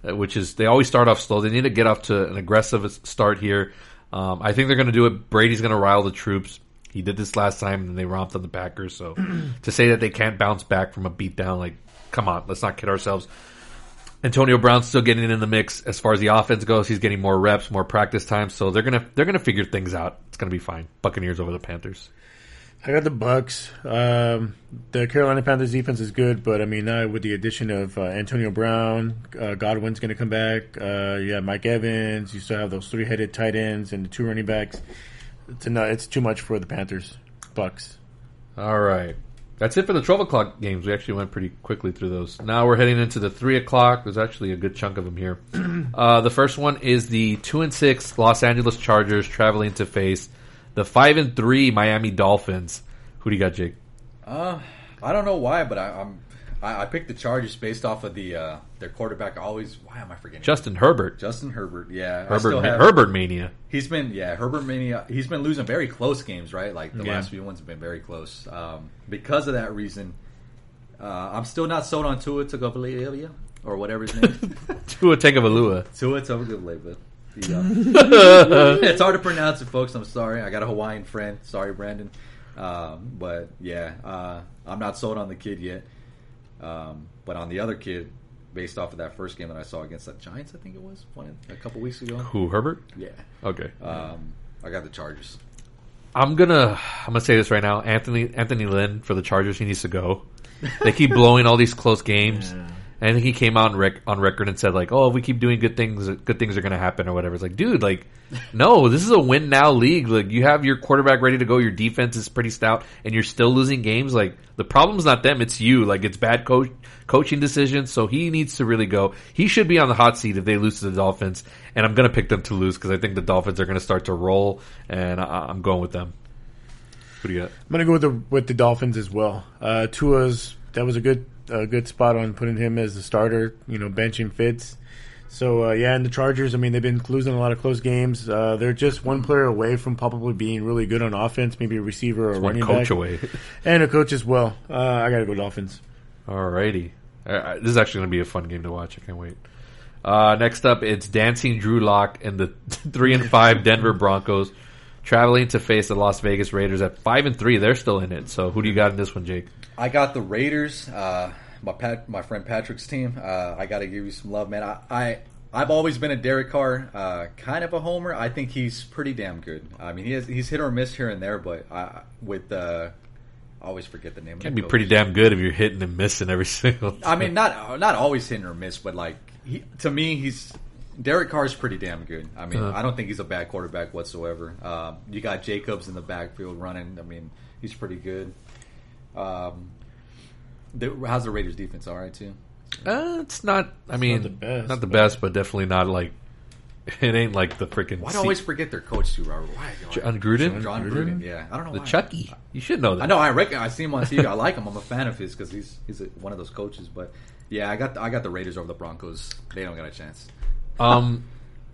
Speaker 1: uh, which is they always start off slow. They need to get off to an aggressive start here. Um, I think they're going to do it. Brady's going to rile the troops. He did this last time, and they romped on the Packers. So to say that they can't bounce back from a beatdown, like come on, let's not kid ourselves. Antonio Brown's still getting in the mix as far as the offense goes. He's getting more reps, more practice time, so they're gonna they're gonna figure things out. It's gonna be fine. Buccaneers over the Panthers.
Speaker 2: I got the Bucks. Um, the Carolina Panthers defense is good, but I mean now with the addition of uh, Antonio Brown, uh, Godwin's going to come back. Uh, you have Mike Evans. You still have those three headed tight ends and the two running backs. It's not, it's too much for the Panthers. Bucks.
Speaker 1: All right, that's it for the twelve o'clock games. We actually went pretty quickly through those. Now we're heading into the three o'clock. There's actually a good chunk of them here. uh, the first one is the two and six Los Angeles Chargers traveling to face the five and three Miami Dolphins. Who do you got, Jake?
Speaker 3: Uh, I don't know why, but I, I'm I, I picked the Chargers based off of the uh, their quarterback. I always why am I forgetting?
Speaker 1: Justin Herbert.
Speaker 3: Justin Herbert. Yeah, I
Speaker 1: Herbert.
Speaker 3: still have-
Speaker 1: Herbert mania.
Speaker 3: He's been yeah Herbert mania. He's been losing very close games, right? Like the
Speaker 1: Yeah.
Speaker 3: last few ones have been very close. Um, because of that reason, uh, I'm still not sold on Tua Tagovailoa or whatever his name. is.
Speaker 1: Tua Tagovailoa.
Speaker 3: Tua Tagovailoa. Yeah. it's hard to pronounce it, folks. I'm sorry. I got a Hawaiian friend. Sorry, Brandon. Um, but yeah, uh, I'm not sold on the kid yet. Um, but on the other kid, based off of that first game that I saw against the Giants, I think it was one a couple weeks ago.
Speaker 1: Who Herbert?
Speaker 3: Yeah,
Speaker 1: Okay.
Speaker 3: um, I got the Chargers.
Speaker 1: I'm gonna I'm gonna say this right now. Anthony Anthony Lynn for the Chargers, he needs to go. They keep blowing all these close games. And I think he came out on, rec- on record and said like, "Oh, if we keep doing good things, good things are going to happen or whatever." It's like, dude, like, no, this is a win now league. Like, you have your quarterback ready to go, your defense is pretty stout, and you're still losing games. Like, the problem's not them, it's you. Like, it's bad coach coaching decisions. So he needs to really go. He should be on the hot seat if they lose to the Dolphins. And I'm going to pick them to lose because I think the Dolphins are going to start to roll, and I- I'm going with them. What do you got?
Speaker 2: I'm gonna go with the with the Dolphins as well. Uh, Tua's that was a good a good spot on putting him as the starter. You know, benching Fitz. So uh, yeah, and the Chargers. I mean, they've been losing a lot of close games. Uh, they're just one player away from probably being really good on offense. Maybe a receiver or a
Speaker 1: One
Speaker 2: running
Speaker 1: coach
Speaker 2: back,
Speaker 1: away.
Speaker 2: and a coach as well. Uh, I gotta go Dolphins.
Speaker 1: Alrighty. Uh, this is actually going to be a fun game to watch. I can't wait. Uh, next up, it's Dancing Drew Lock and the three and five Denver Broncos traveling to face the Las Vegas Raiders at five and three. They're still in it. So who do you got in this one, Jake?
Speaker 3: I got the Raiders. Uh, my Pat, my friend Patrick's team. Uh, I got to give you some love, man. I, I I've always been a Derek Carr uh, kind of a homer. I think he's pretty damn good. I mean, he has, he's hit or miss here and there, but I, with uh, I always forget the name.
Speaker 1: Can
Speaker 3: of
Speaker 1: be
Speaker 3: the
Speaker 1: pretty
Speaker 3: coach.
Speaker 1: damn good if you're hitting and missing every single. Time.
Speaker 3: I mean, not not always hit or miss, but like he, to me, he's Derek Carr's pretty damn good. I mean, I don't think he's a bad quarterback whatsoever. Um, you got Jacobs in the backfield running. I mean, he's pretty good. Um, the, how's the Raiders defense? All right, too.
Speaker 1: Uh, it's not. I mean, not
Speaker 2: the
Speaker 1: the
Speaker 2: best,
Speaker 1: best, but definitely not like it ain't like the freaking.
Speaker 3: Why do
Speaker 1: Se-
Speaker 3: I always forget their coach too, Robert? Why?
Speaker 1: John Gruden?
Speaker 3: John Gruden. Yeah, I don't know.
Speaker 1: the
Speaker 3: why.
Speaker 1: Chucky. You should know that.
Speaker 3: I know. I reckon. I see him on TV. I like him. I'm a fan of his because he's he's a, one of those coaches. But yeah, I got the, I got the Raiders over the Broncos. They don't got a chance.
Speaker 1: Um,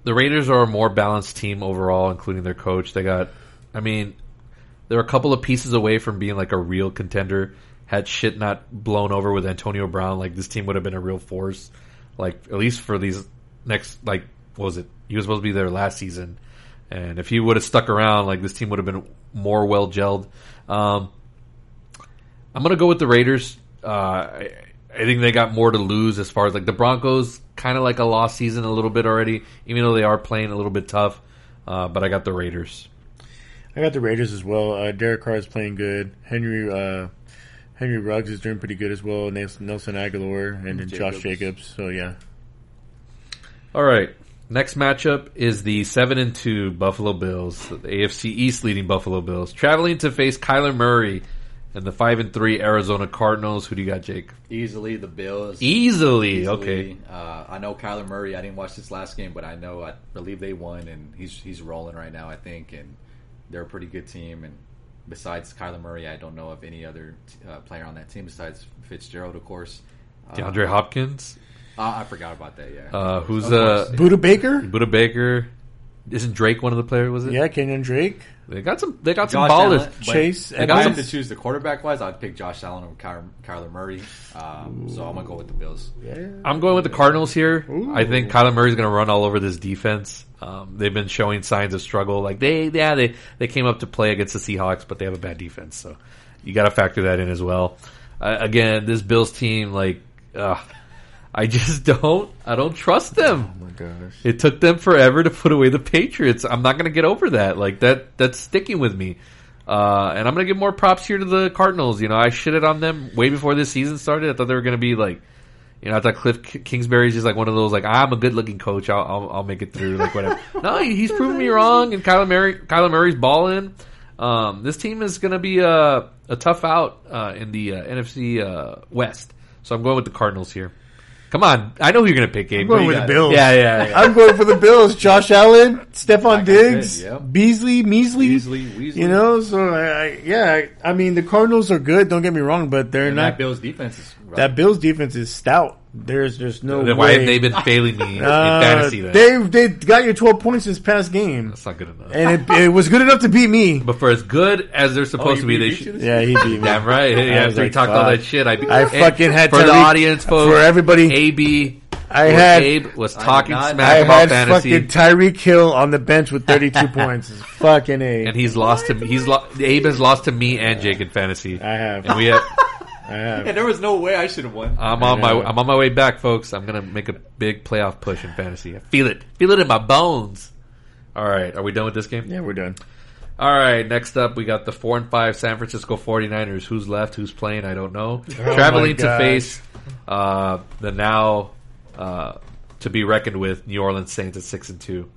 Speaker 1: the Raiders are a more balanced team overall, including their coach. They got, I mean, they're a couple of pieces away from being like a real contender. Had shit not blown over with Antonio Brown, like this team would have been a real force. Like at least for these next, like what was it? He was supposed to be there last season, and if he would have stuck around, like this team would have been more well gelled. Um, I'm gonna go with the Raiders. Uh, I, I think they got more to lose as far as like the Broncos, kind of like a lost season a little bit already, even though they are playing a little bit tough. Uh, but I got the Raiders.
Speaker 2: I got the Raiders as well. Uh, Derek Carr is playing good. Henry uh, Henry Ruggs is doing pretty good as well. Nelson Nelson Aguilar and then Josh
Speaker 3: Jacobs.
Speaker 2: Jacobs. So yeah,
Speaker 1: All right, next matchup is the seven and two Buffalo Bills, the AFC East leading Buffalo Bills, traveling to face Kyler Murray and the five and three Arizona Cardinals. Who do you got, Jake?
Speaker 3: Easily the Bills.
Speaker 1: Easily,
Speaker 3: easily.
Speaker 1: okay.
Speaker 3: Uh, I know Kyler Murray. I didn't watch this last game, but I know I believe they won, and he's he's rolling right now. I think, and they're a pretty good team. And besides Kyler Murray, I don't know of any other uh, player on that team besides Fitzgerald, of course. Uh,
Speaker 1: DeAndre Hopkins,
Speaker 3: I, I forgot about that. Yeah.
Speaker 1: uh, who's
Speaker 3: Of course.
Speaker 1: uh,
Speaker 2: Buda Baker.
Speaker 1: Buda Baker, Isn't Drake one of the players? Was it?
Speaker 10: Yeah, Kenyon Drake,
Speaker 1: they got some. They got some
Speaker 3: Josh
Speaker 1: ballers.
Speaker 3: Allen, but
Speaker 10: Chase,
Speaker 1: I
Speaker 3: If I
Speaker 1: got
Speaker 10: Edmonds.
Speaker 3: had to choose the quarterback wise, I'd pick Josh Allen over Kyler, Kyler Murray. Um, so I'm gonna go with the Bills.
Speaker 1: I'm going with the Cardinals here. I think Kyler Murray's going to run all over this defense. Um, they've been showing signs of struggle. Like they, yeah, they they came up to play against the Seahawks, but they have a bad defense, so you got to factor that in as well. Uh, again, this Bills team, like, uh, I just don't, I don't trust them.
Speaker 10: Oh my gosh.
Speaker 1: It took them forever to put away the Patriots. I'm not going to get over that. Like that, that's sticking with me. Uh, and I'm going to give more props here to the Cardinals. You know, I shitted on them way before this season started. I thought they were going to be like, you know, I thought Cliff K- Kingsbury's just like one of those like "Ah, I'm a good looking coach. I'll, I'll I'll make it through. Like whatever. no, he- he's proven me wrong. And Kyler Murray, Kyler Murray's balling. Um, this team is going to be a a tough out uh, in the uh, NFC uh, West. So I'm going with the Cardinals here. Come on, I know who you're going to pick. Gabe.
Speaker 2: I'm going
Speaker 1: What do
Speaker 2: with
Speaker 1: you
Speaker 2: the
Speaker 1: got?
Speaker 2: Bills.
Speaker 1: Yeah, yeah, yeah.
Speaker 10: I'm going for the Bills. Josh Allen, Stephon Diggs,
Speaker 3: said, yep.
Speaker 10: Beasley, Measley.
Speaker 3: Beasley, Weasley.
Speaker 10: You know, so I, I, yeah, I I mean the Cardinals are good. Don't get me wrong, but they're
Speaker 3: And
Speaker 10: not.
Speaker 3: that Bills defense is rough.
Speaker 10: that Bills defense is stout. There's there's no
Speaker 1: Then
Speaker 10: way.
Speaker 1: why have they been failing me in
Speaker 10: Uh,
Speaker 1: fantasy then?
Speaker 10: They they got you 12 points this past game,
Speaker 1: That's not good enough.
Speaker 10: and it, it was good enough to beat me.
Speaker 1: but for as good as they're
Speaker 3: Oh,
Speaker 1: supposed
Speaker 10: Oh,
Speaker 1: to be, they should.
Speaker 10: Yeah, he beat me.
Speaker 1: Damn right. Hey,
Speaker 10: I was
Speaker 1: after you
Speaker 10: like,
Speaker 1: talked all
Speaker 10: fuck.
Speaker 1: that shit, I, be-
Speaker 10: I
Speaker 1: Hey,
Speaker 10: fucking had
Speaker 1: for the
Speaker 10: Tyreek-
Speaker 1: audience, folks,
Speaker 10: for everybody.
Speaker 1: AB,
Speaker 10: I
Speaker 1: or
Speaker 10: had-
Speaker 1: Abe was talking
Speaker 3: not-
Speaker 10: I
Speaker 1: smack
Speaker 10: had
Speaker 1: about fantasy,
Speaker 10: fucking Tyreek Hill on the bench with 32 points. It's fucking a.
Speaker 1: and he's lost to he's lo- Abe has lost to me and Jake in fantasy.
Speaker 10: I have.
Speaker 1: And we have,
Speaker 10: I have.
Speaker 3: Yeah, there was no way I should have won.
Speaker 1: I'm on my
Speaker 10: know.
Speaker 1: I'm on my way back, folks. I'm gonna make a big playoff push in fantasy. I feel it, feel it in my bones. All right, are we done with this game?
Speaker 10: Yeah, we're done.
Speaker 1: All right, next up we got the 4 and 5 San Francisco 49ers. Who's left, who's playing, I don't know.
Speaker 3: Oh
Speaker 1: Traveling to
Speaker 10: gosh.
Speaker 1: face uh, the now uh, to be reckoned with New Orleans Saints at 6 and 2.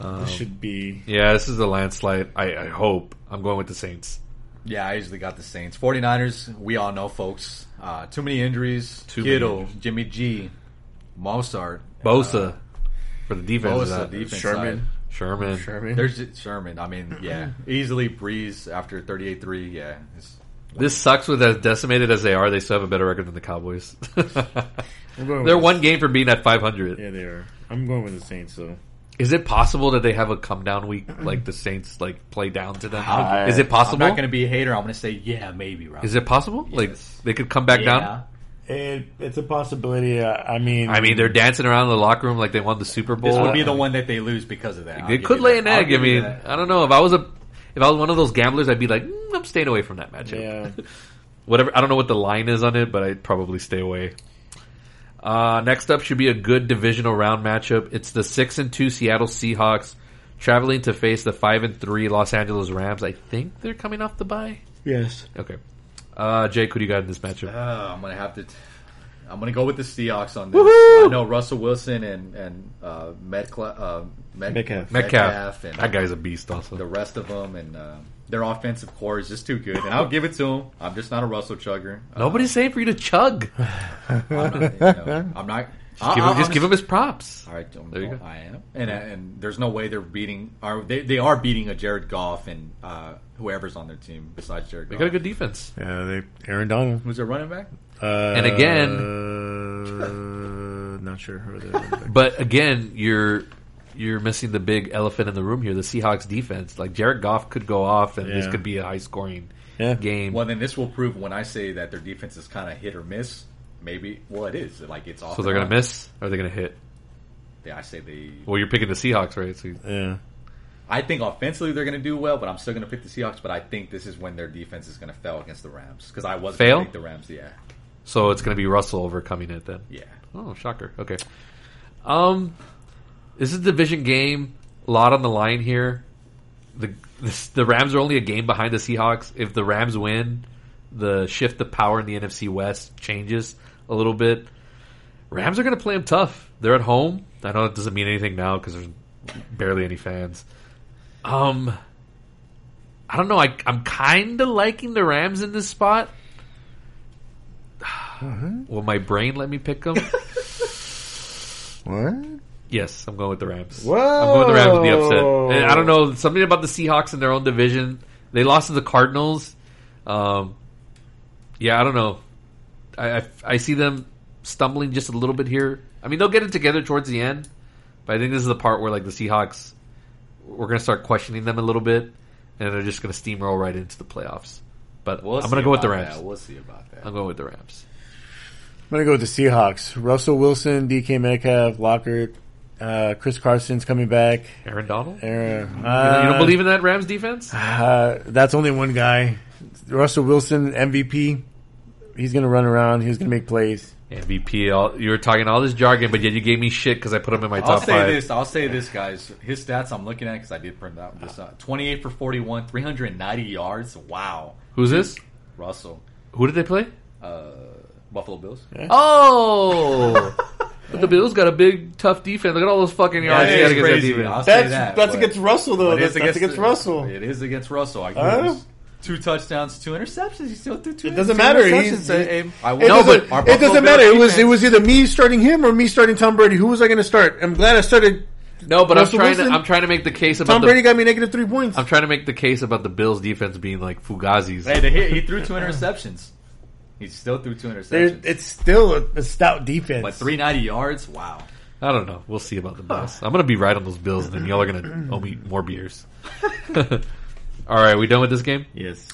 Speaker 1: Oh.
Speaker 10: this should be.
Speaker 1: Yeah, this is a landslide. I, I hope I'm going with the Saints.
Speaker 3: Yeah, I usually got the Saints. 49ers, we all know, folks. Uh, too many injuries.
Speaker 1: Too many
Speaker 3: Kittle,
Speaker 1: injuries.
Speaker 3: Jimmy G, Mozart,
Speaker 1: Bosa for the defense.
Speaker 3: Bosa,
Speaker 1: side.
Speaker 3: defense
Speaker 10: Sherman.
Speaker 3: side.
Speaker 1: Sherman.
Speaker 3: There's just Sherman. I mean, yeah, easily Breeze after 38-3. Yeah, it's-
Speaker 1: This sucks with as decimated as they are. They still have a better record than the Cowboys.
Speaker 10: I'm going
Speaker 1: They're
Speaker 10: with-
Speaker 1: one game from being at 500.
Speaker 10: Yeah, they are. I'm going with the Saints, though.
Speaker 1: Is it possible that they have a come down week like the Saints like play down to them?
Speaker 3: I-
Speaker 1: Is it
Speaker 3: I'm
Speaker 1: possible?
Speaker 3: not going to be a hater. I'm going to say yeah, maybe. Rob.
Speaker 1: Is it possible? Like
Speaker 3: Yes.
Speaker 1: they could come back down?
Speaker 10: It, it's a possibility. Uh, I mean,
Speaker 1: I mean, they're dancing around in the locker room like they won the Super Bowl.
Speaker 3: This would be the one that they lose because of that. I'll
Speaker 1: They
Speaker 3: give
Speaker 1: could
Speaker 3: you
Speaker 1: lay an
Speaker 3: that. I'll
Speaker 1: egg. I
Speaker 3: give you
Speaker 1: mean,
Speaker 3: that.
Speaker 1: I don't know. If I was a, if I was one of those gamblers, I'd be like, "Mm, I'm staying away from that matchup.
Speaker 10: Yeah.
Speaker 1: Whatever. I don't know what the line is on it, but I'd probably stay away. Uh, next up should be a good divisional round matchup. It's the six and two Seattle Seahawks traveling to face the five and three Los Angeles Rams. I think they're coming off the bye.
Speaker 10: yes.
Speaker 1: Okay. Uh, Jake, who do you got in this matchup?
Speaker 3: Uh, I'm gonna have to. I'm gonna go with the Seahawks on this. I know Russell Wilson and and uh, Metcla, uh, Met-
Speaker 10: Metcalf.
Speaker 1: Metcalf.
Speaker 3: and
Speaker 1: that guy's a beast. Also,
Speaker 3: the rest of them, and uh, their offensive core is just too good. And I'll give it to them. I'm just not a Russell chugger. Uh,
Speaker 1: Nobody's saying for you to chug.
Speaker 3: I'm not. you know, I'm not I'll-
Speaker 1: give him,
Speaker 3: I'll
Speaker 1: just give him his
Speaker 3: honestly-
Speaker 1: props.
Speaker 3: All right, don't-
Speaker 1: There you go.
Speaker 3: I am, and uh, and there's no way they're beating. Are they? They are beating a Jared Goff and uh, whoever's on their team besides Jared.
Speaker 1: They
Speaker 3: Goff.
Speaker 1: got a good defense.
Speaker 10: Yeah, they Aaron Donald.
Speaker 3: Who's their running back?
Speaker 10: Uh,
Speaker 1: And again-
Speaker 10: uh, not sure who they're.
Speaker 1: But again, you're you're missing the big elephant in the room here, the Seahawks defense. Like Jared Goff could go off, and this
Speaker 10: Yeah.
Speaker 1: could be a high scoring
Speaker 10: Yeah.
Speaker 1: game.
Speaker 3: Well, then this will prove when I say that their defense is kind of hit or miss. Maybe well, it is like it's off.
Speaker 1: so they're
Speaker 3: and
Speaker 1: gonna
Speaker 3: on.
Speaker 1: miss, or they're gonna hit.
Speaker 3: Yeah, I say they.
Speaker 1: Well, you're picking the Seahawks, right? So
Speaker 10: yeah.
Speaker 3: I think offensively they're gonna do well, but I'm still gonna pick the Seahawks. But I think this is when their defense is gonna fail against the Rams because I was
Speaker 1: Fail?
Speaker 3: gonna pick the Rams. Yeah,
Speaker 1: So it's going to be Russell overcoming it then.
Speaker 3: yeah.
Speaker 1: Oh, shocker. Okay. Um, this is a division game. A lot on the line here. The this, the Rams are only a game behind the Seahawks. If the Rams win, the shift of power in the NFC West changes a little bit. Rams are going to play them tough. They're at home. I know it doesn't mean anything now because there's barely any fans. Um, I don't know. I, I'm kind of liking the Rams in this spot. Will my brain let me pick them?
Speaker 10: What?
Speaker 1: Yes, I'm going with the Rams. I'm going with the Rams with the upset. And I don't know something about the Seahawks in their own division. They lost to the Cardinals. Um, yeah, I don't know. I, I I see them stumbling just a little bit here. I mean, they'll get it together towards the end, but I think this is the part where like the Seahawks we're going to start questioning them a little bit, and they're just going to steamroll right into the playoffs. But
Speaker 3: We'll
Speaker 1: I'm going
Speaker 3: see
Speaker 1: to go with the
Speaker 3: about
Speaker 1: Rams.
Speaker 3: that. We'll see about that.
Speaker 1: I'm going with the Rams.
Speaker 2: I'm gonna go with the Seahawks. Russell Wilson, DK Metcalf, Lockert, uh, Chris Carson's coming back.
Speaker 1: Aaron Donald.
Speaker 2: Aaron,
Speaker 1: You don't- you
Speaker 2: uh,
Speaker 1: don't believe in that Rams defense?
Speaker 2: uh, that's only one guy. Russell Wilson, MVP. He's gonna run around. He's gonna make plays.
Speaker 1: MVP. All, you were talking all this jargon, but yet you gave me shit because I put him in my
Speaker 3: I'll
Speaker 1: top
Speaker 3: say
Speaker 1: five.
Speaker 3: this. I'll say this, guys. His stats I'm looking at because I did print out this out. 28 for 41, 390 yards. Wow,
Speaker 1: Who's this?
Speaker 3: Russell,
Speaker 1: Who did they play?
Speaker 3: Buffalo Bills.
Speaker 1: Oh, but the Bills got a big, tough defense. Look at all those fucking yards
Speaker 3: it
Speaker 1: you got
Speaker 3: is
Speaker 1: against that
Speaker 3: crazy.
Speaker 1: defense.
Speaker 3: I'll say
Speaker 9: That's
Speaker 3: that,
Speaker 9: that's
Speaker 3: but-
Speaker 9: against Russell though.
Speaker 3: but it
Speaker 9: That's,
Speaker 3: is
Speaker 9: that's against
Speaker 3: the-
Speaker 9: Russell. It
Speaker 3: It is against Russell. I
Speaker 9: Huh?
Speaker 3: guess. Two touchdowns, two interceptions. He still threw two. It
Speaker 9: doesn't matter. He's-
Speaker 3: Interceptions.
Speaker 9: he-
Speaker 3: I- I-
Speaker 1: No,
Speaker 9: doesn't,
Speaker 1: but our
Speaker 9: it doesn't matter. It was it was either me starting him or me starting Tom Brady. Who was I going to start? I'm glad I started.
Speaker 1: No, but I'm
Speaker 9: Russell
Speaker 1: trying. To,
Speaker 9: Wilson?
Speaker 1: I'm trying to make the case about
Speaker 9: Tom
Speaker 1: the.
Speaker 9: Brady got me negative three points.
Speaker 1: I'm trying to make the case about the Bills defense being like Fugazis.
Speaker 3: Hey, they hit, he threw two interceptions. He still threw two
Speaker 2: There,
Speaker 3: interceptions.
Speaker 2: it's still a, a stout defense.
Speaker 3: but 390 yards. Wow.
Speaker 1: I don't know. We'll see about the Bills. I'm gonna be right on those Bills, and then y'all are gonna owe me more beers. All right, we done with this game.
Speaker 9: yes.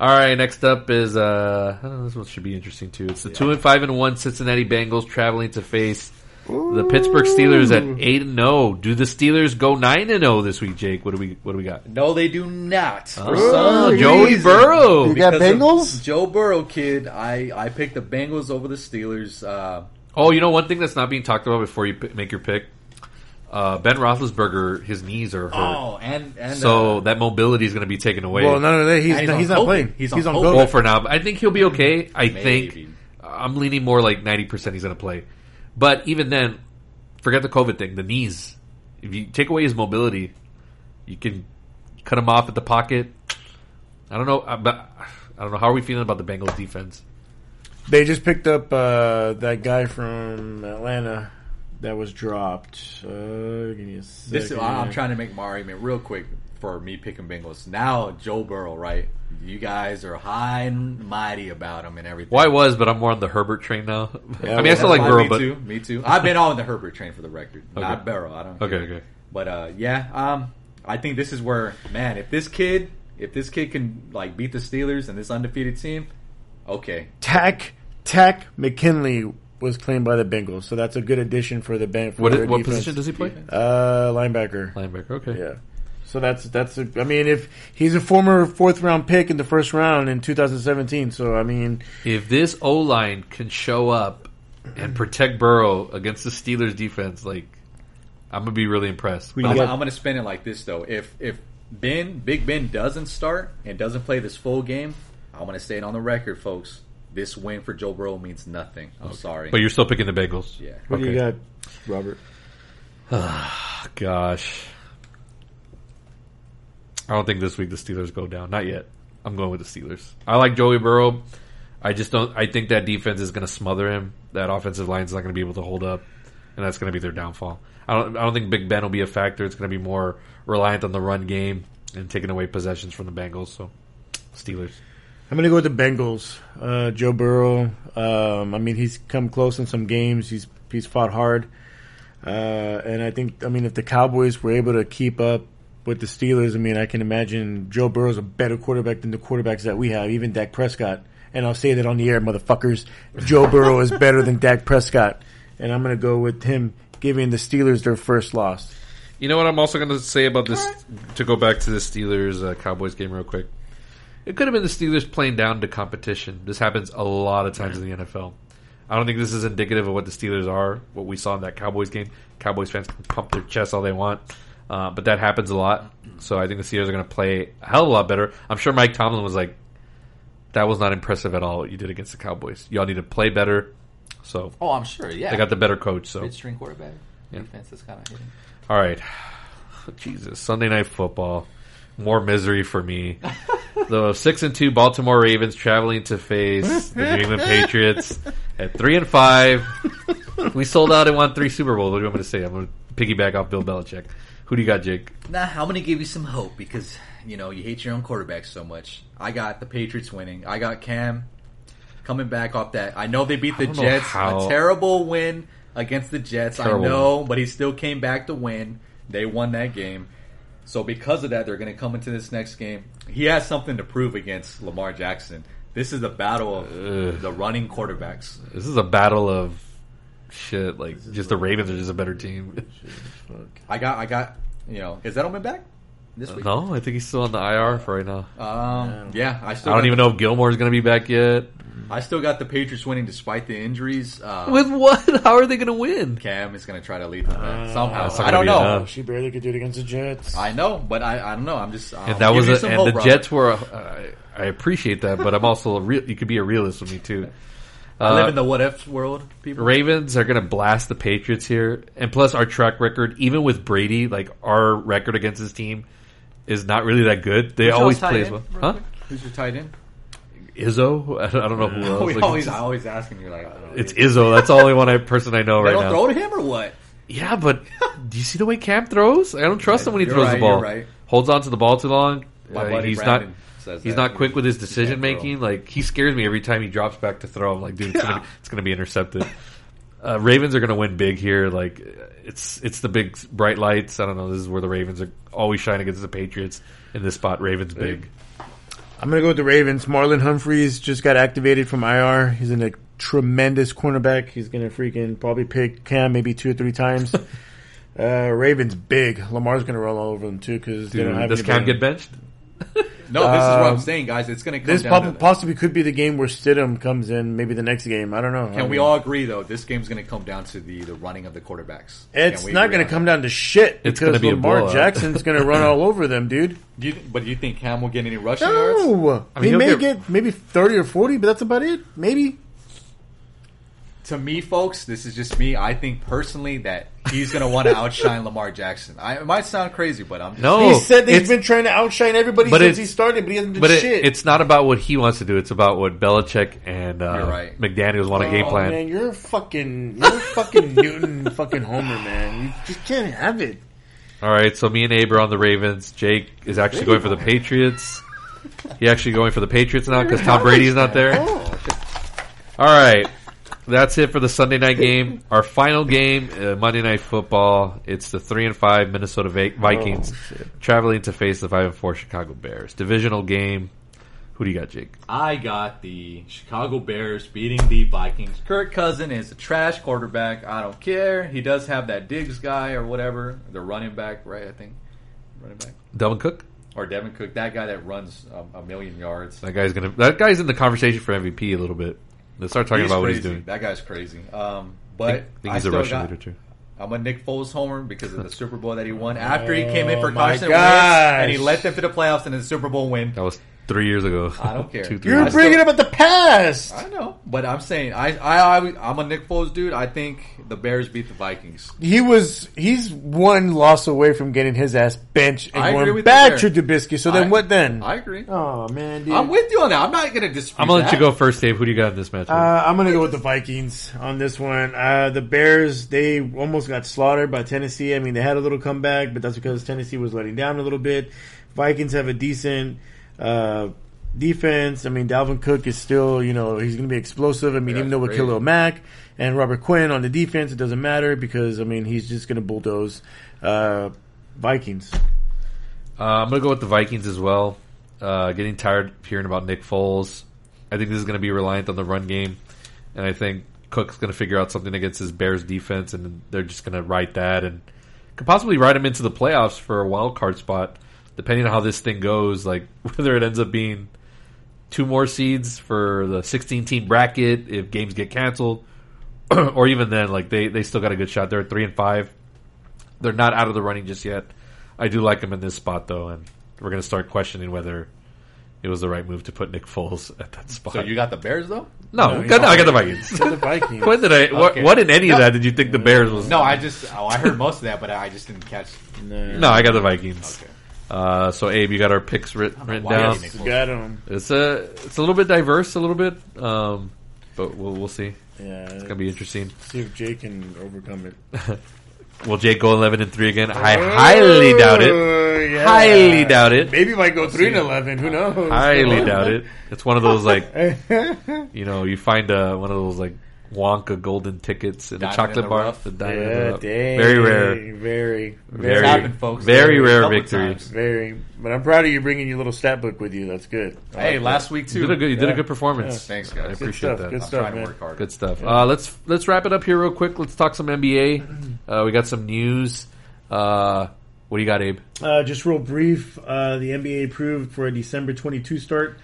Speaker 1: All right, next up is uh, I don't know, this one should be interesting too. It's the two and five and one Cincinnati Bengals traveling to face the Pittsburgh Steelers at eight and zero. Do the Steelers go nine and zero this week, Jake? What do we What do we got?
Speaker 3: No, they do not. For
Speaker 1: Oh,
Speaker 3: some
Speaker 1: Joey
Speaker 3: reason.
Speaker 1: Burrow.
Speaker 9: You got
Speaker 3: Because of
Speaker 9: Bengals?
Speaker 3: Joe Burrow, kid. I, I picked the Bengals over the Steelers. Uh,
Speaker 1: Oh, you know one thing that's not being talked about before you p- make your pick. Uh, ben Roethlisberger, his knees are hurt,
Speaker 3: oh, and and
Speaker 1: so
Speaker 3: uh,
Speaker 1: that mobility is going to be taken away.
Speaker 2: well, none of that. He's,
Speaker 3: And he's
Speaker 2: no,
Speaker 3: on
Speaker 2: he's not
Speaker 3: COVID.
Speaker 2: playing.
Speaker 3: He's
Speaker 2: He's,
Speaker 3: on
Speaker 2: on
Speaker 3: COVID.
Speaker 2: COVID.
Speaker 1: well, for now, but I think he'll be okay. I
Speaker 3: Maybe.
Speaker 1: think I'm leaning more like ninety percent he's going to play, but even then, forget the COVID thing. The knees, if you take away his mobility, you can cut him off at the pocket. I don't know, uh, but I don't know how are we feeling about the Bengals defense.
Speaker 2: They just picked up uh, that guy from Atlanta that was dropped. Uh, give me a second.
Speaker 3: this is, I- I'm trying to make my argument real quick for me picking Bengals. Now Joe Burrow, right? You guys are high and mighty about him and everything.
Speaker 1: Well, I was, but I'm more on the Herbert train now. I mean, I
Speaker 2: well,
Speaker 1: still like
Speaker 3: Why,
Speaker 1: Burrow,
Speaker 3: me
Speaker 1: but
Speaker 3: too. Me too. I've been on the Herbert train for the record. Not
Speaker 1: Okay.
Speaker 3: Burrow. I don't.
Speaker 1: okay,
Speaker 3: care.
Speaker 1: okay.
Speaker 3: But uh, yeah, um, I think this is where, man, if this kid, if this kid can like beat the Steelers and this undefeated team, okay,
Speaker 2: Tack Tack McKinley was claimed by the Bengals, so that's a good addition for the Ben. For
Speaker 1: What,
Speaker 2: their
Speaker 1: what
Speaker 2: defense.
Speaker 1: position does he play?
Speaker 2: Uh, linebacker.
Speaker 1: Linebacker. Okay.
Speaker 2: Yeah. So that's that's. A, I mean, if he's a former fourth round pick in the first round in 2017, so I mean,
Speaker 1: If this O line can show up and protect Burrow against the Steelers defense, like I'm gonna be really impressed.
Speaker 2: got-
Speaker 3: I'm, I'm gonna spin it like this though. If if Ben Big Ben doesn't start and doesn't play this full game, I'm gonna say it on the record, folks. This win for Joe Burrow means nothing. I'm sorry.
Speaker 1: But you're still picking the Bengals.
Speaker 3: yeah.
Speaker 2: what do you
Speaker 1: Okay.
Speaker 2: got, Robert?
Speaker 1: Gosh, I don't think this week the Steelers go down. Not yet. I'm going with the Steelers. I like Joey Burrow. I just don't. I think that defense is gonna smother him. That offensive line's not gonna be able to hold up, and that's gonna be their downfall. I don't. I don't think Big Ben will be a factor. It's gonna be more reliant on the run game and taking away possessions from the Bengals. So, Steelers.
Speaker 2: I'm gonna go with the Bengals. Uh, Joe Burrow. Um, I mean, he's come close in some games. He's he's fought hard, uh, and I think I mean if the Cowboys were able to keep up with the Steelers, I mean I can imagine Joe Burrow's a better quarterback than the quarterbacks that we have, even Dak Prescott. And I'll say that on the air, motherfuckers. Joe Burrow is better than Dak Prescott, and I'm gonna go with him giving the Steelers their first loss.
Speaker 1: You know what I'm also going to say about this to go back to the Steelers uh, Cowboys game real quick. It could have been the Steelers playing down to competition. This happens a lot of times in the NFL. I don't think this is indicative of what the Steelers are, what we saw in that Cowboys game. Cowboys fans can pump their chest all they want, uh, but that happens a lot. So I think the Steelers are going to play a hell of a lot better. I'm sure Mike Tomlin was like, "That was not impressive at all. What you did against the Cowboys. Y'all need to play better." So
Speaker 3: Oh, I'm sure. Yeah.
Speaker 1: they got the better coach. So
Speaker 3: string quarterback. Defense is kind of hitting.
Speaker 1: all right. Jesus. Sunday night football. More misery for me. the six and two Baltimore Ravens traveling to face the New England Patriots at three and five. We sold out and won three Super Bowls. What do you want me to say? I'm gonna piggyback off Bill Belichick. Who do you got, Jake?
Speaker 3: Nah, I'm gonna give you some hope because you know you hate your own quarterback so much. I got the Patriots winning. I got Cam coming back off that. I know they beat the
Speaker 1: don't know
Speaker 3: Jets.
Speaker 1: how-
Speaker 3: A terrible win against the Jets.
Speaker 1: Terrible
Speaker 3: I know, but he still came back to win. They won that game. So because of that, they're going to come into this next game. He has something to prove against Lamar Jackson. This is the battle of the running quarterbacks.
Speaker 1: This is a battle of shit. Like just the Ravens are just a better team.
Speaker 3: I got, I got. You know, is Edelman back this week?
Speaker 1: no, I think he's still on the IR for right now.
Speaker 3: Um, yeah, I
Speaker 1: I
Speaker 3: still.
Speaker 1: don't
Speaker 3: got-
Speaker 1: even know if Gilmore's going to be back yet.
Speaker 3: I still got the Patriots winning despite the injuries. Uh,
Speaker 1: With what? How are they going to win?
Speaker 3: Cam is going to try to lead them back somehow.
Speaker 1: That's not
Speaker 3: I don't
Speaker 1: gonna
Speaker 3: know.
Speaker 1: be enough.
Speaker 2: She barely could do it against the Jets.
Speaker 3: I know, but I, I don't know. I'm just. I'm
Speaker 1: And that was
Speaker 3: giving you
Speaker 1: a,
Speaker 3: some
Speaker 1: and
Speaker 3: hope,
Speaker 1: the
Speaker 3: Robert.
Speaker 1: Jets were. A, I, I appreciate that, but I'm also a real. You could be a realist with me too.
Speaker 3: I live
Speaker 1: Uh,
Speaker 3: in the what ifs world, people.
Speaker 1: Ravens are going to blast the Patriots here, and plus our track record, even with Brady, like our record against his team, is not really that good. They
Speaker 3: Who's
Speaker 1: always
Speaker 3: your tight
Speaker 1: play as
Speaker 3: end,
Speaker 1: well,
Speaker 3: real
Speaker 1: huh?
Speaker 3: quick? Who's your tight end?
Speaker 1: Izzo, I don't, I don't know who else.
Speaker 3: We
Speaker 1: Like,
Speaker 3: always, I
Speaker 1: it's,
Speaker 3: always ask him. You're like, I don't know.
Speaker 1: it's Izzo. That's the only one I person I know
Speaker 3: They
Speaker 1: right
Speaker 3: don't
Speaker 1: now.
Speaker 3: throw to him or what?
Speaker 1: Yeah, but do you see the way Cam throws? I don't trust him when he
Speaker 3: You're
Speaker 1: throws
Speaker 3: right,
Speaker 1: the ball.
Speaker 3: you're right.
Speaker 1: Holds on to the ball too long.
Speaker 3: My
Speaker 1: Uh,
Speaker 3: buddy
Speaker 1: he's
Speaker 3: Brandon
Speaker 1: not.
Speaker 3: says
Speaker 1: he's
Speaker 3: that.
Speaker 1: not quick with his
Speaker 3: He can't
Speaker 1: decision
Speaker 3: throw.
Speaker 1: making. Like he scares me every time he drops back to throw. I'm like, dude, it's gonna be, it's gonna be intercepted. Uh, Ravens are gonna win big here. Like uh, it's it's the big s- bright lights. I don't know. This is where the Ravens are always shining against the Patriots. In this spot, Ravens big.
Speaker 2: I'm going to go with the Ravens. Marlon Humphreys just got activated from IR. He's in a tremendous cornerback. He's going to freaking probably pick Cam maybe two or three times. uh, Ravens big. Lamar's going to roll all over them too because they don't
Speaker 1: Dude,
Speaker 2: have
Speaker 1: does Cam
Speaker 2: anybody.
Speaker 1: get benched?
Speaker 3: No, this is
Speaker 1: Uh,
Speaker 3: what I'm saying, guys. It's going to come
Speaker 2: This
Speaker 3: down
Speaker 2: prob-
Speaker 3: to that.
Speaker 2: possibly could be the game where Stidham comes in. Maybe the next game. I don't know. I
Speaker 3: Can we
Speaker 2: mean,
Speaker 3: all agree though? This game's going to come down to the the running of the quarterbacks.
Speaker 2: It's not going to come down to shit
Speaker 1: It's
Speaker 2: because
Speaker 1: gonna be a
Speaker 2: Lamar
Speaker 1: blowout.
Speaker 2: Jackson's going to run all over them, dude.
Speaker 3: Do you, but do you think Cam will get any rushing yards?
Speaker 2: No,
Speaker 1: I mean,
Speaker 2: he
Speaker 1: he'll
Speaker 2: may
Speaker 1: get-
Speaker 2: get, maybe thirty or forty, but that's about it. Maybe
Speaker 3: To me, folks, this is just me. I think personally that he's going to want to outshine Lamar Jackson. I, it might sound crazy, but I'm just,
Speaker 1: No,
Speaker 2: he said that
Speaker 1: Oh, it's-
Speaker 2: he's been trying to outshine everybody
Speaker 1: But
Speaker 2: since
Speaker 1: it-
Speaker 2: he started, but he hasn't done
Speaker 1: But it,
Speaker 2: shit.
Speaker 1: it's not about what he wants to do. It's about what Belichick and uh,
Speaker 3: You're right.
Speaker 1: McDaniel's want to game
Speaker 2: Oh,
Speaker 1: plan.
Speaker 2: man, you're a fucking, you're a fucking Newton, fucking Homer, man. You just can't have it.
Speaker 1: All right, so me and Abe are on the Ravens. Jake is actually going for the Patriots. He actually going for the Patriots now because Tom Brady's not there. All
Speaker 3: Oh.
Speaker 1: right, that's it for the Sunday night game. Our final game, uh, Monday Night Football. It's the three and five Minnesota Va- Vikings
Speaker 3: Oh,
Speaker 1: traveling to face the five and four Chicago Bears. Divisional game. Who do you got, Jake?
Speaker 3: I got the Chicago Bears beating the Vikings. Kirk Cousin is a trash quarterback. I don't care. He does have that Diggs guy or whatever, the running back, right? I think running back
Speaker 1: Delvin Cook.
Speaker 3: or Devin Cook, that guy that runs um, a million yards.
Speaker 1: That guy's gonna. That guy's in the conversation for MVP a little bit. Let's start talking
Speaker 3: He's
Speaker 1: about what
Speaker 3: crazy.
Speaker 1: he's doing.
Speaker 3: That guy's crazy. Um,
Speaker 1: I
Speaker 3: but
Speaker 1: think, I think he's
Speaker 3: a
Speaker 1: a Russian leader too.
Speaker 3: I'm a Nick Foles homer because of the Super Bowl that he won after he came in for
Speaker 2: Oh, my
Speaker 3: Carson Wentz
Speaker 2: gosh.
Speaker 3: and he led them to the playoffs and the Super Bowl win.
Speaker 1: That was three years ago.
Speaker 3: I don't care.
Speaker 1: Two, three
Speaker 2: You're
Speaker 1: years ago.
Speaker 2: bringing up at the past.
Speaker 3: I know, but I'm saying I I, I I'm a Nick Foles dude. I think the Bears beat the Vikings.
Speaker 2: He was, he's one loss away from getting his ass benched and
Speaker 3: I agree
Speaker 2: going
Speaker 3: with
Speaker 2: back
Speaker 3: you
Speaker 2: to
Speaker 3: there.
Speaker 2: Trubisky. So then
Speaker 3: I-
Speaker 2: what then?
Speaker 3: I agree.
Speaker 2: oh man, dude.
Speaker 3: I'm with you on that. I'm not going to dispute.
Speaker 1: I'm gonna let
Speaker 3: that.
Speaker 1: you go first, Dave. Who do you got in this match?
Speaker 2: Uh, I'm gonna go with the Vikings on this one. Uh, the Bears they almost got slaughtered by Tennessee. I mean, they had a little comeback, but that's because Tennessee was letting down a little bit. Vikings have a decent uh, defense. I mean, Dalvin Cook is still you know he's gonna be explosive. I mean, even though with
Speaker 3: crazy.
Speaker 2: Khalil Mack and Robert Quinn on the defense, it doesn't matter because I mean he's just gonna bulldoze uh, Vikings.
Speaker 1: Uh, I'm gonna go with the Vikings as well. Uh, getting tired of hearing about Nick Foles. I think this is gonna be reliant on the run game, and I think Cook's gonna figure out something against his Bears defense, and they're just gonna ride that and could possibly ride him into the playoffs for a wild card spot, depending on how this thing goes. Like whether it ends up being two more seeds for the 16 team bracket if games get canceled, or even then, like they they still got a good shot. They're at three and five. They're not out of the running just yet. I do like him in this spot though, and we're going to start questioning whether it was the right move to put Nick Foles at that spot.
Speaker 3: So you got the Bears though?
Speaker 1: no, God, no, I got the Vikings.
Speaker 2: To the Vikings.
Speaker 1: when did I? What,
Speaker 3: Okay.
Speaker 1: what in any of that did you think the Bears was?
Speaker 3: No, I just oh, I heard most of that, but I just didn't catch.
Speaker 1: no, I got the Vikings.
Speaker 3: Okay.
Speaker 1: Uh, so Abe, you got our picks writ- written
Speaker 3: why
Speaker 1: down.
Speaker 3: is Nick Foles-
Speaker 2: Got him.
Speaker 1: It's a it's a little bit diverse, a little bit, um, but we'll we'll see.
Speaker 2: Yeah, it's
Speaker 1: It's gonna be interesting.
Speaker 2: see if Jake can overcome it.
Speaker 1: Will Jake go eleven and three again? I highly doubt it.
Speaker 2: Uh, yeah.
Speaker 1: Highly doubt it.
Speaker 2: Maybe might go three and eleven. Who knows?
Speaker 1: Highly doubt it. It's one of those like you know you find uh, one of those like Wonka golden tickets and
Speaker 3: Diamond
Speaker 1: a chocolate
Speaker 3: in the
Speaker 1: bar.
Speaker 3: rough.
Speaker 1: The diamond in the
Speaker 2: Yeah,
Speaker 1: rough.
Speaker 2: dang.
Speaker 1: Very rare.
Speaker 2: Very, very,
Speaker 1: Very,
Speaker 3: happened, folks.
Speaker 1: very
Speaker 3: A
Speaker 1: rare
Speaker 3: couple
Speaker 1: victories.
Speaker 3: times.
Speaker 2: very. But I'm proud of you bringing your little stat book with you. That's good. I
Speaker 3: Hey,
Speaker 2: like
Speaker 3: last week too.
Speaker 1: You did a good, you did a
Speaker 2: Yeah.
Speaker 1: good performance.
Speaker 3: Thanks,
Speaker 1: I
Speaker 3: guys.
Speaker 2: that.
Speaker 1: appreciate
Speaker 2: stuff.
Speaker 1: that.
Speaker 2: Good
Speaker 3: I'm
Speaker 2: stuff,
Speaker 3: trying to
Speaker 2: man.
Speaker 3: work hard.
Speaker 1: Good stuff. Uh, let's let's wrap it up here real quick. Let's talk some NBA. Uh, we got some news. Uh, what do you got, Abe?
Speaker 2: Uh, just real brief, uh, the NBA approved for a December 22 start,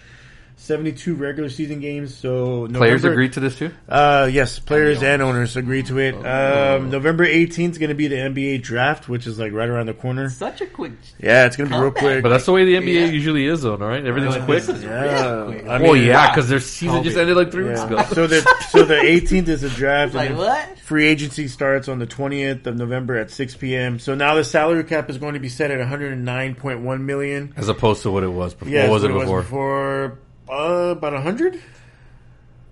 Speaker 2: 72 regular season games. So November,
Speaker 1: Players agreed to this too.
Speaker 2: Uh, yes, players and owners agree to it. Um, November 18th is going to be the NBA draft, which is like right around the corner.
Speaker 3: Such a quick.
Speaker 2: Yeah, it's going to be real quick.
Speaker 1: But that's the way the NBA usually is, though. All right, everything's quick.
Speaker 2: yeah, I
Speaker 1: well,
Speaker 2: mean,
Speaker 1: yeah, because their season just ended like three
Speaker 2: yeah.
Speaker 1: weeks ago.
Speaker 2: So the so the 18th is the draft. and
Speaker 12: Like
Speaker 2: then
Speaker 12: what?
Speaker 2: Free agency starts on the 20th of November at 6 p.m. So now the salary cap is going to be set at 109.1 million.
Speaker 1: As opposed to what it was before.
Speaker 2: Yeah,
Speaker 1: what was it
Speaker 2: that's
Speaker 1: before?
Speaker 2: before? Uh, about a hundred.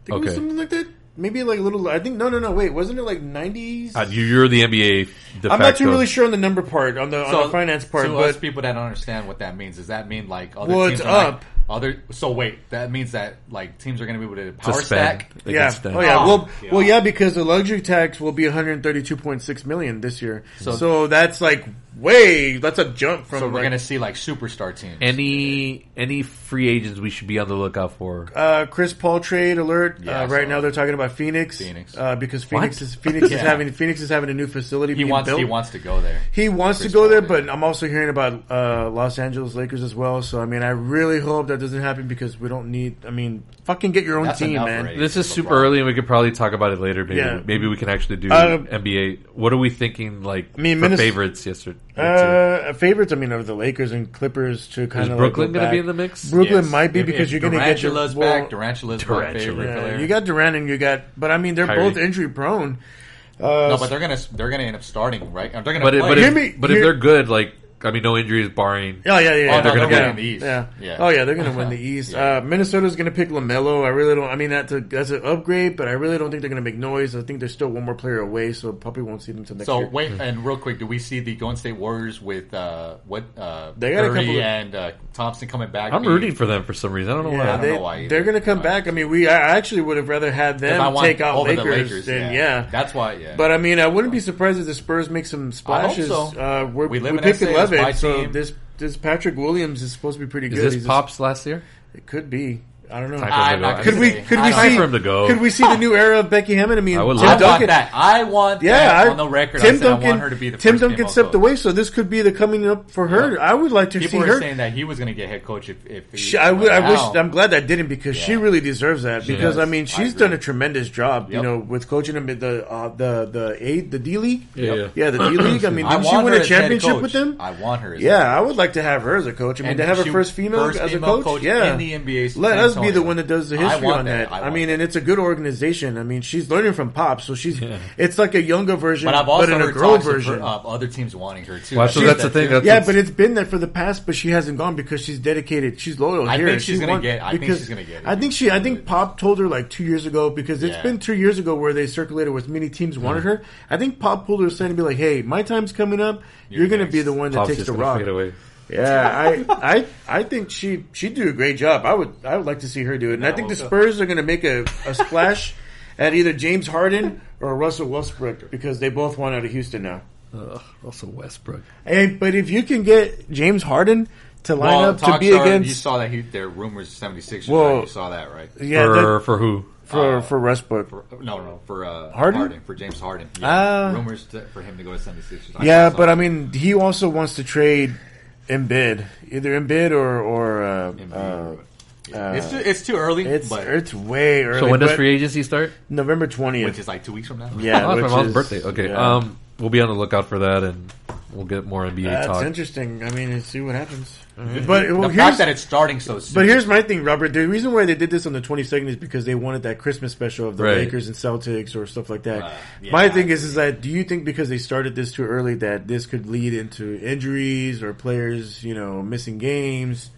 Speaker 2: Think it
Speaker 1: Okay.
Speaker 2: was something like that. Maybe like a little. I think no, no, no. Wait, wasn't it like nineties?
Speaker 1: Uh,
Speaker 2: I'm
Speaker 1: you- you're the NBA. De
Speaker 2: not too
Speaker 1: facto.
Speaker 2: really sure on the number part on the on the finance part,
Speaker 3: to us
Speaker 2: but
Speaker 3: people that don't understand what that means, does that mean like other
Speaker 2: Well,
Speaker 3: teams
Speaker 2: it's
Speaker 3: are, like,
Speaker 2: up.
Speaker 3: other? So wait, that means that like teams are going to be able
Speaker 1: To
Speaker 3: to power
Speaker 1: spend.
Speaker 3: stack.
Speaker 1: They
Speaker 2: yeah,
Speaker 1: can spend.
Speaker 2: oh yeah,
Speaker 3: Oh,
Speaker 2: well,
Speaker 3: yeah.
Speaker 2: well, yeah, because the luxury tax will be one hundred thirty-two point six million this year. So, that's like way. That's a jump from.
Speaker 3: So we're
Speaker 2: like,
Speaker 3: going to see like superstar teams.
Speaker 1: Any any free agents we should be on the lookout for?
Speaker 2: uh, Chris Paul trade alert.
Speaker 3: Yeah,
Speaker 2: uh, right
Speaker 3: so-
Speaker 2: now they're talking about Phoenix,
Speaker 3: Phoenix.
Speaker 2: Uh, because Phoenix is Phoenix is
Speaker 3: Yeah.
Speaker 2: having Phoenix is having a new facility.
Speaker 3: he
Speaker 2: being
Speaker 3: wants
Speaker 2: built.
Speaker 3: he wants to go there.
Speaker 2: He wants
Speaker 3: Chris
Speaker 2: to go
Speaker 3: Paul,
Speaker 2: there,
Speaker 3: yeah.
Speaker 2: but I'm also hearing about uh, Los Angeles Lakers as well. So I mean, I really hope that doesn't happen because we don't need. I mean, fucking get your own
Speaker 3: That's
Speaker 2: team,
Speaker 3: enough,
Speaker 2: man. Uh,
Speaker 3: right?
Speaker 1: This is super
Speaker 3: LeBron.
Speaker 1: early, and we could probably talk about it later. Maybe
Speaker 2: Yeah.
Speaker 1: maybe we can actually do
Speaker 2: Uh,
Speaker 1: NBA. What are we thinking? Like
Speaker 2: mean,
Speaker 1: for
Speaker 2: Minnes-
Speaker 1: favorites yesterday.
Speaker 2: Uh, favorites, I mean, of the Lakers and Clippers to kind
Speaker 1: Is
Speaker 2: of
Speaker 1: Brooklyn
Speaker 2: going
Speaker 1: gonna
Speaker 2: to
Speaker 1: be in the mix?
Speaker 2: Brooklyn
Speaker 3: Yes.
Speaker 2: might be
Speaker 3: If-
Speaker 2: because
Speaker 3: if
Speaker 2: you're going to get your
Speaker 3: Durantula's
Speaker 2: well,
Speaker 3: back. Durantula's
Speaker 1: Durantula.
Speaker 3: my favorite
Speaker 2: yeah,
Speaker 3: player.
Speaker 2: you got Durant and you got, but I mean, they're
Speaker 1: Kyrie.
Speaker 2: both injury prone.
Speaker 3: no, but they're going to they're going to end up starting right. They're going to
Speaker 1: But
Speaker 3: play.
Speaker 1: if, but
Speaker 2: Hear
Speaker 1: if,
Speaker 2: me-
Speaker 1: but if
Speaker 2: hear-
Speaker 1: they're good, like I mean, no injuries barring.
Speaker 2: Oh yeah, yeah, yeah.
Speaker 3: Oh, no,
Speaker 1: they're gonna
Speaker 2: yeah.
Speaker 1: win
Speaker 3: the East.
Speaker 2: Yeah.
Speaker 3: Yeah.
Speaker 2: Oh yeah, they're gonna win the East.
Speaker 3: Yeah.
Speaker 2: Uh, Minnesota's gonna pick Lamelo. I really don't. I mean, that's a that's an upgrade, but I really don't think they're gonna make noise. I think they're still one more player away, so probably won't see them until next
Speaker 3: so
Speaker 2: year.
Speaker 3: wait, and real quick, do we see the Golden State Warriors with uh, what uh,
Speaker 2: They got a
Speaker 3: Curry
Speaker 2: couple of-
Speaker 3: and uh, Thompson coming back?
Speaker 1: I'm
Speaker 3: be-
Speaker 1: rooting for them for some reason. I don't know
Speaker 2: Yeah,
Speaker 1: why.
Speaker 3: don't
Speaker 2: they,
Speaker 3: know why either.
Speaker 2: they're gonna come
Speaker 3: I-
Speaker 2: back. I mean, we I actually would have rather had
Speaker 3: if I
Speaker 2: them
Speaker 3: want
Speaker 2: take out
Speaker 3: over
Speaker 2: Lakers,
Speaker 3: the Lakers
Speaker 2: than yeah.
Speaker 3: that's why. Yeah,
Speaker 2: but I mean, I wouldn't be surprised if the Spurs make some splashes.
Speaker 3: so.
Speaker 2: Uh, we're,
Speaker 3: We
Speaker 2: we
Speaker 3: live in
Speaker 2: picked
Speaker 3: SA, it's my
Speaker 2: eleven, so
Speaker 3: team.
Speaker 2: this this Patrick Williams is supposed to be pretty
Speaker 1: Is
Speaker 2: good.
Speaker 1: this
Speaker 2: He's a-
Speaker 1: Pops last year?
Speaker 2: it could be. I don't know.
Speaker 1: Time for
Speaker 3: I'm
Speaker 1: him to go.
Speaker 3: not
Speaker 2: could we
Speaker 3: I
Speaker 2: could we
Speaker 3: don't
Speaker 2: see
Speaker 1: for him to go.
Speaker 2: Could we see the new era of Becky Hammond? I mean,
Speaker 1: I would
Speaker 2: Tim
Speaker 1: love
Speaker 3: I want
Speaker 2: Duncan.
Speaker 3: that. I want
Speaker 2: Yeah,
Speaker 3: that
Speaker 2: I,
Speaker 3: on the record. I
Speaker 2: Tim
Speaker 3: said
Speaker 2: Duncan.
Speaker 3: I want her to be the
Speaker 2: Tim
Speaker 3: first
Speaker 2: Duncan
Speaker 3: female
Speaker 2: stepped
Speaker 3: coach.
Speaker 2: away, so this could be the coming up for her.
Speaker 3: Yeah.
Speaker 2: I would like to
Speaker 3: People
Speaker 2: see
Speaker 3: were
Speaker 2: her.
Speaker 3: saying that he was going to get head coach if, if he,
Speaker 2: She- I, would, I wish.
Speaker 3: Wow.
Speaker 2: I'm glad that didn't because she
Speaker 3: Yeah.
Speaker 2: really deserves that. because
Speaker 1: does.
Speaker 2: I mean, she's
Speaker 3: agree.
Speaker 2: done a tremendous job. You
Speaker 3: Yep.
Speaker 2: know, with coaching them at the uh, the the A the D League.
Speaker 1: Yeah, yeah.
Speaker 2: yeah, the D League. I mean,
Speaker 3: I
Speaker 2: didn't
Speaker 3: want
Speaker 2: she win
Speaker 3: her
Speaker 2: a
Speaker 3: as head
Speaker 2: championship
Speaker 3: coach.
Speaker 2: with them?
Speaker 3: I want her. As
Speaker 2: Yeah,
Speaker 3: head
Speaker 2: I would like to have her as a coach. I mean,
Speaker 3: And
Speaker 2: to have
Speaker 3: she-
Speaker 2: her first female
Speaker 3: first
Speaker 2: as
Speaker 3: female
Speaker 2: a coach,
Speaker 3: coach
Speaker 2: yeah.
Speaker 3: in the NBA since
Speaker 2: Let us be the
Speaker 3: Antonio.
Speaker 2: one that does the
Speaker 3: I
Speaker 2: history
Speaker 3: want
Speaker 2: on
Speaker 3: that.
Speaker 2: that.
Speaker 3: I
Speaker 2: I,
Speaker 3: want
Speaker 2: mean,
Speaker 3: that.
Speaker 2: and it's a good organization. I mean, she's learning from Pop, so she's it's like a younger version,
Speaker 3: But
Speaker 2: but,
Speaker 3: I've also
Speaker 2: in a
Speaker 3: heard
Speaker 2: girl
Speaker 3: talks of her- uh,
Speaker 2: version.
Speaker 3: of other teams wanting her too.
Speaker 1: Well,
Speaker 3: I've
Speaker 1: so
Speaker 3: heard
Speaker 1: that's the
Speaker 3: that,
Speaker 1: thing.
Speaker 3: too.
Speaker 1: That's
Speaker 2: yeah,
Speaker 1: what's-
Speaker 2: but it's been there for the past, but she hasn't gone because she's dedicated. She's loyal
Speaker 3: I
Speaker 2: here.
Speaker 3: think she's
Speaker 2: She
Speaker 3: gonna
Speaker 2: won-
Speaker 3: get- I think she's gonna get it.
Speaker 2: I think she. I think Pop told her like two years ago because it's
Speaker 3: Yeah. Mm.
Speaker 2: been two years ago where they circulated with many teams wanted her. I think Pop pulled her aside and be like, "Hey, my time's coming up. You're, going to
Speaker 3: next."
Speaker 2: be the one that
Speaker 1: Pops
Speaker 2: takes
Speaker 1: just
Speaker 2: the
Speaker 1: gonna
Speaker 2: rock."
Speaker 1: fade away.
Speaker 2: Yeah, I, I, I think she she'd do a great job. I would, I would like to see her do it. And I think the Spurs are going to make a, a splash at either James Harden or Russell Westbrook because they both want out of Houston now.
Speaker 1: Ugh, also Westbrook.
Speaker 2: Hey, but if you can get James Harden to line
Speaker 3: Well,
Speaker 2: up to
Speaker 3: talks
Speaker 2: be
Speaker 3: are- You
Speaker 2: against,
Speaker 3: saw that he, there are rumors 76
Speaker 2: Well,
Speaker 3: You saw that right?
Speaker 2: yeah,
Speaker 1: for
Speaker 2: that-
Speaker 1: for who?
Speaker 2: for
Speaker 1: Uh,
Speaker 2: for Westbrook.
Speaker 3: For, no, no, for uh,
Speaker 2: Harden?
Speaker 3: for James Harden.
Speaker 2: Ah.
Speaker 3: rumors to, for him to go to 76ers.
Speaker 2: Yeah, but I mean, he also wants to trade Embiid, either Embiid or or uh, uh,
Speaker 3: it's too, it's too early.
Speaker 2: it's
Speaker 3: but,
Speaker 2: it's way early.
Speaker 1: So when does
Speaker 2: but
Speaker 1: free agency start?
Speaker 2: November
Speaker 3: which
Speaker 2: twentieth?
Speaker 3: is like two weeks from now.
Speaker 2: Yeah,
Speaker 1: oh, it's my
Speaker 2: which
Speaker 1: mom's
Speaker 2: is-
Speaker 1: birthday. Okay,
Speaker 2: yeah.
Speaker 1: um, we'll be on the lookout for that, and we'll get more NBA
Speaker 2: That's
Speaker 1: talk.
Speaker 2: interesting. I mean, let's see what happens. But well,
Speaker 3: Mm-hmm. the
Speaker 2: here's,
Speaker 3: fact that it's starting so soon.
Speaker 2: but here's my thing, Robert. The reason why they did this on the 22nd is because they wanted that Christmas special of the
Speaker 1: Right.
Speaker 2: Lakers and Celtics or stuff like that.
Speaker 3: Uh, yeah,
Speaker 2: my
Speaker 3: I
Speaker 2: thing is, is that do you think because they started this too early that this could lead into injuries or players, you know, missing games?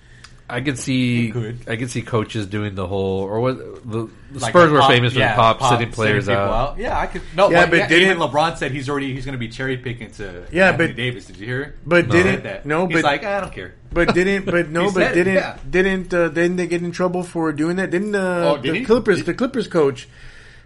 Speaker 1: I can see,
Speaker 3: could.
Speaker 1: I can see coaches doing the whole or what the, the
Speaker 3: Like
Speaker 1: Spurs
Speaker 3: the
Speaker 1: were
Speaker 3: Pop-
Speaker 1: famous
Speaker 3: yeah,
Speaker 1: for pop, sitting
Speaker 3: sending
Speaker 1: players uh,
Speaker 3: people
Speaker 1: out.
Speaker 3: Yeah, I could. No,
Speaker 2: Yeah,
Speaker 3: like,
Speaker 2: but
Speaker 3: yeah,
Speaker 2: didn't-
Speaker 3: even LeBron said he's already he's going to be cherry picking to
Speaker 2: Yeah,
Speaker 3: Anthony
Speaker 2: but-
Speaker 3: Davis. Did you hear?
Speaker 2: But
Speaker 3: He
Speaker 2: didn't
Speaker 3: said that.
Speaker 2: no?
Speaker 3: he's
Speaker 2: But
Speaker 3: like I don't care.
Speaker 2: but didn't but no?
Speaker 3: He
Speaker 2: but
Speaker 3: said,
Speaker 2: didn't
Speaker 3: yeah.
Speaker 2: didn't uh, didn't they get in trouble for doing that? Didn't uh,
Speaker 3: Oh, did
Speaker 2: the
Speaker 3: he?
Speaker 2: Clippers
Speaker 3: Did-
Speaker 2: the Clippers coach?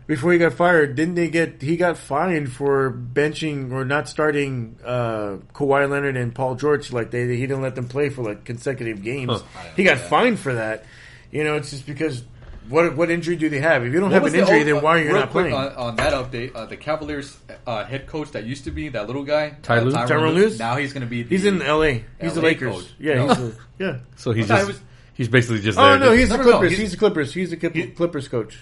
Speaker 2: before he got fired, didn't they get he got fined for benching or not starting uh, Kawhi Leonard and Paul George? Like they he didn't let them play for like consecutive games. He got fined for that. You know, it's just because what what injury do they have? If you don't
Speaker 3: What
Speaker 2: have
Speaker 3: was
Speaker 2: an
Speaker 3: the
Speaker 2: injury,
Speaker 3: old-
Speaker 2: then why are you
Speaker 3: real
Speaker 2: not
Speaker 3: quick
Speaker 2: playing?
Speaker 3: On, on that update, uh, the Cavaliers uh, head coach that used to be that little guy,
Speaker 1: Ty Lue?
Speaker 3: uh, Tyronn
Speaker 2: Tyronn
Speaker 3: Lue,
Speaker 2: Lue's?
Speaker 3: Now he's going to be. The,
Speaker 2: he's in L.A. He's the
Speaker 3: LA
Speaker 2: Lakers.
Speaker 3: coach.
Speaker 2: Yeah,
Speaker 3: No.
Speaker 2: he's the, yeah.
Speaker 1: So he's
Speaker 3: I
Speaker 1: just,
Speaker 3: was-
Speaker 1: he's basically just
Speaker 2: Oh
Speaker 1: there.
Speaker 2: no,
Speaker 1: to-
Speaker 2: he's the
Speaker 3: No, no, no,
Speaker 2: Clippers.
Speaker 3: he's-
Speaker 2: He's the Clippers. He's the Clip- Clippers coach.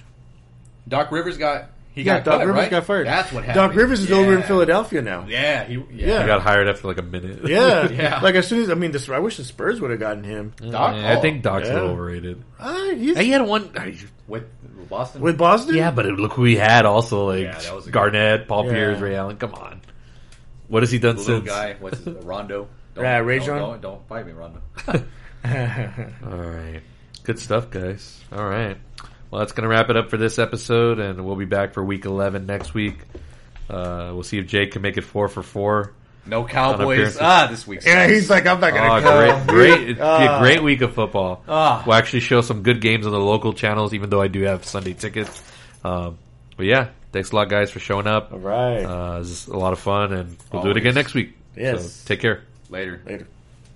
Speaker 3: Doc Rivers got he
Speaker 2: Yeah,
Speaker 3: got
Speaker 2: Doc
Speaker 3: cut,
Speaker 2: Rivers
Speaker 3: right?
Speaker 2: got fired.
Speaker 3: That's what happened.
Speaker 2: Doc Rivers is
Speaker 3: Yeah.
Speaker 2: over in Philadelphia now.
Speaker 3: Yeah, he, yeah.
Speaker 1: he got hired after like a minute.
Speaker 2: Yeah.
Speaker 3: Yeah.
Speaker 2: Like as soon as I mean, this, I wish the Spurs would have gotten him.
Speaker 3: Doc,
Speaker 1: Yeah, I
Speaker 3: oh,
Speaker 1: think Doc's a little
Speaker 2: Yeah.
Speaker 1: overrated.
Speaker 2: Ah, he's-
Speaker 1: He had one.
Speaker 3: with Boston.
Speaker 2: with Boston.
Speaker 1: Yeah, but look who he had also like
Speaker 3: Yeah, that was a good-
Speaker 1: Garnett, Paul
Speaker 2: Yeah.
Speaker 1: Pierce, Ray Allen. Come on, what has he done
Speaker 3: the little
Speaker 1: since?
Speaker 3: guy, what's his Rondo? Don't,
Speaker 2: Yeah, Ray
Speaker 3: don't,
Speaker 2: John.
Speaker 3: Don't, don't fight me, Rondo.
Speaker 1: All right, good stuff, guys. All right, well that's gonna wrap it up for this episode, and we'll be back for week eleven next week. Uh, we'll see if Jake can make it four for four.
Speaker 3: No
Speaker 1: appearances.
Speaker 3: Cowboys. Ah, this week.
Speaker 2: Yeah, he's like, I'm not
Speaker 1: Oh,
Speaker 2: gonna
Speaker 1: great,
Speaker 2: come.
Speaker 1: great! It'd be a
Speaker 2: Ah.
Speaker 1: great week of football.
Speaker 3: Ah.
Speaker 1: We'll actually show some good games on the local channels, even though I do have Sunday tickets. Um, but yeah, thanks a lot, guys, for showing up.
Speaker 2: All right.
Speaker 1: Uh, this is a lot of fun, and we'll do it
Speaker 3: Always.
Speaker 1: again next week.
Speaker 2: Yes.
Speaker 1: So take care.
Speaker 3: later.
Speaker 2: Later.